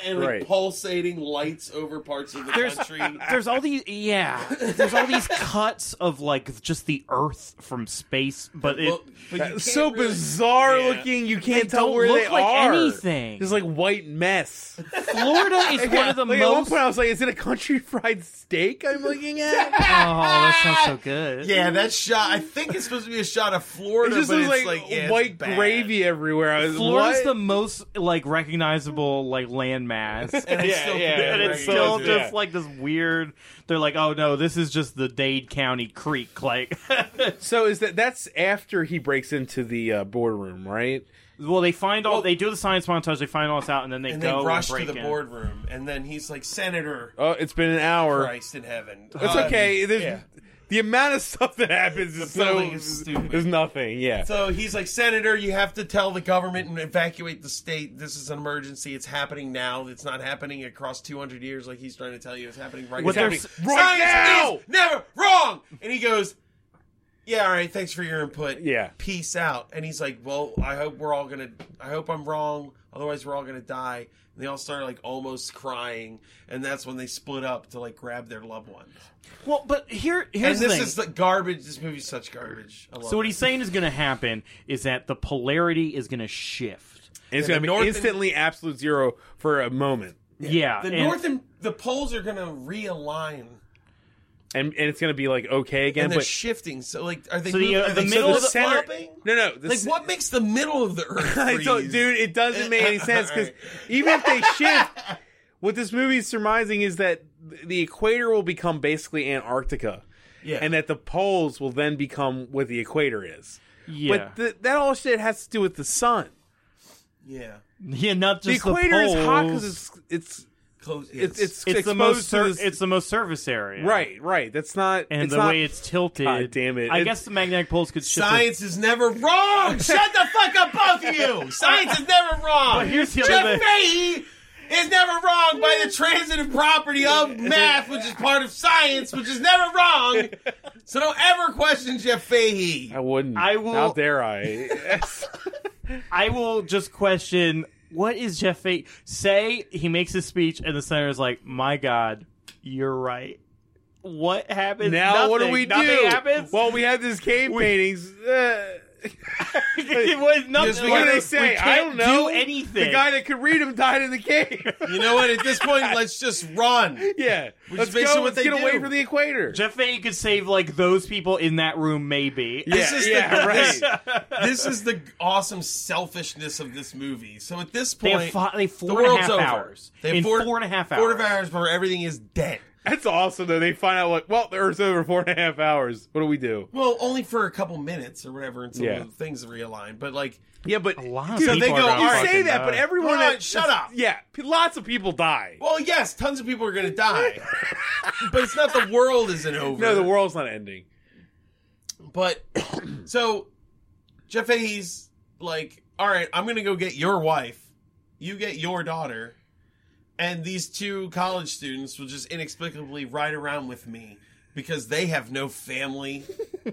Speaker 3: and like
Speaker 4: Right.
Speaker 3: pulsating lights over parts of the country.
Speaker 5: There's all these yeah, there's all these cuts of like just the Earth from space, but it.
Speaker 3: Well, but you can't
Speaker 4: so
Speaker 3: really-
Speaker 4: bizarre
Speaker 3: Yeah.
Speaker 4: looking. You can't
Speaker 5: They
Speaker 4: tell
Speaker 5: don't
Speaker 4: where
Speaker 5: look
Speaker 4: they
Speaker 5: like
Speaker 4: are.
Speaker 5: anything.
Speaker 4: It's like white mess.
Speaker 5: Florida is one of the
Speaker 4: like, At one
Speaker 5: most.
Speaker 4: point, I was like, "Is it a country fried steak I'm looking at?"
Speaker 5: oh, that sounds so good.
Speaker 3: Yeah, that shot. I think it's supposed to be a shot of Florida,
Speaker 4: It just
Speaker 3: but
Speaker 4: was
Speaker 3: it's
Speaker 4: like,
Speaker 3: like, yeah, it's
Speaker 4: white
Speaker 3: bad.
Speaker 4: gravy everywhere. I was
Speaker 5: Florida's
Speaker 4: what?
Speaker 5: the most like recognizable like landmass.
Speaker 3: And it's
Speaker 4: Yeah,
Speaker 3: still
Speaker 4: yeah,
Speaker 5: and it's
Speaker 4: Right.
Speaker 5: still
Speaker 4: Yeah.
Speaker 5: just like this weird. They're like, oh no, this is just the Dade County Creek. Like,
Speaker 4: so is that that's after he breaks into the uh, boardroom, right?
Speaker 5: well, they find all.
Speaker 3: Well-
Speaker 5: they do the science montage. They find all this out, and then they
Speaker 3: and they
Speaker 5: go
Speaker 3: rush
Speaker 5: and
Speaker 3: to
Speaker 5: break
Speaker 3: the
Speaker 5: in.
Speaker 3: boardroom, and then he's like, "Senator
Speaker 4: Oh, it's been an hour.
Speaker 3: Christ in heaven."
Speaker 4: It's
Speaker 3: Um,
Speaker 4: okay. There's,
Speaker 3: yeah.
Speaker 4: The amount of stuff that happens is so
Speaker 3: building is stupid.
Speaker 4: there's nothing. Yeah.
Speaker 3: So he's like, Senator, you have to tell the government and evacuate the state. This is an emergency. It's happening now. It's not happening across 200 years like he's trying to tell you. It's happening right
Speaker 5: What they're
Speaker 3: now.
Speaker 4: Happening
Speaker 5: s-
Speaker 4: right
Speaker 3: Science
Speaker 4: now.
Speaker 3: is never wrong. And he goes, Yeah, all right, thanks for your input.
Speaker 4: Yeah.
Speaker 3: Peace out. And he's like, Well, I hope we're all gonna I hope I'm wrong, otherwise we're all gonna die. And they all start like almost crying, and that's when they split up to like grab their loved ones.
Speaker 5: Well, but here,
Speaker 3: And
Speaker 5: here's the
Speaker 3: this
Speaker 5: thing.
Speaker 3: is the garbage. This movie's such garbage. I love
Speaker 5: so what
Speaker 3: it.
Speaker 5: he's saying is going to happen is that the polarity is going to shift.
Speaker 4: it's
Speaker 3: Yeah,
Speaker 4: gonna
Speaker 3: the
Speaker 4: be
Speaker 3: North and-
Speaker 4: instantly absolute zero for a moment,
Speaker 5: Yeah,
Speaker 3: the
Speaker 5: and-
Speaker 3: north and the poles are gonna realign
Speaker 4: and and it's gonna be like okay again.
Speaker 3: and they're
Speaker 4: but
Speaker 3: shifting. So like, are they
Speaker 5: So the,
Speaker 3: moving-
Speaker 5: uh,
Speaker 3: are
Speaker 5: the
Speaker 3: they
Speaker 5: middle
Speaker 3: so
Speaker 5: of the-
Speaker 3: they're
Speaker 4: center-
Speaker 3: flopping?
Speaker 4: no, no. The
Speaker 3: Like,
Speaker 4: ce-
Speaker 3: what makes the middle of the earth?
Speaker 4: I don't,
Speaker 3: freeze?
Speaker 4: dude, it doesn't make any sense because even if they shift, what this movie is surmising is that th- the equator will become basically Antarctica,
Speaker 3: Yeah.
Speaker 4: and that the poles will then become what the equator is.
Speaker 5: yeah,
Speaker 4: But th- that all shit has to do with the sun.
Speaker 3: yeah.
Speaker 5: yeah, not just
Speaker 4: the equator is hot
Speaker 5: poles.
Speaker 4: because it's it's
Speaker 3: Close.
Speaker 4: it's
Speaker 3: yes.
Speaker 4: it's,
Speaker 5: It's
Speaker 4: exposed
Speaker 5: the most
Speaker 4: to
Speaker 5: sur-
Speaker 4: this,
Speaker 5: it's the most surface area,
Speaker 4: right, right. That's not
Speaker 5: And
Speaker 4: it's
Speaker 5: the
Speaker 4: not-
Speaker 5: way it's tilted,
Speaker 4: God damn it.
Speaker 5: I
Speaker 4: It-
Speaker 5: guess the magnetic poles could shift. as
Speaker 3: Science is never wrong. Shut the fuck up, both of you. Science is never wrong.
Speaker 5: But here's the other thing.
Speaker 3: Jeff Fahey is never wrong by the transitive property of math, which is part of science, which is never wrong. So don't ever question Jeff Fahey.
Speaker 4: I wouldn't.
Speaker 5: I will-
Speaker 4: How dare I?
Speaker 5: I will just question what is Jeff Fate? Say he makes his speech and the senator's like, "My God, you're right." What happens
Speaker 4: now what do
Speaker 5: Nothing.
Speaker 4: we
Speaker 5: Nothing
Speaker 4: do?
Speaker 5: Happens.
Speaker 4: Well, we have these cave paintings. Uh,
Speaker 5: it was
Speaker 3: Yes,
Speaker 5: nothing.
Speaker 3: we
Speaker 4: What do
Speaker 3: gotta-
Speaker 4: they
Speaker 5: We
Speaker 4: say?
Speaker 5: can't
Speaker 4: I don't know.
Speaker 5: Do anything?
Speaker 4: The guy that could read him died in the cave.
Speaker 3: You know what? At this point, let's just run.
Speaker 4: yeah, let's
Speaker 3: basically
Speaker 4: go.
Speaker 3: what
Speaker 4: Let's
Speaker 3: they
Speaker 4: get
Speaker 3: do.
Speaker 4: away from the equator.
Speaker 5: Jeff Fate could save like those people in that room, maybe.
Speaker 4: yeah,
Speaker 3: This is the-
Speaker 4: yeah,
Speaker 3: this-
Speaker 4: right.
Speaker 3: this is the awesome selfishness of this movie. So at this
Speaker 5: They
Speaker 3: point,
Speaker 5: have, fi- they have
Speaker 3: the
Speaker 5: four and a
Speaker 3: world's
Speaker 5: half
Speaker 3: over.
Speaker 5: hours.
Speaker 3: They have
Speaker 5: in
Speaker 3: four,
Speaker 5: four and a half hours.
Speaker 3: Four and a half hours where everything is dead.
Speaker 4: That's awesome though. They find out like, well, the Earth's over four and a half hours. What do we do?
Speaker 3: Well, only for a couple minutes or whatever until
Speaker 4: Yeah.
Speaker 3: the things realign. But like,
Speaker 4: Yeah, but
Speaker 5: A lot of
Speaker 4: Dude,
Speaker 5: people
Speaker 4: they
Speaker 5: are
Speaker 4: go.
Speaker 5: gonna
Speaker 4: You
Speaker 5: fucking
Speaker 4: say that,
Speaker 5: die.
Speaker 4: but everyone.
Speaker 3: Come on,
Speaker 4: that-
Speaker 3: shut up.
Speaker 4: Yeah, p- lots of people die.
Speaker 3: well, yes, tons of people are going to die, but it's not the world isn't over.
Speaker 4: no, the world's not ending.
Speaker 3: But so Jeff Fahey's like, all right, I'm gonna go get your wife. You get your daughter, and these two college students will just inexplicably ride around with me because they have no family.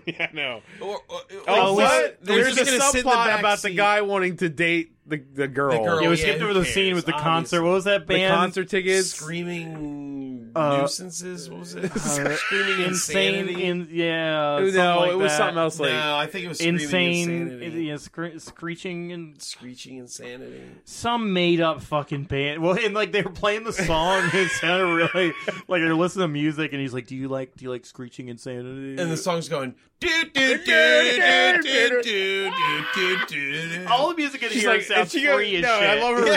Speaker 4: yeah, no.
Speaker 3: Or, or,
Speaker 4: Oh,
Speaker 3: like,
Speaker 4: what?
Speaker 3: they're
Speaker 4: There's a
Speaker 3: just gonna sit in the
Speaker 4: subplot
Speaker 3: back
Speaker 4: about the
Speaker 3: seat.
Speaker 4: guy wanting to date the the girl.
Speaker 3: The
Speaker 5: Yeah,
Speaker 3: girl.
Speaker 5: we
Speaker 3: Oh, Yeah,
Speaker 5: skipped
Speaker 3: who
Speaker 5: over the
Speaker 3: cares?
Speaker 5: scene with the concert.
Speaker 3: Obviously.
Speaker 5: What was that
Speaker 4: The
Speaker 5: band?
Speaker 4: concert tickets.
Speaker 3: screaming
Speaker 5: Uh,
Speaker 3: nuisances. What was it? Screaming
Speaker 5: insane.
Speaker 3: insanity.
Speaker 5: In, yeah.
Speaker 4: no,
Speaker 5: something like
Speaker 4: it was
Speaker 5: that.
Speaker 4: something else. Like
Speaker 3: no, I think it was screaming
Speaker 5: Insane,
Speaker 3: insanity.
Speaker 5: yeah, scre- screeching, and
Speaker 3: Screeching insanity.
Speaker 5: some made up fucking band. Well, and like they were playing the song, and it sounded really like they're listening to music, and he's like, "Do you like do you like screeching insanity?"
Speaker 3: And the song's going do do do do do do do do do.
Speaker 5: all the music in
Speaker 4: she's
Speaker 5: here
Speaker 4: like, and
Speaker 5: sounds
Speaker 4: she
Speaker 5: free as
Speaker 4: goes, no, I
Speaker 5: shit.
Speaker 4: love her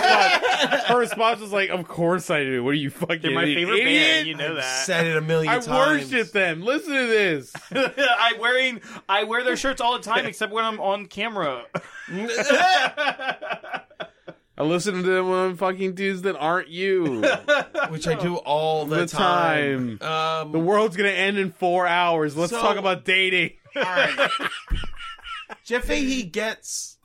Speaker 4: response. her response was like, "Of course I do. What are you fucking?
Speaker 5: They're my favorite
Speaker 4: idiot?
Speaker 5: band. You know that.
Speaker 3: Said it a million
Speaker 4: I
Speaker 3: times.
Speaker 4: worship them. Listen to this.
Speaker 5: I wearing I wear their shirts all the time, except when I'm on camera.
Speaker 4: I listen to them when I'm fucking dudes that aren't you.
Speaker 3: which I do all the,
Speaker 4: The time.
Speaker 3: time. Um,
Speaker 4: the world's gonna end in four hours. Let's
Speaker 3: So-
Speaker 4: talk about dating.
Speaker 3: all right. Jeff Fahey gets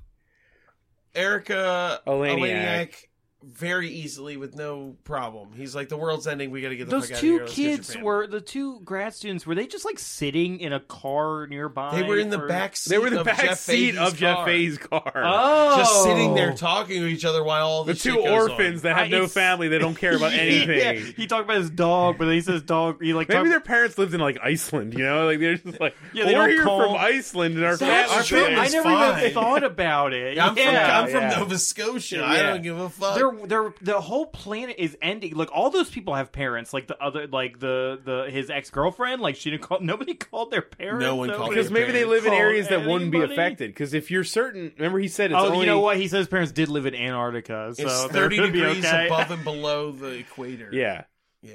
Speaker 3: Erica
Speaker 4: Eleniak.
Speaker 3: Eleniak very easily with no problem. He's like, the world's ending. We got to get the
Speaker 5: Those
Speaker 3: fuck out of here.
Speaker 5: two
Speaker 3: Let's get your
Speaker 5: kids
Speaker 3: family."
Speaker 5: were the two grad students. Were they just like sitting in a car nearby?
Speaker 3: They were in the
Speaker 5: for-
Speaker 3: back seat.
Speaker 4: They were the
Speaker 3: of
Speaker 4: back
Speaker 3: Jeff
Speaker 4: seat
Speaker 3: Fahey's
Speaker 4: of Jeff
Speaker 3: car.
Speaker 4: Fahey's car.
Speaker 5: Oh,
Speaker 3: just sitting there talking to each other while all
Speaker 4: the
Speaker 3: this
Speaker 4: two
Speaker 3: shit goes on.
Speaker 4: orphans that
Speaker 5: I-
Speaker 4: have no
Speaker 5: it's-
Speaker 4: family, they don't care about anything.
Speaker 5: yeah, he talked about his dog, but then he says dog. He like
Speaker 4: Maybe
Speaker 5: talked-
Speaker 4: their parents lived in like Iceland, you know? Like they're just like,
Speaker 5: Yeah, they
Speaker 4: we're
Speaker 5: don't
Speaker 4: here
Speaker 5: call-
Speaker 4: from Iceland, and our
Speaker 3: That's
Speaker 4: family.
Speaker 3: true.
Speaker 5: I
Speaker 3: is
Speaker 5: never
Speaker 3: fine.
Speaker 5: even thought about it.
Speaker 3: I'm from,
Speaker 5: Yeah.
Speaker 3: I'm from
Speaker 4: yeah.
Speaker 3: Nova Scotia. I
Speaker 4: Yeah.
Speaker 3: don't give a fuck.
Speaker 5: They're, they're, the whole planet is ending. Like all those people have parents. Like the other, like the the his ex girlfriend. Like she didn't call. Nobody called their parents.
Speaker 3: No one called
Speaker 5: Nobody-
Speaker 3: their
Speaker 4: Because maybe they live in
Speaker 5: Oh, Call
Speaker 4: areas that wouldn't be
Speaker 5: anybody?
Speaker 4: affected. Because if you're certain, remember he said it's
Speaker 5: Oh,
Speaker 4: only
Speaker 5: you know what? He says parents did live in Antarctica, so
Speaker 3: it's
Speaker 5: they're
Speaker 3: 30
Speaker 5: gonna be
Speaker 3: degrees
Speaker 5: okay.
Speaker 3: above and below the equator.
Speaker 4: Yeah.
Speaker 3: Yeah.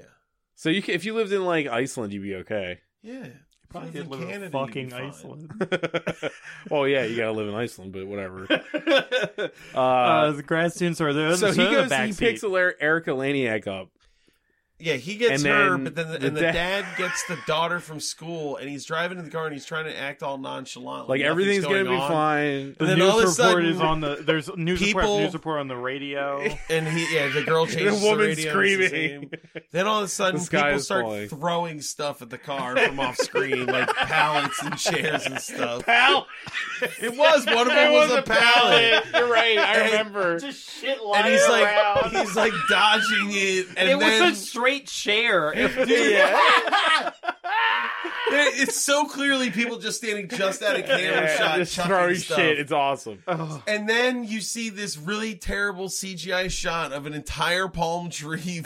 Speaker 4: So you ca if you lived in like Iceland, you'd be okay.
Speaker 3: Yeah.
Speaker 5: Probably did
Speaker 3: Live in
Speaker 5: live in
Speaker 3: Canada,
Speaker 5: fucking
Speaker 3: you'd be fine.
Speaker 5: Iceland.
Speaker 4: well, yeah, you gotta live in Iceland, but whatever. Uh,
Speaker 5: Uh, the grad students are there.
Speaker 4: so he
Speaker 5: they're in
Speaker 4: goes,
Speaker 5: The back
Speaker 4: he picks
Speaker 5: seat.
Speaker 4: Aler- Erica Laniak up.
Speaker 3: Yeah, he gets
Speaker 4: And
Speaker 3: her,
Speaker 4: then
Speaker 3: but then the,
Speaker 4: the
Speaker 3: and the
Speaker 4: dad-
Speaker 3: dad gets the daughter from school, and he's driving in the car, and he's trying to act all nonchalant,
Speaker 4: Like
Speaker 3: nothing's
Speaker 4: everything's gonna
Speaker 3: going
Speaker 4: be
Speaker 3: on.
Speaker 4: fine.
Speaker 5: The
Speaker 3: then
Speaker 5: news
Speaker 3: all of a
Speaker 5: report
Speaker 3: sudden,
Speaker 5: is on the. There's news
Speaker 3: people-
Speaker 5: report. News report on the radio.
Speaker 3: And he, yeah, the girl changes the
Speaker 4: woman
Speaker 3: radio, it's the
Speaker 4: screaming.
Speaker 3: same. Then all of a sudden,
Speaker 4: The sky
Speaker 3: people
Speaker 4: is
Speaker 3: start
Speaker 4: falling.
Speaker 3: throwing stuff at the car from off screen, like pallets and chairs and stuff.
Speaker 4: Pal,
Speaker 3: It was one of them
Speaker 4: it
Speaker 3: was, a pallet.
Speaker 4: You're right. I
Speaker 3: And-
Speaker 4: remember.
Speaker 5: Just shit
Speaker 3: and he's like he's like dodging it, and
Speaker 5: it
Speaker 3: then
Speaker 5: was a straight chair.
Speaker 3: there- it's so clearly people just standing just out of camera shot,
Speaker 4: just
Speaker 3: chucking
Speaker 4: throwing
Speaker 3: stuff.
Speaker 4: shit. It's awesome.
Speaker 3: And then you see this really terrible CGI shot of an entire palm tree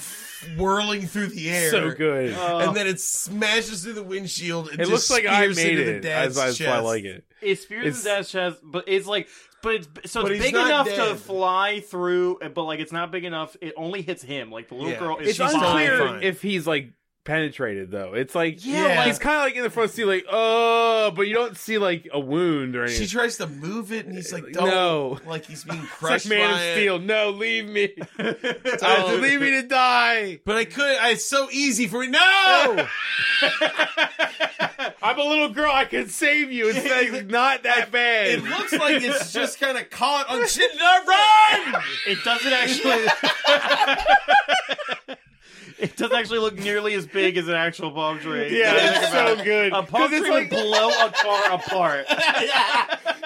Speaker 3: whirling through the air.
Speaker 4: so good.
Speaker 3: And then it smashes through the windshield. And
Speaker 4: it
Speaker 3: Uh, just
Speaker 4: looks like I
Speaker 3: spears
Speaker 4: made
Speaker 3: into The
Speaker 4: it.
Speaker 3: dad's
Speaker 4: As I, that's why I
Speaker 3: chest.
Speaker 4: like it.
Speaker 5: It's Spears
Speaker 4: It's-
Speaker 5: and Dash has, but it's like, but it's so
Speaker 3: But
Speaker 5: it's
Speaker 3: he's
Speaker 5: big
Speaker 3: not
Speaker 5: enough to
Speaker 3: dead.
Speaker 5: fly through, but like it's not big enough. It only hits him. Like the little
Speaker 3: Yeah.
Speaker 5: girl is
Speaker 4: It's
Speaker 5: she's
Speaker 4: unclear
Speaker 5: fine.
Speaker 3: fine.
Speaker 4: if he's like penetrated though. It's like
Speaker 5: Yeah, Yeah. like-
Speaker 4: he's kind of like in the front seat, like oh, but you don't see like a wound or anything.
Speaker 3: She tries to move it, and he's like, Don't.
Speaker 4: No.
Speaker 3: Like he's being crushed
Speaker 4: it's like Man
Speaker 3: by
Speaker 4: of
Speaker 3: it.
Speaker 4: Steel. No, leave me. Oh, leave me to die.
Speaker 3: But I could. I, it's so easy for me. No.
Speaker 4: I'm a little girl. I can save you. It's like, it's not that bad.
Speaker 3: it looks like it's just kind of caught on shit. No, run!
Speaker 5: it doesn't actually. it doesn't actually look nearly as big as an actual palm tree.
Speaker 4: yeah,
Speaker 5: Now that I
Speaker 4: it's
Speaker 5: think about
Speaker 4: so
Speaker 5: it.
Speaker 4: good.
Speaker 5: A palm
Speaker 4: 'Cause it's
Speaker 5: tree
Speaker 4: like
Speaker 5: would blow a car apart.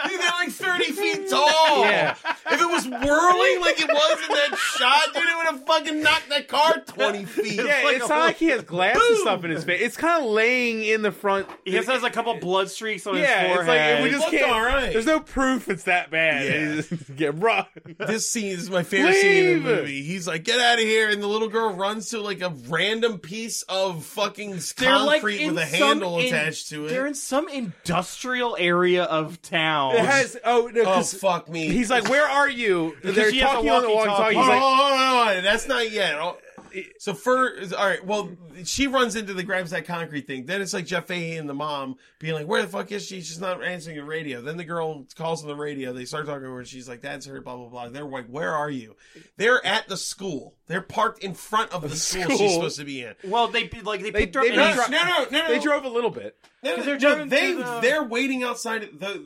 Speaker 3: Dude, they're like 30 feet tall.
Speaker 4: Yeah.
Speaker 3: If it was whirling like it was in that shot, dude, it would have fucking knocked that car 20 feet.
Speaker 4: yeah, it's,
Speaker 3: like
Speaker 4: not like he has glass and stuff in his face. It's kind of laying in the front.
Speaker 5: He just has a couple blood streaks on his
Speaker 4: yeah, it's
Speaker 5: forehead.
Speaker 4: like we just
Speaker 3: Looked
Speaker 4: can't.
Speaker 3: alright.
Speaker 4: There's no proof it's that bad.
Speaker 3: Yeah.
Speaker 4: He's just- Get run.
Speaker 3: This scene is my favorite scene in the
Speaker 4: Leave.
Speaker 3: movie. He's like, get out of here. And the little girl runs to like a random piece of fucking
Speaker 5: They're like
Speaker 3: concrete
Speaker 5: in
Speaker 3: with a
Speaker 5: some
Speaker 3: handle
Speaker 5: in-
Speaker 3: attached to
Speaker 5: They're
Speaker 3: it.
Speaker 5: in some industrial area of town.
Speaker 4: It has. Oh no.
Speaker 3: Oh,
Speaker 4: 'cause
Speaker 3: fuck me.
Speaker 4: He's like, "Where are you?" They're
Speaker 5: she has a
Speaker 4: talking on the
Speaker 5: walkie-talkie.
Speaker 4: walkie-talkie. He's
Speaker 3: Hold
Speaker 4: like,
Speaker 3: on, hold on, hold on. That's not yet. Oh, So first, all right. Well, she runs into the grabs that concrete thing. Then it's like Jeff Fahey and the mom being like, "Where the fuck is she? She's not answering the radio." Then the girl calls on the radio. They start talking to her. And she's like, "That's her." Blah blah blah. They're like, "Where are you?" They're at the school. They're parked in front of the school,
Speaker 4: school.
Speaker 3: she's supposed to be in.
Speaker 5: Well, they like they
Speaker 4: They-
Speaker 5: picked her.
Speaker 4: they
Speaker 5: and
Speaker 4: dro-
Speaker 5: he's-
Speaker 3: No, no, no, no.
Speaker 4: "They drove a little bit."
Speaker 3: No,
Speaker 5: Because they're
Speaker 3: no,
Speaker 5: driving
Speaker 3: they
Speaker 5: through the-
Speaker 3: they're waiting outside the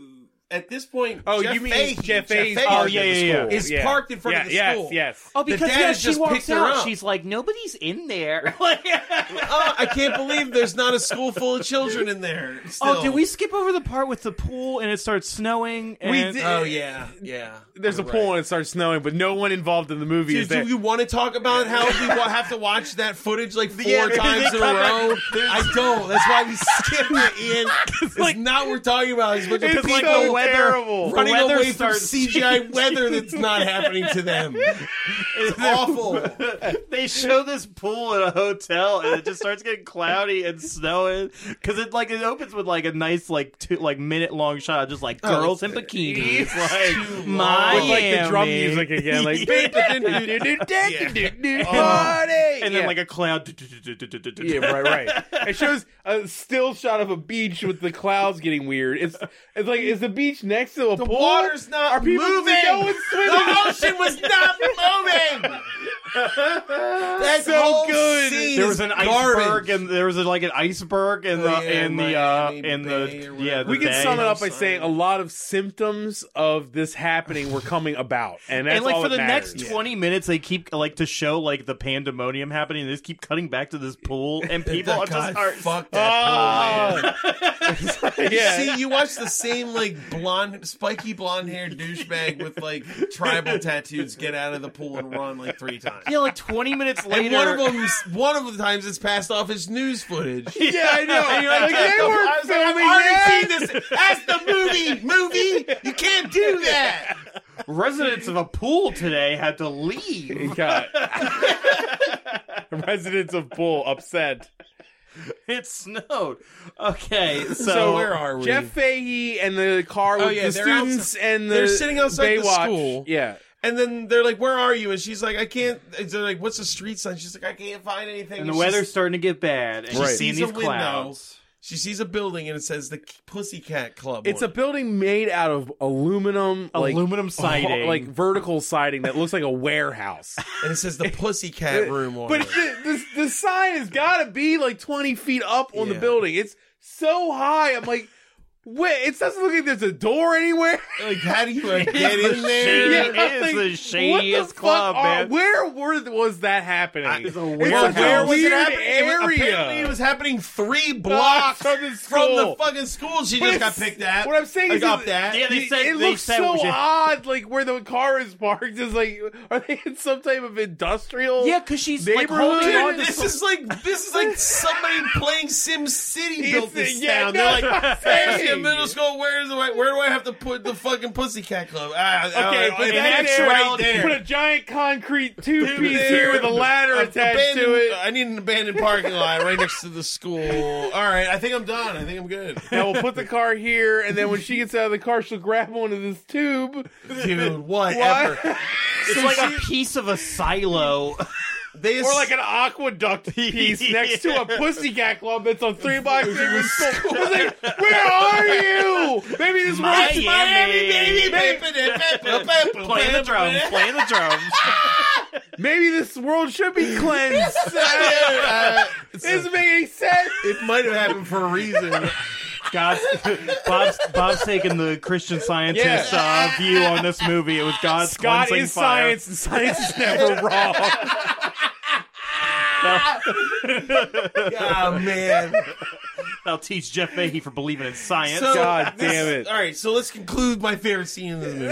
Speaker 3: at this point,
Speaker 4: Oh,
Speaker 3: Jeff
Speaker 4: you mean
Speaker 3: Fahey,
Speaker 4: Jeff Fahey's
Speaker 3: Fahey
Speaker 5: Oh,
Speaker 4: parked
Speaker 5: yeah,
Speaker 4: at the
Speaker 5: yeah, yeah.
Speaker 4: school.
Speaker 3: is parked in front
Speaker 4: yeah,
Speaker 3: of the
Speaker 4: yes,
Speaker 3: school.
Speaker 4: Yes,
Speaker 7: Oh,
Speaker 3: The
Speaker 7: because
Speaker 3: dad
Speaker 7: yeah,
Speaker 3: has
Speaker 7: she
Speaker 3: just
Speaker 7: walks
Speaker 3: picked her
Speaker 7: out.
Speaker 3: up.
Speaker 7: She's like, nobody's in there.
Speaker 3: Oh, I can't believe there's not a school full of children in there.
Speaker 5: Oh,
Speaker 3: still.
Speaker 5: did we skip over the part with the pool and it starts snowing? And
Speaker 4: did.
Speaker 3: Oh yeah, yeah.
Speaker 4: There's a
Speaker 3: You're
Speaker 4: pool
Speaker 3: right.
Speaker 4: and it starts snowing, but no one involved in the movie
Speaker 3: Dude,
Speaker 4: is there.
Speaker 3: do you want to talk about how we wa- have to watch that footage like four
Speaker 5: Yeah, they
Speaker 3: times in a
Speaker 5: come
Speaker 3: row? I don't. That's why we skipped it, Ian. It's not what we're talking about. It's a bunch of
Speaker 4: It's
Speaker 3: people
Speaker 4: like the weather. Terrible.
Speaker 3: running
Speaker 5: The weather
Speaker 3: away from
Speaker 5: starts-
Speaker 3: CGI weather that's not happening to them. It's awful.
Speaker 5: they show this pool at a hotel and it just starts getting cloudy and snowing because it like it opens with like a nice like two like minute long shot of just like
Speaker 3: Oh,
Speaker 5: girls in bikinis like
Speaker 4: With
Speaker 5: Miami
Speaker 4: like the drum music again, like
Speaker 3: Party!
Speaker 5: and
Speaker 4: Yeah.
Speaker 5: then like a cloud
Speaker 4: yeah, right, right. It shows a still shot of a beach with the clouds getting weird. It's it's like is the beach next to a
Speaker 3: The
Speaker 4: pool?
Speaker 3: water's not
Speaker 4: Are people
Speaker 3: moving.
Speaker 4: No one's swimming.
Speaker 3: The ocean was not moving. That's
Speaker 4: So
Speaker 3: whole
Speaker 4: good.
Speaker 3: Scene
Speaker 5: there was
Speaker 3: is
Speaker 5: an
Speaker 3: garbage.
Speaker 5: iceberg and there was a, like an iceberg and the
Speaker 3: Oh, yeah,
Speaker 5: and the uh
Speaker 3: Miami
Speaker 5: and
Speaker 3: Bay
Speaker 5: the yeah
Speaker 3: or whatever.
Speaker 5: the
Speaker 4: we can
Speaker 5: bay.
Speaker 4: sum it up by
Speaker 3: Sorry.
Speaker 4: saying a lot of symptoms of this happening were coming about, and that's
Speaker 5: and like
Speaker 4: all
Speaker 5: for
Speaker 4: that
Speaker 5: the
Speaker 4: matters.
Speaker 5: next 20 minutes they keep like to show like the pandemonium happening they just keep cutting back to this pool and people
Speaker 3: God,
Speaker 5: just are
Speaker 3: fuck that pool, man.
Speaker 4: Oh.
Speaker 3: You
Speaker 4: yeah.
Speaker 3: see, you watch the same like blonde, spiky blonde haired douchebag with like tribal tattoos get out of the pool and run like three times.
Speaker 5: yeah like 20 minutes
Speaker 3: and
Speaker 5: later
Speaker 3: one of them, one of the times, it's passed off as news footage.
Speaker 4: Yeah, I know. like, they were
Speaker 3: I was like, I've
Speaker 4: filming
Speaker 3: already
Speaker 4: that.
Speaker 3: seen this. That's the movie. Movie, you can't do that.
Speaker 5: residents of a pool today had to leave.
Speaker 4: God. Residents of Bull upset.
Speaker 5: It snowed. Okay, so,
Speaker 4: So
Speaker 3: where are we?
Speaker 4: Jeff Fahey and the car with
Speaker 3: Oh, yeah,
Speaker 4: the
Speaker 3: they're
Speaker 4: students
Speaker 3: outside-
Speaker 4: and the
Speaker 3: they're sitting outside the
Speaker 4: Baywatch.
Speaker 3: school.
Speaker 4: Yeah.
Speaker 3: And then they're like, "Where are you?" And she's like, "I can't." and They're like, "What's the street sign?" She's like, "I can't find anything."
Speaker 5: and the
Speaker 3: It's
Speaker 5: weather's
Speaker 3: just-
Speaker 5: starting to get bad, and
Speaker 4: Right.
Speaker 5: she's seeing
Speaker 3: Sees a
Speaker 5: these
Speaker 3: window.
Speaker 5: clouds.
Speaker 3: She sees a building and it says the Pussycat Club.
Speaker 4: It's a
Speaker 3: on it.
Speaker 4: building made out of aluminum like,
Speaker 5: Aluminum siding.
Speaker 4: like vertical siding that looks like a warehouse.
Speaker 3: and it says the Pussycat Room on
Speaker 4: but
Speaker 3: it.
Speaker 4: the, the, the sign has got to be like 20 feet up on the
Speaker 3: Yeah.
Speaker 4: building. It's so high. I'm like, wait, it doesn't look like there's a door anywhere.
Speaker 3: Like, how do you like, get in there?
Speaker 5: It
Speaker 4: Yeah,
Speaker 5: is
Speaker 4: I think,
Speaker 5: the
Speaker 4: what
Speaker 5: shadiest
Speaker 4: fuck
Speaker 5: club,
Speaker 4: are-
Speaker 5: man.
Speaker 4: Where were was that happening?
Speaker 3: I- It's a
Speaker 5: warehouse.
Speaker 4: where was it
Speaker 3: Weird
Speaker 4: happening?
Speaker 3: was-
Speaker 4: Area.
Speaker 3: apparently it was happening three blocks
Speaker 4: from the
Speaker 3: from the
Speaker 4: school.
Speaker 3: fucking school. She
Speaker 4: But
Speaker 3: just got
Speaker 4: it's-
Speaker 3: picked at.
Speaker 4: What I'm saying
Speaker 3: I
Speaker 4: is,
Speaker 3: got
Speaker 4: it-
Speaker 3: that.
Speaker 5: Yeah, they
Speaker 4: it-
Speaker 5: said-
Speaker 4: it
Speaker 5: they
Speaker 4: looks
Speaker 5: said
Speaker 4: so
Speaker 5: we should-
Speaker 4: odd. Like where the car is parked is like, are they in some type of industrial?
Speaker 5: Yeah, because she's like holding
Speaker 4: Neighborhood.
Speaker 5: on
Speaker 3: Dude,
Speaker 5: to
Speaker 3: this
Speaker 5: some-
Speaker 3: is like this is like somebody playing Sim City built
Speaker 4: It's-
Speaker 3: this
Speaker 4: yeah,
Speaker 3: town.
Speaker 4: no,
Speaker 3: They're
Speaker 4: that's what
Speaker 3: like,
Speaker 4: I'm
Speaker 3: there's the
Speaker 4: saying.
Speaker 3: middle school. Where's the right? Where do I have to put the fucking Pussycat Club? Ah, all
Speaker 4: Okay,
Speaker 3: right,
Speaker 4: put
Speaker 3: it's
Speaker 4: that
Speaker 3: next
Speaker 4: there,
Speaker 3: right there.
Speaker 4: Put a giant concrete
Speaker 3: Dude,
Speaker 4: two piece
Speaker 3: there.
Speaker 4: here with a ladder
Speaker 3: A-
Speaker 4: attached to
Speaker 3: abandoned-
Speaker 4: it.
Speaker 3: I need an abandoned parking lot right next to the school. All right, I think I'm done. I think I'm good.
Speaker 4: Now we'll put the car here, and then when she gets out of the car, she'll grab onto this tube.
Speaker 3: Dude, whatever.
Speaker 4: Why?
Speaker 5: it's like a piece of a silo.
Speaker 3: They
Speaker 4: Or like an aqueduct piece next to a pussycat club that's on three blocks from school. I was like, where are you? Maybe this
Speaker 5: My-
Speaker 4: works.
Speaker 3: Miami, baby,
Speaker 4: Miami.
Speaker 5: playing the drums, playing the drums.
Speaker 4: Maybe this world should be cleansed.
Speaker 3: Uh,
Speaker 4: this doesn't make any sense.
Speaker 3: it might have happened for a reason.
Speaker 5: God's, Bob's, Bob's taking the Christian scientist
Speaker 4: Yeah.
Speaker 5: uh, view on this movie. It was God's
Speaker 4: God
Speaker 5: cleansing
Speaker 4: is
Speaker 5: fire.
Speaker 4: science, and science is never wrong.
Speaker 3: Oh man.
Speaker 5: I'll teach Jeff Fahey for believing in science.
Speaker 3: So,
Speaker 4: God
Speaker 3: this-
Speaker 4: damn it.
Speaker 3: All right, so let's conclude my favorite scene in this movie.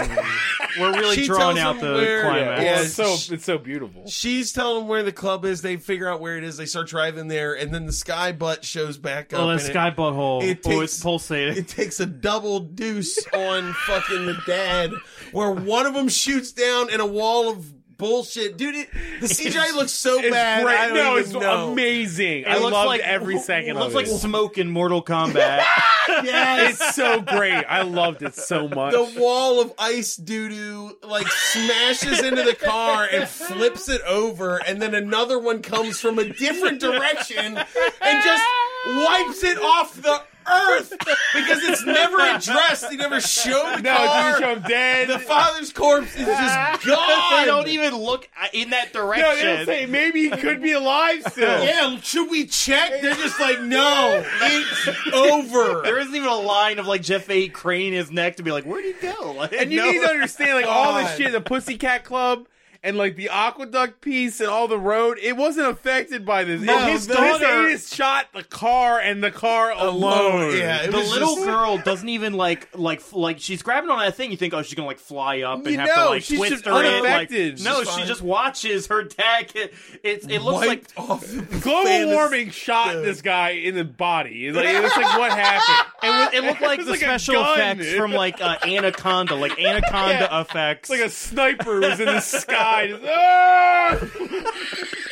Speaker 5: We're really
Speaker 3: She
Speaker 5: drawing out
Speaker 3: tells him
Speaker 5: the
Speaker 3: where-
Speaker 5: climax.
Speaker 3: Yeah.
Speaker 4: Well, it's so it's so beautiful.
Speaker 3: She's telling them where the club is. They figure out where it is. They start driving there, and then the sky butt shows back up.
Speaker 5: Oh, that
Speaker 3: and it-
Speaker 5: sky butthole.
Speaker 3: it
Speaker 5: oh,
Speaker 3: takes-
Speaker 5: it's pulsating.
Speaker 3: It takes a double deuce on fucking the dad, where one of them shoots down in a wall of bullshit. Dude, it, the CGI looks so
Speaker 4: It's
Speaker 3: bad.
Speaker 4: great.
Speaker 3: I don't
Speaker 4: no,
Speaker 3: even
Speaker 4: it's
Speaker 3: know.
Speaker 4: amazing.
Speaker 5: It
Speaker 4: I
Speaker 5: looks
Speaker 4: loved
Speaker 5: like-
Speaker 4: every second
Speaker 5: It looks
Speaker 4: of
Speaker 5: like
Speaker 4: it.
Speaker 5: smoke in Mortal Kombat.
Speaker 3: Yes.
Speaker 4: it's so great. I loved it so much.
Speaker 3: the wall of ice doo doo like smashes into the car and flips it over, and then another one comes from a different direction and just wipes it off the earth because it's never addressed. They never show the
Speaker 4: No,
Speaker 3: car.
Speaker 4: it's show him dead.
Speaker 3: The father's corpse is just gone.
Speaker 5: They don't even look uh, in that
Speaker 4: no, they
Speaker 5: direction.
Speaker 4: don't say maybe he could be alive still.
Speaker 3: Yeah, should we check? They're just like, no, it's over.
Speaker 5: there isn't even a line of like Jeff A. craning his neck to be like, where'd he go? Like,
Speaker 4: And you
Speaker 5: no-
Speaker 4: need to understand, like, all this
Speaker 3: God.
Speaker 4: shit, the Pussycat Club and, like, the Aqueduct piece and all the road, it wasn't affected by this.
Speaker 3: No,
Speaker 4: It- his
Speaker 3: the-
Speaker 4: daughter just shot the car and the car alone.
Speaker 3: Yeah, it
Speaker 5: the
Speaker 3: was
Speaker 5: little
Speaker 3: just-
Speaker 5: girl doesn't even like like f- like she's grabbing on that thing. You think oh she's gonna like fly up and
Speaker 4: You
Speaker 5: have
Speaker 4: know,
Speaker 5: to like
Speaker 4: she's
Speaker 5: twist
Speaker 4: just
Speaker 5: her in. Like,
Speaker 4: unaffected.
Speaker 5: no,
Speaker 3: She's
Speaker 5: she
Speaker 3: fine.
Speaker 5: just watches her dad. Get, it's it looks like
Speaker 3: wiped off the
Speaker 4: Global
Speaker 3: famous-
Speaker 4: warming shot
Speaker 3: Dude.
Speaker 4: this guy in the body. Like, it was like, what happened?
Speaker 5: It, was, it looked like
Speaker 4: It's
Speaker 5: the
Speaker 4: like a
Speaker 5: special
Speaker 4: gun,
Speaker 5: effects
Speaker 4: dude.
Speaker 5: from like uh, Anaconda, like Anaconda
Speaker 4: Yeah.
Speaker 5: effects.
Speaker 4: It's like a sniper who's in the sky. Just, "Ah!"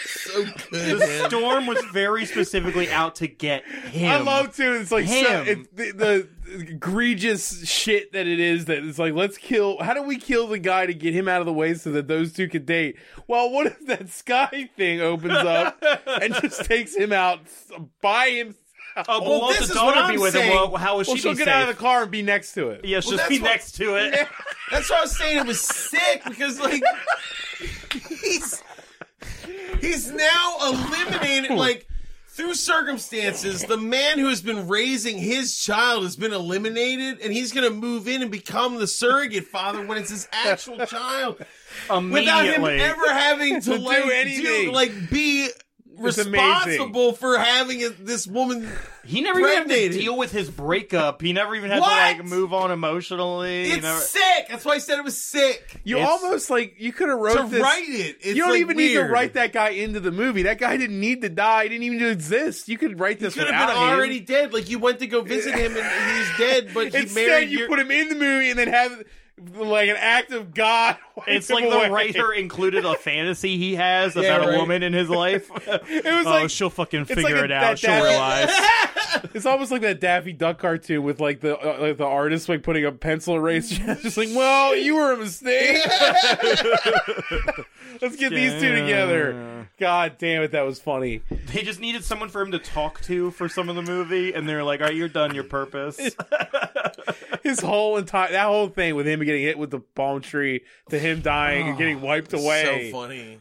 Speaker 3: So good, man.
Speaker 5: Storm was very specifically out to get him.
Speaker 4: I love to. It's like so,
Speaker 5: Him.
Speaker 4: it, the, the egregious shit that it is. That it's like, let's kill. How do we kill the guy to get him out of the way so that those two could date? Well, what if that sky thing opens up and just takes him out by him?
Speaker 5: Oh, but
Speaker 3: Well,
Speaker 5: won't
Speaker 3: this
Speaker 5: the
Speaker 3: is what
Speaker 5: daughter
Speaker 3: I'm
Speaker 5: be with
Speaker 3: saying.
Speaker 5: him? Well, how will she
Speaker 4: Well, she'll
Speaker 5: be
Speaker 4: get
Speaker 5: safe?
Speaker 4: out of the car and be next to it.
Speaker 5: yeah, she'll
Speaker 3: that's
Speaker 5: be
Speaker 3: what-
Speaker 5: next to it.
Speaker 3: That's why I was saying it was sick because like he's he's now eliminated like through circumstances the man who has been raising his child has been eliminated and he's going to move in and become the surrogate father when it's his actual child without him
Speaker 5: Immediately.
Speaker 3: ever having to,
Speaker 4: To do
Speaker 3: like
Speaker 4: anything.
Speaker 3: like be
Speaker 4: amazing.
Speaker 3: responsible for having a, this woman
Speaker 5: He never even had to
Speaker 3: Impregnated.
Speaker 5: deal with his breakup. He never even had
Speaker 3: What?
Speaker 5: to like move on emotionally. He
Speaker 3: it's
Speaker 5: never-
Speaker 3: sick that's why i said it was sick
Speaker 4: You
Speaker 5: It's-
Speaker 4: almost like you could have wrote
Speaker 3: to
Speaker 4: this.
Speaker 3: write it it's
Speaker 4: you don't
Speaker 3: like,
Speaker 4: even need to
Speaker 3: weird.
Speaker 4: write that guy into the movie. That guy didn't need to die. He didn't even exist. You could write this
Speaker 3: could have
Speaker 4: without
Speaker 3: been
Speaker 4: him.
Speaker 3: already dead. Like you went to go visit him and he's dead, but he
Speaker 4: Instead,
Speaker 3: married
Speaker 4: you
Speaker 3: your-
Speaker 4: put him in the movie and then have like an act of God. wipe
Speaker 5: It's
Speaker 4: him
Speaker 5: like the
Speaker 4: away.
Speaker 5: writer included a fantasy he has about
Speaker 3: right.
Speaker 5: a woman in his life.
Speaker 4: It was
Speaker 5: oh,
Speaker 4: like
Speaker 5: she'll fucking
Speaker 4: like
Speaker 5: figure
Speaker 4: a-
Speaker 5: it
Speaker 4: that-
Speaker 5: out. She'll
Speaker 4: that-
Speaker 5: realize.
Speaker 4: it's almost like that Daffy Duck cartoon with like the uh, like the artist like putting a pencil eraser, just like, well, you were a mistake. Let's get these two together. God damn it, that was funny.
Speaker 5: They just needed someone for him to talk to for some of the movie, and they're like, "All right, you're done your purpose."
Speaker 4: His whole entire that whole thing with him getting hit with the palm tree to him dying and
Speaker 5: Oh,
Speaker 4: getting wiped away.
Speaker 3: So funny.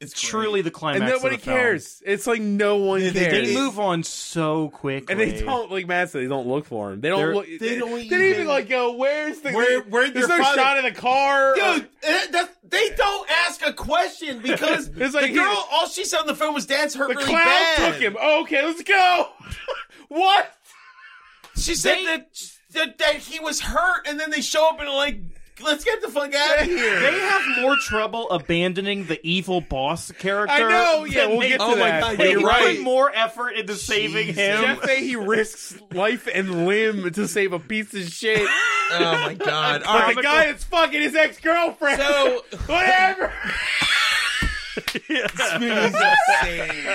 Speaker 3: It's
Speaker 5: Truly, the climax.
Speaker 4: And
Speaker 5: of
Speaker 4: nobody
Speaker 5: the film.
Speaker 4: cares. It's like no one
Speaker 3: They-
Speaker 4: cares.
Speaker 3: they
Speaker 5: They move on so quickly,
Speaker 4: And they don't like Matt said. They don't look for him. They don't
Speaker 5: They're-
Speaker 4: look.
Speaker 3: they
Speaker 4: They,
Speaker 3: don't
Speaker 4: don't
Speaker 3: even-
Speaker 4: even, like go. Where's the
Speaker 3: Where- where'd
Speaker 4: There's
Speaker 3: your
Speaker 4: no
Speaker 3: father-
Speaker 4: shot in the car.
Speaker 3: Dude, that, Eh, that- they don't ask a question because
Speaker 4: It's like
Speaker 3: the
Speaker 4: he-
Speaker 3: girl, all she said on the phone was dad's hurt
Speaker 4: the
Speaker 3: really
Speaker 4: clown
Speaker 3: bad.
Speaker 4: took him. Okay, let's go. what?
Speaker 3: She said
Speaker 5: They-
Speaker 3: that, that that he was hurt, and then they show up and are like, let's get the fuck out of here.
Speaker 5: They have more trouble abandoning the evil boss character.
Speaker 4: I know. Yeah,
Speaker 5: than
Speaker 4: we'll
Speaker 5: they-
Speaker 4: get to
Speaker 3: Oh my
Speaker 4: that.
Speaker 3: God,
Speaker 5: They
Speaker 3: You're
Speaker 5: put
Speaker 3: right.
Speaker 5: more effort into saving him.
Speaker 4: Jeff Fahey risks life and limb to save a piece of shit.
Speaker 3: oh my god! All
Speaker 4: But
Speaker 3: right,
Speaker 4: the guy that's fucking his ex girlfriend.
Speaker 3: So-
Speaker 4: whatever.
Speaker 3: movie's insane.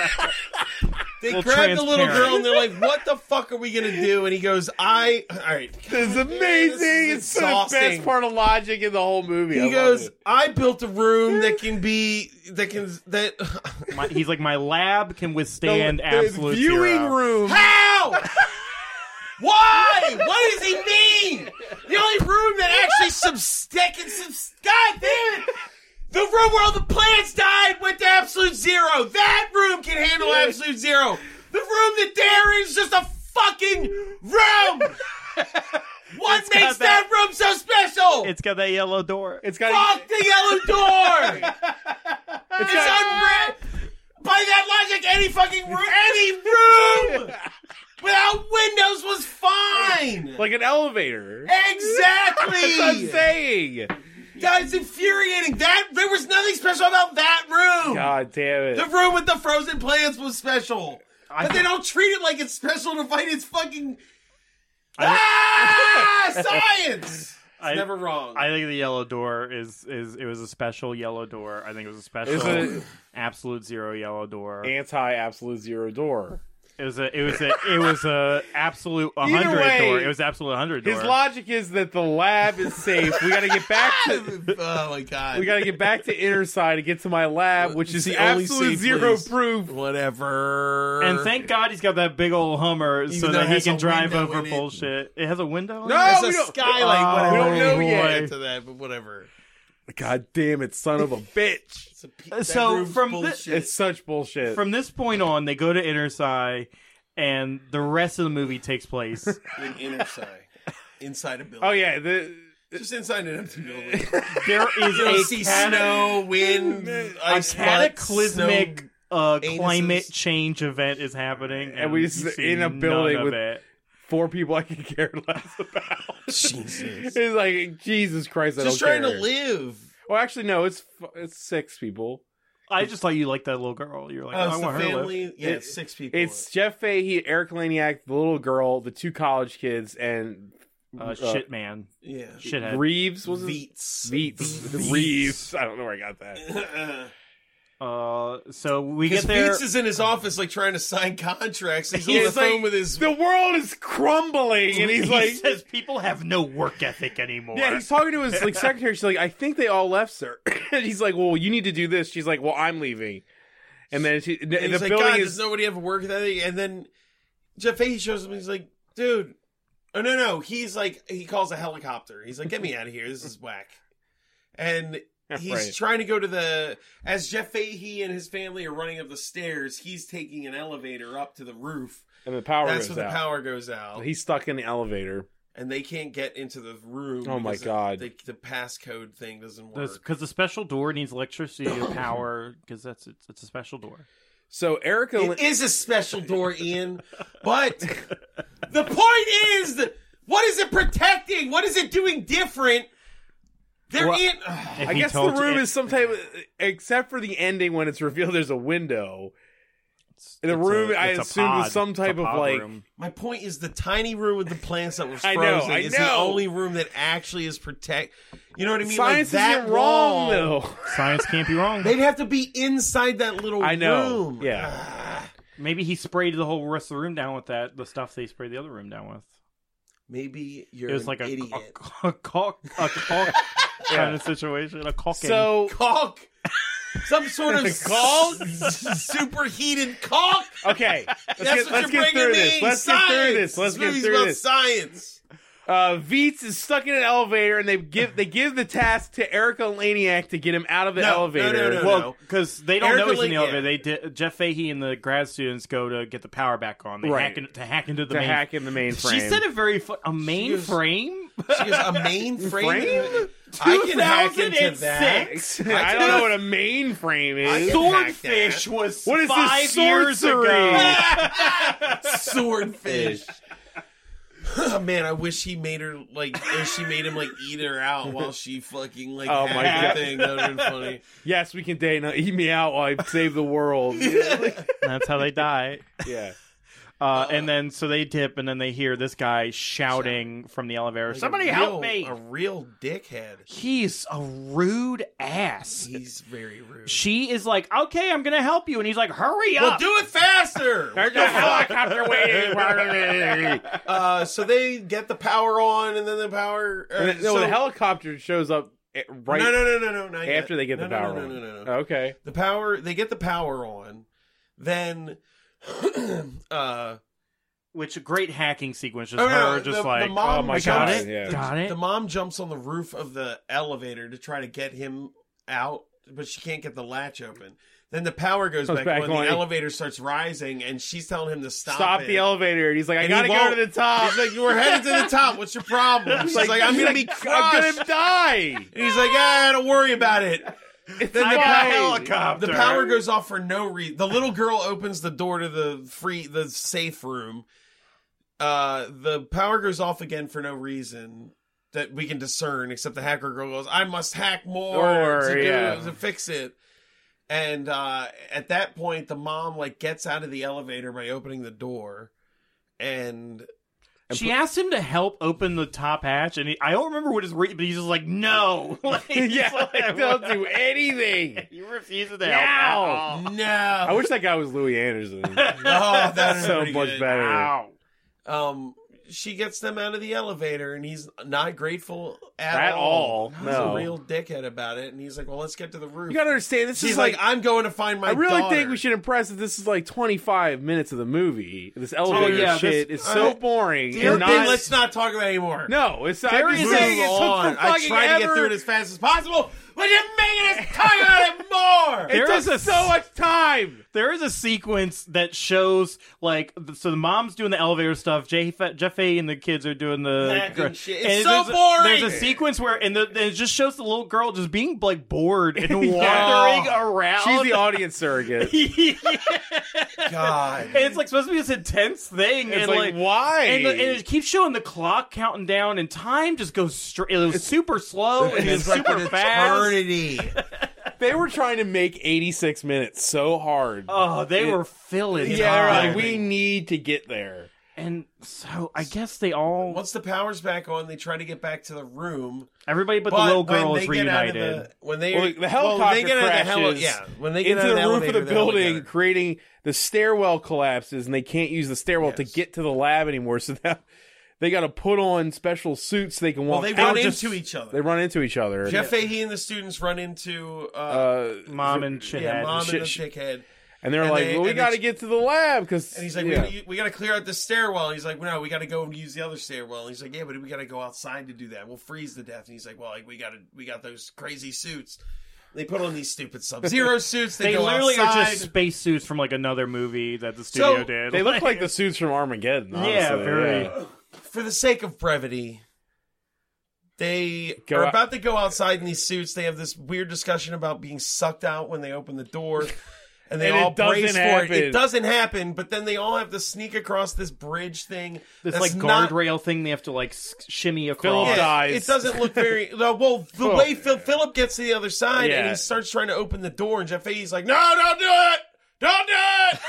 Speaker 3: They grab the little
Speaker 5: transparent.
Speaker 3: girl and they're like, "What the fuck are we gonna do?" And he goes, "I all right."
Speaker 4: It's amazing.
Speaker 3: This is
Speaker 4: it's the
Speaker 3: exhausting.
Speaker 4: best part of logic in the whole movie. I love
Speaker 3: He goes,
Speaker 4: it.
Speaker 3: "I built a room that can be that can that
Speaker 5: My- he's like, my lab can
Speaker 4: The-
Speaker 5: withstand
Speaker 4: the
Speaker 5: absolute
Speaker 4: viewing
Speaker 5: zero.
Speaker 4: room.
Speaker 3: how." Why? What does he mean? The only room that actually subs- that can subs- God damn it! The room where all the plants died went to absolute zero. That room can handle absolute zero. The room that they're in is just a fucking room. What makes that,
Speaker 5: got
Speaker 3: room so special?
Speaker 5: It's got that yellow door.
Speaker 4: It's got
Speaker 3: Fuck the yellow door. it's unwrapped. By that logic, any fucking room, any room without windows was fine.
Speaker 4: like an elevator. That's what I'm
Speaker 3: Exactly.
Speaker 4: saying.
Speaker 3: That's infuriating. That there was nothing special about that room.
Speaker 4: God damn it.
Speaker 3: The room with the frozen plants was special. but they don't treat it like it's special to fight its fucking ah, science.
Speaker 5: I,
Speaker 3: Never wrong.
Speaker 5: I think the yellow door is is it was a special yellow door. I think it was a special
Speaker 4: Is it-
Speaker 5: absolute zero yellow door.
Speaker 4: Anti absolute zero door.
Speaker 5: It was a it was a it was a absolute hundred
Speaker 4: way,
Speaker 5: door. It was absolute hundred door.
Speaker 4: His logic is that the lab is safe. We got to get back to
Speaker 3: oh my god.
Speaker 4: we got to get back to inner side and get to my lab, which is
Speaker 3: It's
Speaker 4: the
Speaker 3: only
Speaker 4: absolute
Speaker 3: safe
Speaker 4: zero
Speaker 3: place.
Speaker 4: proof.
Speaker 3: whatever.
Speaker 5: and thank God he's got that big old Hummer so
Speaker 3: though it
Speaker 5: that he
Speaker 3: has
Speaker 5: can
Speaker 3: a
Speaker 5: drive
Speaker 3: window
Speaker 5: over
Speaker 3: in it.
Speaker 5: bullshit. It. has a window. on
Speaker 4: No,
Speaker 5: it?
Speaker 3: It's
Speaker 4: we
Speaker 3: a
Speaker 4: don't-
Speaker 3: skylight.
Speaker 5: Oh,
Speaker 3: whatever.
Speaker 4: we don't know
Speaker 3: We'll
Speaker 4: yet.
Speaker 3: get to that, but whatever.
Speaker 4: God damn it, son of a bitch!
Speaker 3: It's a pe- that
Speaker 5: Uh, So
Speaker 3: roof's
Speaker 5: from thi-
Speaker 3: bullshit.
Speaker 4: It's such bullshit.
Speaker 5: From this point on, they go to Inner Psy, and the rest of the movie takes place.
Speaker 3: in inner side, inside a building.
Speaker 4: oh yeah, the
Speaker 3: just inside an empty building.
Speaker 5: there
Speaker 3: You don't
Speaker 5: is a
Speaker 3: see
Speaker 5: cat-
Speaker 3: snow, wind,
Speaker 5: a
Speaker 3: ice,
Speaker 5: cataclysmic uh,
Speaker 3: anuses.
Speaker 5: climate change event is happening, and,
Speaker 4: we
Speaker 5: you
Speaker 4: just-
Speaker 5: see
Speaker 4: in a
Speaker 5: none
Speaker 4: building
Speaker 5: of
Speaker 4: with-
Speaker 5: it.
Speaker 4: four people I could care less about.
Speaker 3: snow. Jesus.
Speaker 4: it's like Jesus Christ. I
Speaker 3: Just
Speaker 4: don't
Speaker 3: trying
Speaker 4: care.
Speaker 3: to live.
Speaker 4: Well, actually, no. It's f- it's six people.
Speaker 5: I just thought you liked that little girl. You're like,
Speaker 3: Oh,
Speaker 5: oh, I
Speaker 3: it's the
Speaker 5: want her to live.
Speaker 3: family. Yeah,
Speaker 4: It-
Speaker 3: it's six people.
Speaker 4: It's Jeff Fahey, Eric Laniak, the little girl, the two college kids, and
Speaker 5: Uh, shit, man,
Speaker 3: yeah.
Speaker 5: shithead.
Speaker 4: Reeves was his-
Speaker 3: Veets.
Speaker 4: Veets.
Speaker 3: Veets.
Speaker 4: Reeves. I don't know where I got that.
Speaker 5: Uh, so we
Speaker 3: Because
Speaker 5: get there.
Speaker 3: Veets is in his office, like trying to sign contracts. He's on
Speaker 4: Yeah,
Speaker 3: the
Speaker 4: it's
Speaker 3: phone
Speaker 4: like,
Speaker 3: with his.
Speaker 4: The world is crumbling, and he's like,
Speaker 5: says people have no work ethic anymore.
Speaker 4: yeah, he's talking to his like secretary. She's like, I think they all left, sir. and he's like, Well, you need to do this. She's like, Well, I'm leaving. And then she, the,
Speaker 3: and
Speaker 4: the
Speaker 3: he's like,
Speaker 4: building
Speaker 3: God,
Speaker 4: is
Speaker 3: does nobody ever work that? day?" And then Jeff Fahey shows him. He's like, dude, oh no, no. He's like, he calls a helicopter. He's like, get me out of here. This is whack. And he's
Speaker 4: Right.
Speaker 3: trying to go to the. As Jeff Fahey and his family are running up the stairs, he's taking an elevator up to the roof.
Speaker 4: and the power
Speaker 3: That's
Speaker 4: goes
Speaker 3: when the
Speaker 4: out.
Speaker 3: power goes out,
Speaker 4: He's stuck in the elevator.
Speaker 3: and they can't get into the room.
Speaker 4: Oh, my
Speaker 3: because
Speaker 4: God.
Speaker 3: The, the passcode thing doesn't work.
Speaker 5: because the special door needs electricity to power. Because that's it's, it's a special door.
Speaker 4: So Erica,
Speaker 3: It is a special door, Ian. But the point is that what is it protecting? What is it doing different? They're
Speaker 5: Well,
Speaker 3: in.
Speaker 5: If
Speaker 4: I
Speaker 5: he
Speaker 4: guess the
Speaker 5: told you-
Speaker 4: room
Speaker 5: it-
Speaker 4: is some type, of- except for the ending when it's revealed there's a window. the
Speaker 5: it's
Speaker 4: room,
Speaker 5: a-
Speaker 4: I
Speaker 5: it's a
Speaker 4: assumed, was
Speaker 5: pod.
Speaker 4: some
Speaker 5: It's a
Speaker 4: type of
Speaker 5: pod
Speaker 4: like.
Speaker 5: room.
Speaker 3: My point is the tiny room with the plants that was
Speaker 4: I
Speaker 3: frozen
Speaker 4: know, I
Speaker 3: is the
Speaker 4: know.
Speaker 3: only room that actually is protect. You know what I mean?
Speaker 4: Science
Speaker 3: like that
Speaker 4: isn't wrong
Speaker 3: wall,
Speaker 4: though.
Speaker 5: Science can't be wrong.
Speaker 3: They'd have to be inside that little
Speaker 4: I know.
Speaker 3: room.
Speaker 4: Yeah.
Speaker 5: Maybe he sprayed the whole rest of the room down with that the stuff they sprayed the other room down with.
Speaker 3: Maybe you're
Speaker 5: It was
Speaker 3: an
Speaker 5: like a
Speaker 3: idiot.
Speaker 5: a, a caulk a caulk kind of situation. A caulking.
Speaker 4: So
Speaker 3: caulk. Some sort of caulk, superheated caulk.
Speaker 4: okay, let's
Speaker 3: That's
Speaker 4: get,
Speaker 3: what
Speaker 4: let's
Speaker 3: you're
Speaker 4: get through
Speaker 3: bringing me.
Speaker 4: this. Let's
Speaker 3: science.
Speaker 4: get through this. Let's get
Speaker 3: movie's
Speaker 4: through
Speaker 3: about
Speaker 4: this.
Speaker 3: science.
Speaker 4: Uh, Veets is stuck in an elevator, and they give they give the task to Erica Laniak to get him out of the
Speaker 3: No, no,
Speaker 4: elevator.
Speaker 3: no, no, no.
Speaker 5: well, because they don't
Speaker 3: Erica
Speaker 5: know he's in the
Speaker 3: Lake-
Speaker 5: elevator. They did, Jeff Fahey and the grad students go to get the power back on. They
Speaker 4: Right.
Speaker 5: hack in, to hack into the
Speaker 4: to
Speaker 5: main.
Speaker 4: hack in the mainframe.
Speaker 5: She said a very fu- a
Speaker 3: goes-
Speaker 5: mainframe.
Speaker 3: She goes, a mainframe.
Speaker 4: Frame?
Speaker 3: I can hack into that.
Speaker 5: 2006?
Speaker 4: I don't know what a mainframe
Speaker 3: I
Speaker 4: is.
Speaker 3: can-
Speaker 5: Swordfish was
Speaker 4: What is this
Speaker 5: five years
Speaker 4: sorcery?
Speaker 5: ago.
Speaker 3: Swordfish. Oh, man, I wish he made her like, or she made him like eat her out while she fucking like.
Speaker 4: Oh, my
Speaker 3: hacked
Speaker 4: God.
Speaker 3: the Thing. That would've been funny.
Speaker 4: Yes, we can date. Now eat me out while I save the world.
Speaker 5: That's how they die.
Speaker 4: yeah.
Speaker 5: Uh, and then so they tip, and then they hear this guy shouting from the elevator. Somebody
Speaker 3: A
Speaker 5: help
Speaker 3: real-
Speaker 5: me!
Speaker 3: A real dickhead.
Speaker 5: He's a rude ass.
Speaker 3: He's very rude.
Speaker 5: She is like, "Okay, I'm gonna help you," and he's like, "Hurry
Speaker 3: Well,
Speaker 5: up!"
Speaker 3: do it faster.
Speaker 4: There's a helicopter waiting.
Speaker 3: Uh, so they get the power on, and then the power. Uh,
Speaker 4: And then- no,
Speaker 3: so-
Speaker 4: the helicopter shows up eh, right
Speaker 3: No, no, no, no, no, not yet.
Speaker 4: after they get the
Speaker 3: No, no,
Speaker 4: power
Speaker 3: No,
Speaker 4: on.
Speaker 3: no, no, no. no.
Speaker 4: Okay.
Speaker 3: The power. They get the power on. Then, uh,
Speaker 5: Which a great hacking sequence, just
Speaker 3: oh,
Speaker 5: her,
Speaker 3: no,
Speaker 5: just
Speaker 3: the,
Speaker 5: like,
Speaker 3: the mom
Speaker 4: oh my
Speaker 3: jumps-
Speaker 5: "Got it,
Speaker 4: God, yeah.
Speaker 5: got
Speaker 3: The,
Speaker 5: it."
Speaker 3: mom jumps on the roof of the elevator to try to get him out, but she can't get the latch open. Then the power goes
Speaker 4: Goes
Speaker 3: back,
Speaker 4: back
Speaker 3: on.
Speaker 4: on.
Speaker 3: The elevator starts rising, and she's telling him to stop.
Speaker 4: Stop,
Speaker 3: it.
Speaker 4: the elevator. And he's like, I
Speaker 3: And he
Speaker 4: gotta go
Speaker 3: won't-
Speaker 4: to the top.
Speaker 3: He's like, "We're headed to the top. What's your problem?" She's like, "I'm gonna be
Speaker 4: I'm
Speaker 3: crushed."
Speaker 4: gonna die.
Speaker 3: And he's like, ah, don't worry about it.
Speaker 4: It's
Speaker 3: Then the
Speaker 4: fine.
Speaker 3: power, the power goes off for no reason. The little girl opens the door to the free, the safe room. Uh, the power goes off again for no reason that we can discern, except the hacker girl goes, "I must hack more
Speaker 4: Or,
Speaker 3: to, do-
Speaker 4: yeah.
Speaker 3: to fix it." And uh, at that point, the mom like gets out of the elevator by opening the door, and
Speaker 5: She asked him to help open the top hatch, and he, I don't remember what his re- but he's just like, no, like, he's
Speaker 4: yeah,
Speaker 5: like,
Speaker 4: they'll do anything.
Speaker 5: he refuses to help. at all.
Speaker 4: Ow!
Speaker 3: No.
Speaker 4: I wish that guy was Louis Anderson.
Speaker 3: oh, that's
Speaker 4: so much better.
Speaker 3: Um, she gets them out of the elevator, and he's not grateful at,
Speaker 4: At all,
Speaker 3: He's
Speaker 4: no.
Speaker 3: a real dickhead about it, and he's like, "Well, let's get to the roof."
Speaker 4: You gotta understand, this
Speaker 3: She's
Speaker 4: is
Speaker 3: like,
Speaker 4: like,
Speaker 3: "I'm going to find my."
Speaker 4: I really
Speaker 3: daughter."
Speaker 4: think we should impress that this is like 25 minutes of the movie. This
Speaker 3: Oh,
Speaker 4: elevator
Speaker 5: yeah,
Speaker 4: shit
Speaker 5: this-
Speaker 4: is so
Speaker 3: alright.
Speaker 4: boring.
Speaker 3: Here,
Speaker 4: and not-
Speaker 3: then let's not talk about it anymore.
Speaker 4: no, it's not.
Speaker 5: There
Speaker 4: I'm just
Speaker 5: is
Speaker 3: Move
Speaker 4: saying it took
Speaker 3: on.
Speaker 4: the
Speaker 3: I
Speaker 4: fucking
Speaker 3: tried to get
Speaker 4: ever-
Speaker 3: through it as fast as possible, but you're making us talk about it more.
Speaker 4: It
Speaker 5: There
Speaker 4: took
Speaker 5: is a-
Speaker 4: so much time.
Speaker 5: There is a sequence that shows like th- so the mom's doing the elevator stuff. Jeff Jeff Fahey and the kids are doing the
Speaker 3: That good shit. It's
Speaker 5: and
Speaker 3: so
Speaker 5: there's a-
Speaker 3: boring!
Speaker 5: there's a sequence where and, the, and it just shows the little girl just being like bored and wandering around.
Speaker 4: She's the audience surrogate. It's
Speaker 3: God.
Speaker 5: and it's like supposed to be this intense thing. and
Speaker 4: like, why?
Speaker 5: And, the, and it keeps showing the clock counting down, and time just goes straight. It was super slow and then
Speaker 3: It's like
Speaker 5: super
Speaker 3: an
Speaker 5: fast.
Speaker 3: eternity.
Speaker 4: they were trying to make 86 minutes so hard.
Speaker 5: Oh, they were filling.
Speaker 4: yeah, they were
Speaker 5: time.
Speaker 4: like, we need to get there.
Speaker 5: and so I guess they all
Speaker 3: Once the power's back on, they try to get back to the room.
Speaker 5: everybody but,
Speaker 3: But
Speaker 5: the little
Speaker 3: when
Speaker 5: girl
Speaker 3: they
Speaker 5: is
Speaker 3: get out of
Speaker 5: reunited.
Speaker 3: The, when they
Speaker 4: Well, the helicopter
Speaker 3: well, they get out of the
Speaker 4: crashes
Speaker 3: heli- yeah, when they get
Speaker 4: into
Speaker 3: out
Speaker 4: the,
Speaker 3: of the,
Speaker 4: roof of
Speaker 3: elevator,
Speaker 4: the
Speaker 3: they're
Speaker 4: building,
Speaker 3: together.
Speaker 4: creating the stairwell collapses, and they can't use the stairwell to
Speaker 3: Yes.
Speaker 4: get to the lab anymore. So now they got to put on special suits so they can
Speaker 3: Well,
Speaker 4: walk.
Speaker 3: they
Speaker 4: out
Speaker 3: run
Speaker 4: just-
Speaker 3: into each other.
Speaker 4: They run into each other.
Speaker 3: Jeff Fahey and the students run into uh,
Speaker 4: uh,
Speaker 5: Mom and shithead.
Speaker 3: yeah, mom
Speaker 4: shit-
Speaker 3: and the
Speaker 4: shit.
Speaker 3: dickhead,
Speaker 4: and they're
Speaker 3: and
Speaker 4: like,
Speaker 3: they-
Speaker 4: "Well, we
Speaker 3: and
Speaker 4: got to
Speaker 3: it's-
Speaker 4: get to the lab because."
Speaker 3: and he's like,
Speaker 4: yeah.
Speaker 3: we, gotta, "We gotta clear out the stairwell." And he's like, "No, we gotta go and use the other stairwell." And he's like, "Yeah, but we gotta go outside to do that. We'll freeze to death." And he's like, "Well, like we gotta, we got those crazy suits." They put on these stupid Sub-Zero suits. They,
Speaker 5: They
Speaker 3: go
Speaker 5: literally
Speaker 3: outside.
Speaker 5: are just spacesuits from like another movie that the
Speaker 3: So,
Speaker 5: studio did.
Speaker 4: they look like the suits from Armageddon. Honestly.
Speaker 5: yeah, very.
Speaker 4: Yeah.
Speaker 3: for the sake of brevity, they
Speaker 4: Go
Speaker 3: are
Speaker 4: out-
Speaker 3: about to go outside in these suits. They have this weird discussion about being sucked out when they open the door. And they
Speaker 4: And it
Speaker 3: all brace
Speaker 4: doesn't
Speaker 3: for it. It
Speaker 4: happen.
Speaker 3: doesn't happen, but then they all have to sneak across this bridge thing.
Speaker 5: This
Speaker 3: that's
Speaker 5: like
Speaker 3: not-
Speaker 5: guardrail thing they have to like s- shimmy
Speaker 4: Philip
Speaker 5: across.
Speaker 3: Yeah,
Speaker 4: dies.
Speaker 3: It doesn't look very. No, well, the way Phil, Philip gets to the other side and
Speaker 4: Yeah.
Speaker 3: he starts trying to open the door, and Jeff Fahey's like, "No, don't do it, don't do it,"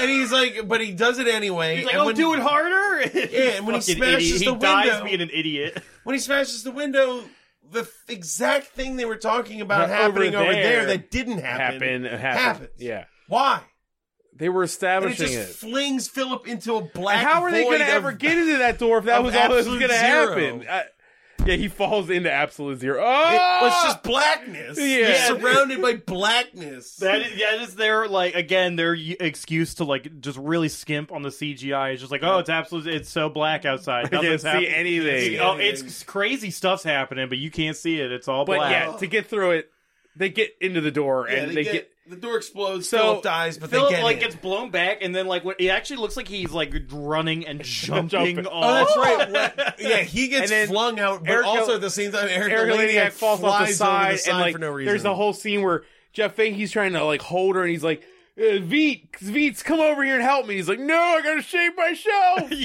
Speaker 3: and he's like, but he does it anyway.
Speaker 5: He's like,
Speaker 3: and
Speaker 5: oh,
Speaker 3: when-
Speaker 5: do it harder. Yeah,
Speaker 3: and when he smashes
Speaker 5: idiot.
Speaker 3: the
Speaker 5: he dies
Speaker 3: window-
Speaker 5: being an idiot.
Speaker 3: when he smashes the window, the f- exact thing they were talking about
Speaker 4: Over
Speaker 3: happening over
Speaker 4: there
Speaker 3: there that didn't happen
Speaker 4: Happen, happen,
Speaker 3: happens.
Speaker 4: Yeah,
Speaker 3: Why?
Speaker 4: they were
Speaker 3: And it
Speaker 4: establishing
Speaker 3: just flings Philip into a black.
Speaker 4: How are they
Speaker 3: going to
Speaker 4: ever get into that door if that
Speaker 3: of
Speaker 4: was all that was
Speaker 3: absolute
Speaker 4: going to
Speaker 3: zero.
Speaker 4: happen? I, yeah, he falls into absolute zero.
Speaker 3: It
Speaker 4: Oh,
Speaker 3: was just blackness.
Speaker 4: Yeah.
Speaker 3: You're surrounded by blackness.
Speaker 5: That is, that is their like again their y- excuse to like just really skimp on the CGI. It's just like, oh, it's absolutely it's so black outside.
Speaker 4: I can't
Speaker 5: Nothing's
Speaker 4: see
Speaker 5: happening.
Speaker 4: anything.
Speaker 5: Oh, it's crazy stuff's happening, but you can't see it. It's all
Speaker 4: but
Speaker 5: black.
Speaker 4: yeah, to get through it, they get into the door
Speaker 3: Yeah,
Speaker 4: and they, get,
Speaker 3: the door explodes.
Speaker 4: So,
Speaker 3: Philip dies, but
Speaker 5: Philip
Speaker 3: they get
Speaker 5: like
Speaker 3: in.
Speaker 5: gets blown back, and then like when, it actually looks like he's like running and jumping.
Speaker 4: Jumping.
Speaker 5: off.
Speaker 3: Oh, that's right. Well, yeah, he gets
Speaker 4: And then
Speaker 3: flung out, but
Speaker 4: Erica-
Speaker 3: also at the same time, Eric
Speaker 4: Erica Laniak
Speaker 3: Laniak
Speaker 4: falls
Speaker 3: flies
Speaker 4: off the side,
Speaker 3: over the side
Speaker 4: and like
Speaker 3: for no reason.
Speaker 4: there's the whole scene where Jeff Fahey's trying to like hold her and he's like, "Uh, "Veet, Veets, come over here and help me." He's like, "No, I gotta shave myself."
Speaker 5: yeah,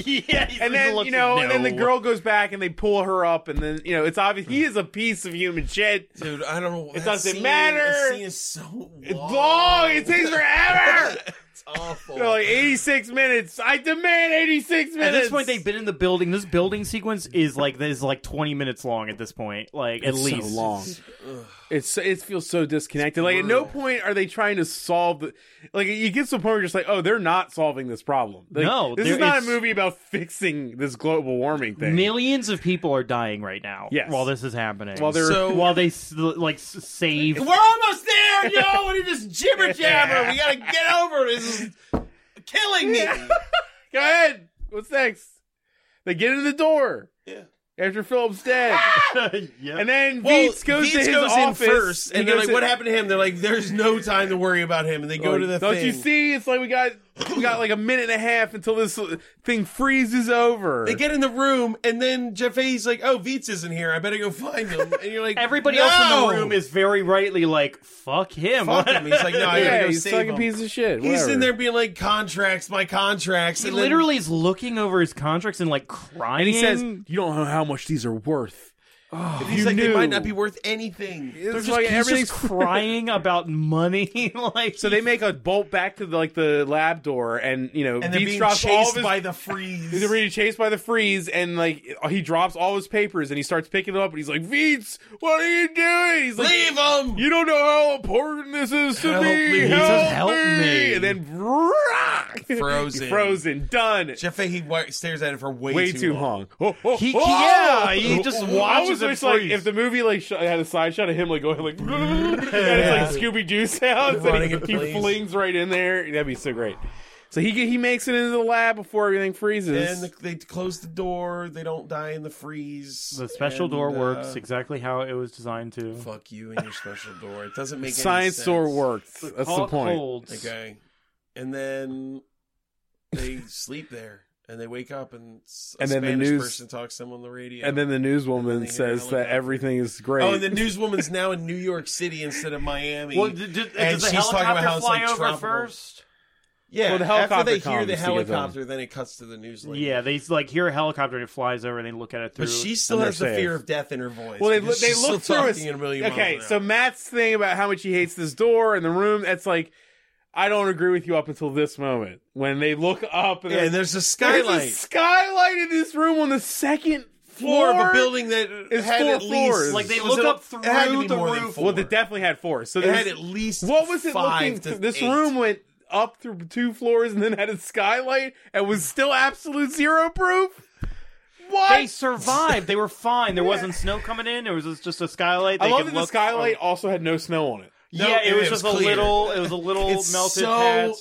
Speaker 5: he's-
Speaker 4: And
Speaker 5: he
Speaker 4: then
Speaker 5: looks-
Speaker 4: you know, and then the
Speaker 5: no.
Speaker 4: girl goes back and they pull her up, and then you know, it's obvious he is a piece of human shit.
Speaker 3: dude. I don't know. It
Speaker 4: doesn't matter.
Speaker 3: Scene is so long.
Speaker 4: It's long. It takes forever.
Speaker 3: It's awful.
Speaker 4: They're like 86 minutes. I demand 86 minutes.
Speaker 5: At this point, they've been in the building. This building sequence is like is like twenty minutes long at this point, like at least
Speaker 4: long. It's it feels so disconnected. Like at no point are they trying to solve the. Like you get to a point where you're just like, oh, they're not solving this problem. Like,
Speaker 5: No,
Speaker 4: this
Speaker 5: there-
Speaker 4: is not a
Speaker 5: it's-
Speaker 4: movie about fixing this global warming thing.
Speaker 5: Millions of people are dying right now.
Speaker 4: Yes.
Speaker 5: while this is happening.
Speaker 4: While they're
Speaker 3: So-
Speaker 5: while they s- like s- save.
Speaker 3: We're almost there, yo! And he just jibber jabber. We gotta get over it. This is killing me.
Speaker 4: go ahead. What's next? They get in the door.
Speaker 3: Yeah.
Speaker 4: After Phillips dead,
Speaker 5: Yep.
Speaker 4: and then
Speaker 3: Well,
Speaker 4: Veets goes
Speaker 3: Veets
Speaker 4: to his
Speaker 3: goes
Speaker 4: office
Speaker 3: in first,
Speaker 4: He
Speaker 3: and they're
Speaker 4: goes
Speaker 3: like,
Speaker 4: in-
Speaker 3: "What happened to him?" They're like, "There's no time to worry about him." And they go
Speaker 4: Like,
Speaker 3: to the
Speaker 4: don't
Speaker 3: thing.
Speaker 4: you see? It's like we got we got like a minute and a half until this thing freezes over.
Speaker 3: They get in the room, and then Jeff Fahey's like, "Oh, Veets isn't here. I better go find him." And you're like,
Speaker 5: Everybody
Speaker 3: "No!"
Speaker 5: else in the room is very rightly like, "Fuck him."
Speaker 3: Fuck him. He's like, "No, I gotta
Speaker 4: yeah,
Speaker 3: go
Speaker 4: he's
Speaker 3: save
Speaker 4: like a
Speaker 3: him."
Speaker 4: piece of shit.
Speaker 3: He's
Speaker 4: whatever.
Speaker 3: in there being like, "Contracts, my contracts."
Speaker 5: he
Speaker 3: and then-
Speaker 5: literally is looking over his contracts and like crying.
Speaker 4: and he says, "You don't know how much these are worth."
Speaker 3: if Oh, he's
Speaker 4: you
Speaker 3: like, they might
Speaker 4: knew.
Speaker 3: not be worth anything.
Speaker 4: It's
Speaker 5: They're just,
Speaker 4: like
Speaker 5: he's
Speaker 4: everything's
Speaker 5: just crying about money. like
Speaker 4: So they make a bolt back to the, like the lab door, and you know,
Speaker 3: And they're
Speaker 4: Dietz
Speaker 3: being
Speaker 4: drops all of
Speaker 3: chased
Speaker 4: his,
Speaker 3: by the freeze.
Speaker 4: He's already chased by the freeze, and like he drops all his papers, and he starts picking them up, and he's like, "Veets, what are you doing?" He's like,
Speaker 3: Leave him.
Speaker 4: "You don't know how important this is to
Speaker 3: Help
Speaker 4: me.
Speaker 3: me." He
Speaker 4: Help,
Speaker 5: says, "Help
Speaker 4: me.
Speaker 5: me.
Speaker 4: And then rock,
Speaker 3: Frozen.
Speaker 4: frozen, done.
Speaker 3: Jeff Fahey wa- stares at it for way,
Speaker 4: Way
Speaker 3: too,
Speaker 4: too
Speaker 3: long.
Speaker 4: long. Oh, oh,
Speaker 5: He-
Speaker 4: oh!
Speaker 5: yeah, he just
Speaker 4: I
Speaker 5: watches
Speaker 4: always
Speaker 5: it
Speaker 4: wish, like,
Speaker 5: freeze.
Speaker 4: if the movie like sh- had a side shot of him like going like, and it's like Scooby Doo sounds,
Speaker 3: Running
Speaker 4: and
Speaker 3: in
Speaker 4: he, he
Speaker 3: place.
Speaker 4: flings right in there. That'd be so great. So he he makes it into the lab before everything freezes.
Speaker 3: Then the, they close the door. They don't die in the freeze.
Speaker 5: the special
Speaker 3: and,
Speaker 5: door
Speaker 3: uh,
Speaker 5: works exactly how it was designed to.
Speaker 3: Fuck you and your special door. It doesn't make any
Speaker 4: science
Speaker 3: sense.
Speaker 4: store worked. That's the
Speaker 5: Hot
Speaker 4: point.
Speaker 5: holds.
Speaker 3: Okay, and then they sleep there, and they wake up, and s- a
Speaker 4: And then the
Speaker 3: Spanish
Speaker 4: news-
Speaker 3: person talks to them on the radio,
Speaker 4: And then the
Speaker 3: And
Speaker 4: newswoman
Speaker 3: they hear
Speaker 4: says
Speaker 3: helicopter.
Speaker 4: that everything is great.
Speaker 3: oh, and the newswoman's now in New York City instead of Miami.
Speaker 5: Well, did, did,
Speaker 3: and
Speaker 5: does the
Speaker 3: she's talking
Speaker 5: helicopter
Speaker 3: about how it's
Speaker 5: fly
Speaker 3: like
Speaker 5: over
Speaker 3: tropical.
Speaker 5: first?
Speaker 3: yeah,
Speaker 4: Well, the
Speaker 3: after they
Speaker 4: helicopter comes to
Speaker 3: hear the
Speaker 4: get them.
Speaker 3: helicopter, then it cuts to the news. lady.
Speaker 5: Yeah, they like hear a helicopter and it flies over and they look at it through.
Speaker 3: But she still
Speaker 4: and
Speaker 3: has the
Speaker 4: they're
Speaker 3: fear
Speaker 4: safe.
Speaker 3: of death in her voice.
Speaker 4: well, they
Speaker 3: because
Speaker 4: they
Speaker 3: she's still
Speaker 4: look through
Speaker 3: talking
Speaker 4: his-
Speaker 3: at a million miles
Speaker 4: Okay,
Speaker 3: an
Speaker 4: so
Speaker 3: hour.
Speaker 4: Matt's thing about how much he hates this door and the room. That's like, I don't agree with you up until this moment when they look up and,
Speaker 3: yeah,
Speaker 4: they're-
Speaker 3: and there's a
Speaker 4: there's a
Speaker 3: skylight
Speaker 4: skylight in this room on the second
Speaker 3: floor
Speaker 4: floor
Speaker 3: of a building that
Speaker 4: is
Speaker 3: had
Speaker 4: four
Speaker 3: at least
Speaker 4: floors.
Speaker 5: Like, they
Speaker 3: was
Speaker 5: look
Speaker 3: it-
Speaker 5: up
Speaker 3: it had to
Speaker 5: through
Speaker 3: be
Speaker 5: the
Speaker 3: more than
Speaker 5: roof.
Speaker 3: four.
Speaker 4: Well, they definitely had four. So
Speaker 3: it
Speaker 4: there's-
Speaker 3: had at least
Speaker 4: what was it
Speaker 3: five
Speaker 4: looking?
Speaker 3: to
Speaker 4: through? This
Speaker 3: eight.
Speaker 4: room went up through two floors and then had a skylight and was still absolute zero proof. What?
Speaker 5: they survived. They were fine. There wasn't snow coming in. It was just- just a skylight.
Speaker 4: I
Speaker 5: They
Speaker 4: love
Speaker 5: could
Speaker 4: that the
Speaker 5: look-
Speaker 3: um,
Speaker 4: skylight
Speaker 5: oh.
Speaker 4: also had no snow on it.
Speaker 3: No,
Speaker 5: yeah,
Speaker 3: it
Speaker 5: it was
Speaker 3: was
Speaker 5: just a
Speaker 3: clear.
Speaker 5: little. It was a little
Speaker 3: It's
Speaker 5: melted
Speaker 3: so-
Speaker 5: patch.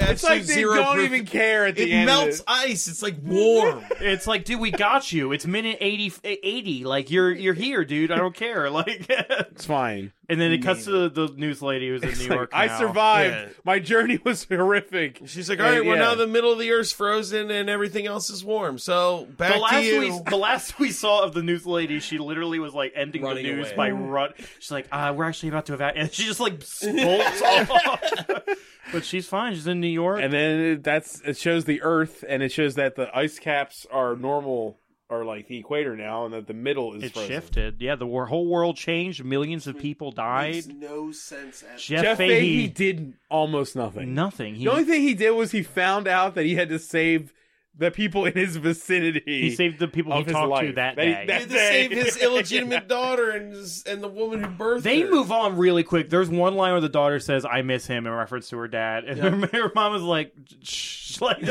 Speaker 4: It's like they don't even care at the
Speaker 3: It
Speaker 4: end.
Speaker 3: melts
Speaker 4: Of
Speaker 3: ice. It's like warm.
Speaker 5: It's like, dude, we got you. It's minute 80, 80. Like you're you're here, dude. I don't care. Like,
Speaker 4: It's fine.
Speaker 5: and then it cuts to the, the news lady who's in New York.
Speaker 4: I
Speaker 5: now.
Speaker 4: survived.
Speaker 3: Yeah.
Speaker 4: My journey was horrific.
Speaker 3: She's like, all right,
Speaker 4: And,
Speaker 3: well
Speaker 4: yeah.
Speaker 3: now the middle of the earth's frozen and everything else is warm. So back
Speaker 5: The last
Speaker 3: to you.
Speaker 5: we the last we saw of the news lady, she literally was like ending
Speaker 3: Running
Speaker 5: the news
Speaker 3: away.
Speaker 5: by run. She's like, uh, "We're actually about to evacuate," and she just like bolts off. but she's fine. She's in New York.
Speaker 4: And then it, that's it shows the Earth, and it shows that the ice caps are normal, are like the equator now, and that the middle is
Speaker 5: it
Speaker 4: frozen.
Speaker 5: shifted. Yeah, the wor- whole world changed. Millions of people died.
Speaker 3: no sense. At
Speaker 5: Jeff,
Speaker 4: Jeff
Speaker 5: Fahey,
Speaker 4: Fahey did almost nothing.
Speaker 5: nothing. He,
Speaker 4: The only thing he did was he found out that he had to save the people in his vicinity.
Speaker 5: he saved the people he
Speaker 4: of his
Speaker 5: talked to
Speaker 4: life.
Speaker 5: that
Speaker 4: They-
Speaker 5: day.
Speaker 4: that-
Speaker 3: to save his illegitimate daughter and his- and the woman who birthed
Speaker 5: They
Speaker 3: her.
Speaker 5: move on really quick. There's one line where the daughter says, "I miss him" in reference to her dad, and her, her mom is like, "Shh," like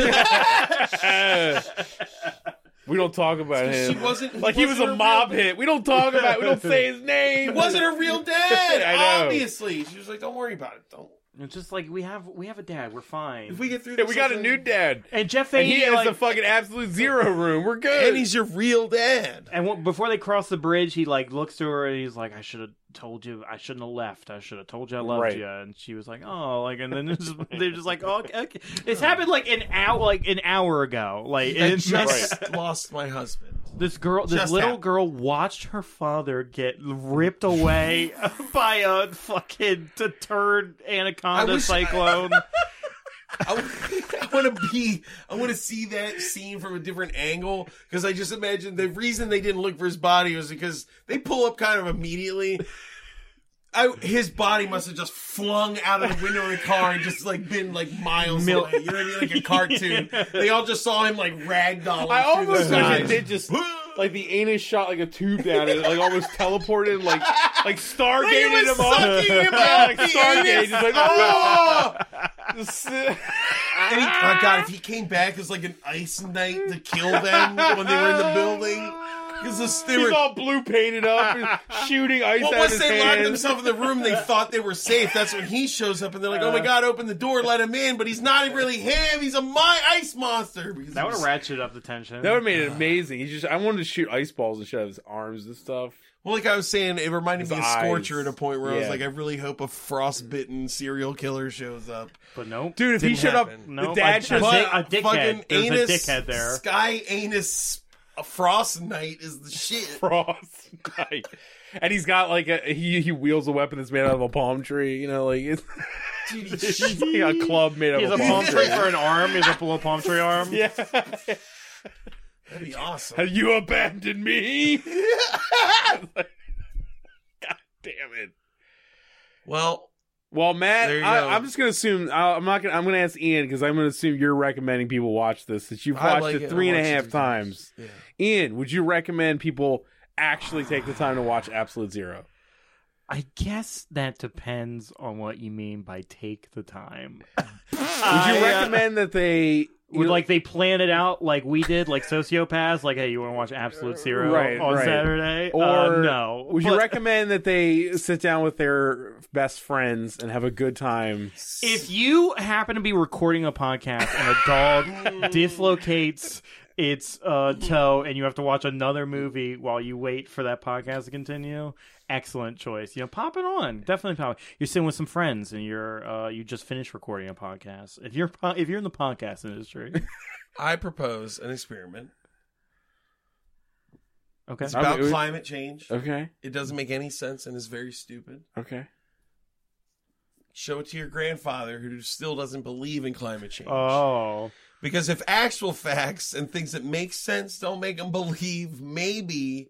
Speaker 4: we don't talk about him.
Speaker 3: She wasn't
Speaker 4: like he was
Speaker 3: wasn't
Speaker 4: a
Speaker 3: her
Speaker 4: mob
Speaker 3: real-
Speaker 4: hit. We don't talk about. We don't say his name.
Speaker 3: Wasn't her real dad?
Speaker 4: I know.
Speaker 3: Obviously, she was like, "Don't worry about it. Don't."
Speaker 5: It's just like we have we have a dad. We're fine.
Speaker 3: If we get through,
Speaker 4: Yeah,
Speaker 3: this
Speaker 4: we got a
Speaker 3: whole
Speaker 4: new
Speaker 3: thing-
Speaker 4: dad.
Speaker 5: and Jeff
Speaker 4: And
Speaker 5: Fahey,
Speaker 4: he has
Speaker 5: like,
Speaker 4: the fucking absolute zero room. We're good.
Speaker 3: and he's your real dad.
Speaker 5: and what, before they cross the bridge, he like looks to her and he's like, "I should have told you. I shouldn't have left. I should have told you I loved
Speaker 4: Right.
Speaker 5: you." And she was like, "Oh, like," and then it's just, they're just like, "Oh, okay, okay." It's happened like an hour, like an hour ago. Like
Speaker 3: I
Speaker 5: and this,
Speaker 3: just lost my husband.
Speaker 5: this girl, this
Speaker 3: Just
Speaker 5: little
Speaker 3: happened.
Speaker 5: girl watched her father get ripped away by a fucking deterred anaconda
Speaker 3: I wish-
Speaker 5: cyclone.
Speaker 3: I, want to be. I want to see that scene from a different angle because I just imagine the reason they didn't look for his body was because they pull up kind of immediately. I, his body must have just flung out of the window of the car and just like been like miles
Speaker 5: Mil-
Speaker 3: away. You know what I mean? Like a cartoon. They all just saw him like ragdoll.
Speaker 4: I almost wish it
Speaker 3: like
Speaker 4: did just like the anus shot like a tube down it, like almost teleported, like like stargated
Speaker 3: was
Speaker 4: him off.
Speaker 3: sucking him
Speaker 4: yeah,
Speaker 3: out
Speaker 4: like
Speaker 3: the
Speaker 4: stargaze,
Speaker 3: anus.
Speaker 4: just like oh. Just-
Speaker 3: And he, oh god, if he came back as like an ice knight to kill them when they were in the building, because they
Speaker 4: He's
Speaker 3: were
Speaker 4: all blue painted up, and shooting ice
Speaker 3: Well,
Speaker 4: out of
Speaker 3: once
Speaker 4: his
Speaker 3: they locked
Speaker 4: hand.
Speaker 3: themselves in the room, they thought they were safe. That's when he shows up, and they're like, "Oh my god, open the door, let him in!" But he's not really him. He's a my ice monster. Because
Speaker 5: that would have
Speaker 3: he's-
Speaker 5: ratcheted up the tension.
Speaker 4: That would have made it amazing. He just I wanted to shoot ice balls and shit out of his arms and stuff.
Speaker 3: Well, like I was saying, it reminded
Speaker 4: His
Speaker 3: me of
Speaker 4: eyes.
Speaker 3: Scorcher at a point where I was
Speaker 4: Yeah.
Speaker 3: like, "I really hope a frostbitten serial killer shows up."
Speaker 5: but nope.
Speaker 4: Dude, if
Speaker 3: Didn't
Speaker 4: he showed up
Speaker 3: happen.
Speaker 5: Nope,
Speaker 4: the
Speaker 5: I- I
Speaker 4: dad shows
Speaker 5: But
Speaker 4: up
Speaker 5: dick- a dickhead.
Speaker 3: fucking
Speaker 5: There's a
Speaker 3: anus,
Speaker 5: dickhead there.
Speaker 3: Sky anus, a frost knight is the shit.
Speaker 4: Frost Knight. And he's got like a he he wheels a weapon that's made out of a palm tree, you know, like it's, it's like a club made out
Speaker 5: He's a
Speaker 4: of a palm
Speaker 5: palm
Speaker 4: tree.
Speaker 5: tree for an arm. He's a little palm tree arm.
Speaker 4: Yeah.
Speaker 3: That'd be awesome.
Speaker 4: Have you abandoned me? God damn it.
Speaker 3: Well,
Speaker 4: Well, Matt,
Speaker 3: There you go.
Speaker 4: I, I'm just gonna assume I, I'm not gonna. I'm gonna ask Ian because I'm gonna assume you're recommending people watch this since you've
Speaker 3: I
Speaker 4: watched
Speaker 3: like
Speaker 4: it
Speaker 3: it. I
Speaker 4: three and a
Speaker 3: watched it
Speaker 4: half
Speaker 3: three times.
Speaker 4: times.
Speaker 3: yeah.
Speaker 4: Ian, would you recommend people actually take the time to watch Absolute Zero?
Speaker 5: I guess that depends on what you mean by take the time.
Speaker 4: Would you
Speaker 5: I, uh,
Speaker 4: recommend that they
Speaker 5: Would like they plan it out like we did, like sociopaths, like hey, you want to watch Absolute Zero
Speaker 4: Right,
Speaker 5: on
Speaker 4: right.
Speaker 5: Saturday?
Speaker 4: or
Speaker 5: Uh, no?
Speaker 4: Would you
Speaker 5: But
Speaker 4: recommend that they sit down with their best friends and have a good time?
Speaker 5: if you happen to be recording a podcast and a dog dislocates its uh, toe and you have to watch another movie while you wait for that podcast to continue? Excellent choice. You know, pop it on. Definitely pop. It. You're sitting with some friends and you're uh, you just finished recording a podcast. If you're po- if you're in the podcast industry,
Speaker 3: I propose an experiment.
Speaker 5: okay.
Speaker 3: It's
Speaker 4: I
Speaker 3: about
Speaker 4: mean, we-
Speaker 3: climate change.
Speaker 4: Okay,
Speaker 3: It doesn't make any sense and is very stupid.
Speaker 4: okay.
Speaker 3: Show it to your grandfather who still doesn't believe in climate change.
Speaker 5: Oh,
Speaker 3: Because if actual facts and things that make sense don't make them believe, maybe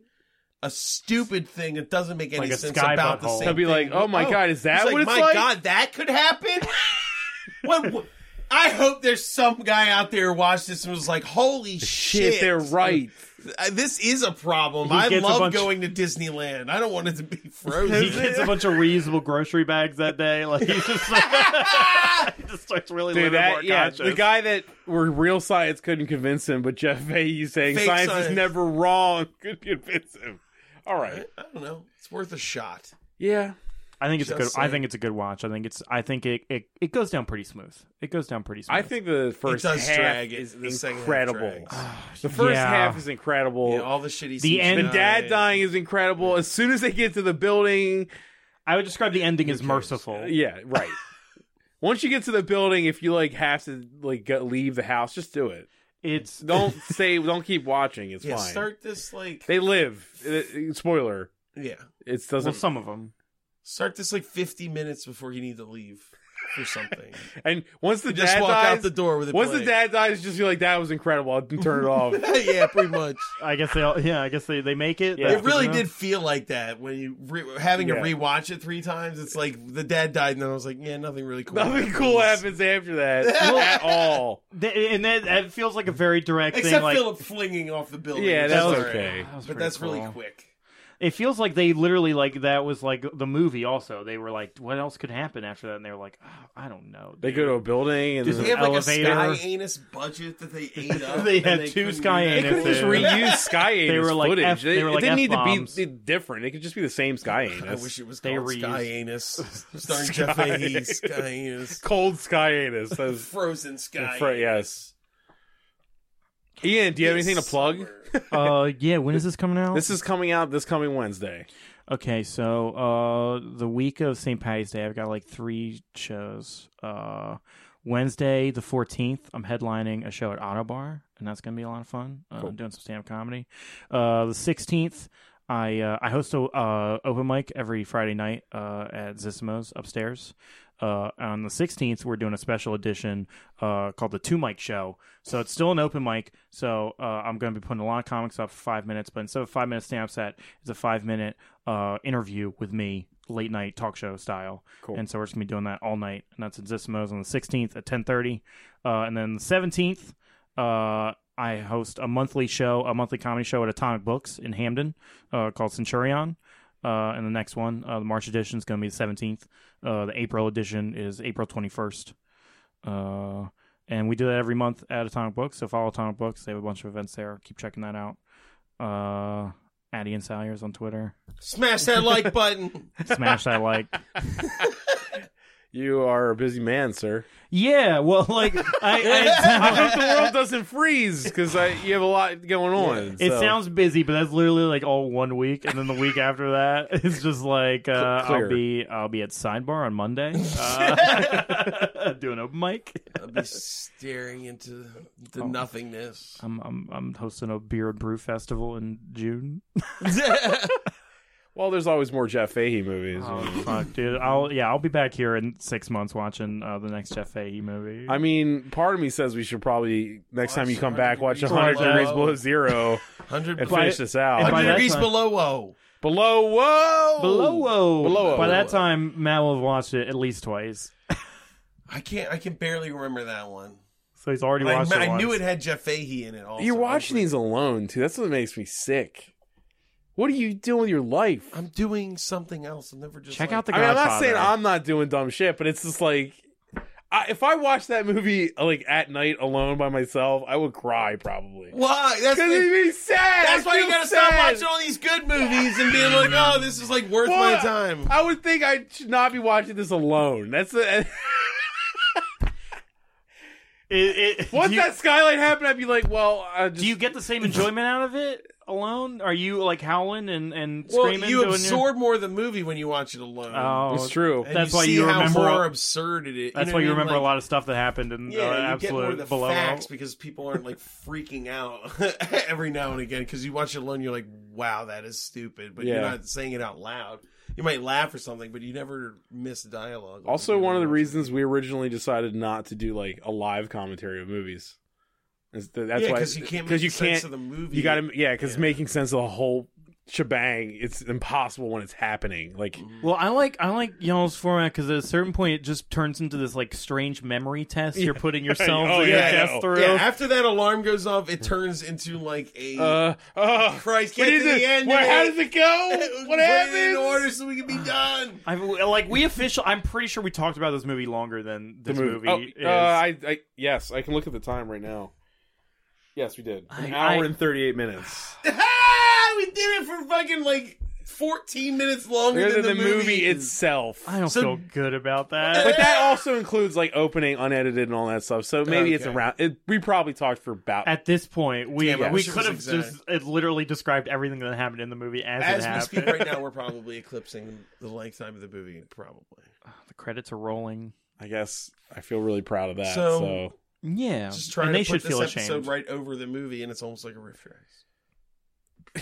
Speaker 3: a stupid thing that doesn't make any
Speaker 5: Like a
Speaker 3: sense
Speaker 5: sky
Speaker 3: about the
Speaker 5: butthole.
Speaker 3: same.
Speaker 4: They'll be
Speaker 3: thing.
Speaker 4: like, "Oh my God, is that
Speaker 3: It's
Speaker 4: what it's
Speaker 3: my
Speaker 4: like?"
Speaker 3: God, that could happen. what, what- I hope there's some guy out there who watched this and was like, "Holy shit,
Speaker 4: Shit, they're right.
Speaker 3: Uh, This is a problem.
Speaker 5: He
Speaker 3: I
Speaker 5: gets a
Speaker 3: love
Speaker 5: bunch-
Speaker 3: going to Disneyland. I don't want it to be
Speaker 5: he
Speaker 3: frozen."
Speaker 5: gets a bunch of reusable grocery bags that day. Like he just, he just starts really
Speaker 4: Dude,
Speaker 5: living more
Speaker 4: that, yeah,
Speaker 5: conscious.
Speaker 4: the guy that were real science couldn't convince him, but Jeff Fahey saying
Speaker 3: Fake
Speaker 4: science, is
Speaker 3: science.
Speaker 4: never wrong could convince him. All right.
Speaker 3: I don't know. It's worth a shot.
Speaker 4: Yeah.
Speaker 5: I think it's a good.
Speaker 3: Just
Speaker 5: I
Speaker 3: saying.
Speaker 5: think it's a good watch. I think it's. I think it, it. It goes down pretty smooth. It goes down pretty smooth.
Speaker 4: I think the first
Speaker 3: does
Speaker 4: half
Speaker 3: drag it.
Speaker 4: is
Speaker 3: The second half
Speaker 4: incredible. Ah, the first
Speaker 5: Yeah.
Speaker 4: half is incredible.
Speaker 3: Yeah, all the shitty.
Speaker 5: The end-
Speaker 4: the dad dying is incredible. As soon as they get to the building,
Speaker 5: I would describe the ending as merciful.
Speaker 4: yeah, right. Once you get to the building, if you like have to like go, leave the house, just do it.
Speaker 5: It's
Speaker 4: Don't say, don't keep watching. It's
Speaker 3: Yeah,
Speaker 4: fine.
Speaker 3: start this like.
Speaker 4: They live. Uh, Spoiler.
Speaker 3: yeah.
Speaker 4: It doesn't.
Speaker 5: well, some of them.
Speaker 3: Start this like 50 minutes before you need to leave for something.
Speaker 4: and once the
Speaker 3: Just
Speaker 4: dad
Speaker 3: walk
Speaker 4: dies,
Speaker 3: out the door with it.
Speaker 4: Once the dad dies, just be like, that was incredible. I'll turn it off.
Speaker 3: yeah, pretty much.
Speaker 5: I guess they. all Yeah, I guess they. They make it.
Speaker 4: Yeah.
Speaker 5: That's
Speaker 3: It
Speaker 5: good
Speaker 3: really
Speaker 5: enough.
Speaker 3: did feel like that when you re- having
Speaker 4: Yeah.
Speaker 3: to rewatch it three times. It's like the dad died, and then I was like, yeah, nothing really cool.
Speaker 4: Nothing cool happens after that at all.
Speaker 5: Th- And that, that feels like a very direct
Speaker 3: Except
Speaker 5: thing. Like
Speaker 3: Philip flinging off the building.
Speaker 4: Yeah,
Speaker 3: which
Speaker 4: that
Speaker 3: is
Speaker 4: was
Speaker 3: all right.
Speaker 4: okay.
Speaker 5: That was
Speaker 3: but
Speaker 5: pretty
Speaker 3: that's really
Speaker 5: cool.
Speaker 3: quick.
Speaker 5: it feels like they literally like that was like the movie. Also, they were like, what else could happen after that? And they were like, oh, I don't know.
Speaker 4: They go to a building and
Speaker 5: Does
Speaker 3: Did they
Speaker 5: he
Speaker 4: then
Speaker 3: have like a
Speaker 5: elevator.
Speaker 3: sky anus budget that they ate up?
Speaker 5: They
Speaker 3: and
Speaker 5: had two
Speaker 3: couldn't
Speaker 5: sky
Speaker 3: use that?
Speaker 5: anuses.
Speaker 4: couldn't just reuse Sky Anus
Speaker 5: were like
Speaker 4: footage.
Speaker 5: F-
Speaker 4: They-
Speaker 5: they were like
Speaker 4: it didn't need
Speaker 5: F-bombs.
Speaker 4: to be different. It could just be the same Sky
Speaker 3: I
Speaker 4: Anus.
Speaker 3: wish it was
Speaker 5: They
Speaker 3: called Sky
Speaker 5: reused-
Speaker 3: Anus, starring Jeff Fahey. Sky Anus,
Speaker 4: Cold Sky Anus. That's-
Speaker 3: Frozen Sky.
Speaker 4: Fro- yes. Ian, do you have anything to plug?
Speaker 5: uh, yeah. When is this coming out?
Speaker 4: This is coming out this coming Wednesday.
Speaker 5: Okay, so uh the week of St. Patty's Day, I've got like three shows. Uh Wednesday the 14th, I'm headlining a show at Autobar, and that's going to be a lot of fun. Uh, I'm doing some stand-up comedy. Uh the 16th, I uh, I host a uh, open mic every Friday night uh, at Zissimo's upstairs. Uh, on the 16th, we're doing a special edition uh, called the Two Mic Show. So it's still an open mic. So uh, I'm going to be putting a lot of comics up for five minutes, but instead of a five minute stand up set, it's a five minute uh, interview with me, late night talk show style.
Speaker 4: Cool.
Speaker 5: And so we're just going to be doing that all night. And that's at Zissimo's on the 16th at 10:30, uh, and then the 17th. Uh, I host a monthly show, a monthly comedy show at Atomic Books in Hamden, uh, called Centurion. Uh, and the next one, uh, the March edition is going to be the 17th. Uh, the April edition is April 21st. Uh, and we do that every month at Atomic Books. So follow Atomic Books. They have a bunch of events there. Keep checking that out. Uh, Addy and Salyers on Twitter.
Speaker 3: Smash that like button.
Speaker 5: Smash that like.
Speaker 4: You are a busy man, sir.
Speaker 5: Yeah, well, like I,
Speaker 4: I hope the world doesn't freeze because you have a lot going on.
Speaker 5: it
Speaker 4: so.
Speaker 5: sounds busy, but that's literally like all one week, and then the week after that, it's just like uh,
Speaker 4: Clear.
Speaker 5: I'll be I'll be at Sidebar on Monday, uh, doing open mic.
Speaker 3: I'll be staring into the
Speaker 5: Oh.
Speaker 3: nothingness.
Speaker 5: I'm I'm I'm hosting a beer and brew festival in June.
Speaker 4: Well, there's always more Jeff Fahey movies.
Speaker 5: Oh, Fuck, dude. I'll yeah, I'll be back here in six months watching uh, the next Jeff Fahey movie.
Speaker 4: I mean, part of me says we should probably next
Speaker 3: Watch
Speaker 4: time you come back
Speaker 3: 100
Speaker 4: watch
Speaker 3: Degrees
Speaker 4: 100
Speaker 5: Below.
Speaker 4: degrees below zero
Speaker 3: Hundred
Speaker 4: and
Speaker 3: by-
Speaker 4: finish this out.
Speaker 5: and by
Speaker 3: hundred
Speaker 5: that
Speaker 3: degrees
Speaker 5: time-
Speaker 3: below. Whoa.
Speaker 4: below whoa,
Speaker 5: Below.
Speaker 4: Below.
Speaker 5: By that time, Matt will have watched it at least twice,
Speaker 3: I can't. I can barely remember that one.
Speaker 5: so he's already
Speaker 3: I,
Speaker 5: watched it.
Speaker 3: I
Speaker 5: once.
Speaker 3: knew it had Jeff Fahey in it. Also,
Speaker 4: You're watching
Speaker 3: I'm-
Speaker 4: these alone too. That's what makes me sick. What are you doing with your life?
Speaker 3: I'm doing something else. I'm never just
Speaker 5: Check
Speaker 3: like-
Speaker 5: out the.
Speaker 4: I mean, I'm not
Speaker 5: Godfather.
Speaker 4: saying I'm not doing dumb shit, but it's just like, I, if I watched that movie like at night alone by myself, I would cry probably.
Speaker 3: Why? That's
Speaker 4: Because it'd
Speaker 3: the-
Speaker 4: be sad.
Speaker 3: that's why you
Speaker 4: It's
Speaker 3: gotta
Speaker 4: too sad.
Speaker 3: stop watching all these good movies and being like, oh, this is like worth my
Speaker 4: Well,
Speaker 3: time.
Speaker 4: I would think I should not be watching this alone. That's a,
Speaker 5: It, it,
Speaker 4: once
Speaker 5: do you,
Speaker 4: that skylight happened, I'd be like, well, I just,
Speaker 5: do you get the same enjoyment out of it alone? Are you like howling and and
Speaker 3: Well,
Speaker 5: screaming?
Speaker 3: you
Speaker 5: doing your-
Speaker 3: absorb more of the movie when you watch it alone.
Speaker 5: Oh,
Speaker 4: It's true.
Speaker 3: And
Speaker 5: that's
Speaker 3: you
Speaker 5: why
Speaker 3: see
Speaker 5: you
Speaker 3: how
Speaker 5: remember
Speaker 3: more
Speaker 5: a-
Speaker 3: absurd it is.
Speaker 5: That's why
Speaker 3: know what I
Speaker 5: you
Speaker 3: mean?
Speaker 5: remember
Speaker 3: Like,
Speaker 5: a lot of stuff that happened in
Speaker 3: Yeah,
Speaker 5: uh,
Speaker 3: you get more of
Speaker 5: absolute
Speaker 3: the
Speaker 5: below.
Speaker 3: facts because people aren't like freaking out every now and again. Because you watch it alone, you're like, "Wow, that is stupid," but you're
Speaker 4: Yeah.
Speaker 3: not saying it out loud. You might laugh or something, but you never miss dialogue.
Speaker 4: Also,
Speaker 3: You
Speaker 4: one of the
Speaker 3: never-
Speaker 4: reasons we originally decided not to do like a live commentary of movies. Is that- That's
Speaker 3: yeah,
Speaker 4: why
Speaker 3: because you can't make
Speaker 4: because you
Speaker 3: sense
Speaker 4: can't
Speaker 3: of the movie.
Speaker 4: you gotta yeah because
Speaker 3: Yeah.
Speaker 4: making sense of the whole shebang it's impossible when it's happening like
Speaker 5: Well, I like I like y'all's format because at a certain point it just turns into this like strange memory test you're putting yourself
Speaker 4: Oh,
Speaker 5: and your
Speaker 4: yeah,
Speaker 5: guest
Speaker 4: yeah.
Speaker 5: through.
Speaker 3: Yeah, after that alarm goes off, it turns into like a
Speaker 4: uh oh
Speaker 3: Mm-hmm. Christ.
Speaker 4: we
Speaker 3: Get
Speaker 4: need
Speaker 3: to the end
Speaker 4: where-
Speaker 3: of
Speaker 4: how
Speaker 3: it.
Speaker 4: does it go
Speaker 3: Put
Speaker 4: what
Speaker 3: it in order
Speaker 4: happens
Speaker 3: so we can be done.
Speaker 5: I like we official. I'm pretty sure we talked about this movie longer than this movie.
Speaker 4: oh,
Speaker 5: is.
Speaker 4: uh, I, I yes i can look at the time right now yes we did an
Speaker 5: I-
Speaker 4: hour
Speaker 5: I-
Speaker 4: and 38 minutes
Speaker 3: Ah, we did it for fucking like 14 minutes longer
Speaker 4: Rather than
Speaker 3: than,
Speaker 4: the movie itself
Speaker 5: I don't
Speaker 3: so-
Speaker 5: feel good about that.
Speaker 4: but that also includes like opening unedited and all that stuff so maybe it's
Speaker 3: Okay.
Speaker 4: around it, we probably talked for about
Speaker 5: At this point, we
Speaker 3: Damn, I
Speaker 5: we
Speaker 3: wish it
Speaker 5: could have
Speaker 3: was exact.
Speaker 5: just it literally described everything that happened in the movie as, it
Speaker 3: As we
Speaker 5: happened.
Speaker 3: speak right now, we're probably eclipsing the lifetime of the movie, probably.
Speaker 5: the credits are rolling.
Speaker 4: i guess i feel really proud of that
Speaker 3: So-
Speaker 4: so
Speaker 5: Yeah,
Speaker 3: Just trying
Speaker 5: and they
Speaker 3: to put
Speaker 5: should feel
Speaker 3: this
Speaker 5: ashamed.
Speaker 3: episode right over the movie, and it's almost like a riff race.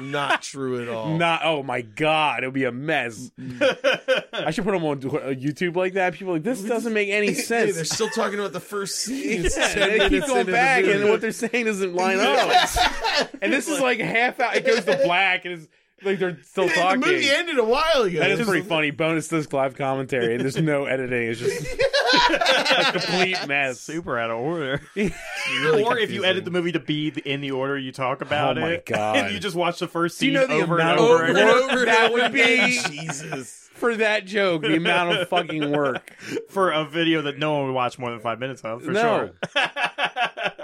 Speaker 3: Not true at all.
Speaker 4: Not oh my god, it would be a mess. I should put them on uh, YouTube like that. People are like this doesn't make any
Speaker 3: Hey, they're
Speaker 4: sense.
Speaker 3: still talking about the first scene. It's
Speaker 4: Yeah,
Speaker 3: 10
Speaker 4: they keep
Speaker 3: minutes
Speaker 4: going
Speaker 3: into the
Speaker 4: back, and
Speaker 3: movie.
Speaker 4: what they're saying doesn't line up. And this is like half out. It goes to black, and it's like they're still
Speaker 3: the
Speaker 4: talking.
Speaker 3: movie ended a while ago.
Speaker 4: That is pretty funny. Bonus disc live commentary. and There's no editing. It's just a complete mess.
Speaker 5: Super out of order.
Speaker 3: Really
Speaker 5: or if you
Speaker 3: confusing.
Speaker 5: edit the movie to be the, in the order you talk about
Speaker 4: Oh my
Speaker 5: it,
Speaker 4: God.
Speaker 5: and you just watch the first
Speaker 4: Do you
Speaker 5: scene
Speaker 4: know the
Speaker 5: over and
Speaker 4: amount
Speaker 5: over,
Speaker 4: of
Speaker 5: again.
Speaker 4: work that would be
Speaker 3: Jesus.
Speaker 4: for that joke? The amount of fucking work.
Speaker 5: for a video that no one would watch more than five minutes of. For
Speaker 4: no,
Speaker 5: sure.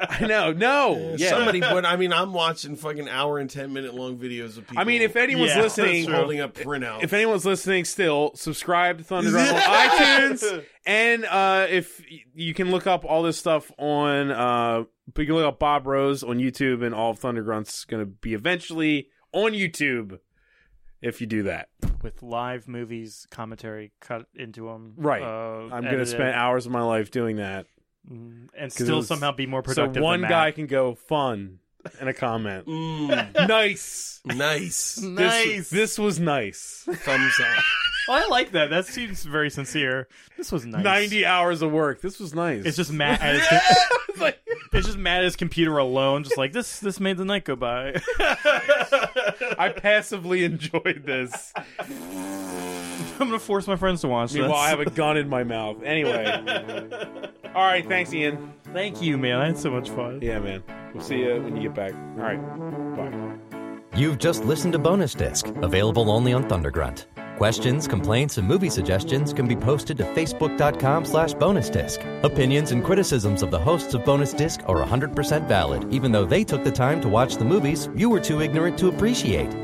Speaker 4: I know. No, yeah.
Speaker 3: Somebody, but I mean, I'm watching fucking hour and ten minute long videos of people.
Speaker 4: I mean, if anyone's
Speaker 5: Yeah, that's
Speaker 4: listening,
Speaker 5: true.
Speaker 3: holding up printouts,
Speaker 4: if anyone's listening still, subscribe to Thunderdrop on iTunes. And uh, if y- you can look up all this stuff on, uh, but you can look up Bob Rose on YouTube, and all of Thundergrunt's going to be eventually on YouTube if you do that.
Speaker 5: With live movies commentary cut into them.
Speaker 4: Right.
Speaker 5: Uh,
Speaker 4: I'm going to
Speaker 5: edited,
Speaker 4: spend hours of my life doing that.
Speaker 5: and
Speaker 4: 'cause it
Speaker 5: still
Speaker 4: was-
Speaker 5: somehow be more
Speaker 4: So
Speaker 5: productive.
Speaker 4: one
Speaker 5: than
Speaker 4: guy
Speaker 5: Matt.
Speaker 4: can go fun in a comment.
Speaker 3: Mm,
Speaker 4: nice.
Speaker 3: nice
Speaker 4: This- This, was nice.
Speaker 3: thumbs up.
Speaker 5: Well, Oh, I like that. That seems very sincere. This was nice.
Speaker 4: 90 hours of work. This was nice.
Speaker 5: It's just Matt at his com- it's just Matt at his computer alone, just like this. This made the night go by.
Speaker 4: I passively enjoyed this.
Speaker 5: I'm gonna force my friends to watch this.
Speaker 4: Meanwhile, I have a gun in my mouth. Anyway. All right. Thanks, Ian.
Speaker 5: Thank you, man. I had so much fun.
Speaker 4: Yeah, man. We'll see you when you get back. All right. Bye.
Speaker 8: You've just listened to Bonus Disc, available only on Thundergrunt. Questions, complaints, and movie suggestions can be posted to facebook.com slash bonus disc. Opinions and criticisms of the hosts of Bonus Disc are 100% valid, even though they took the time to watch the movies you were too ignorant to appreciate.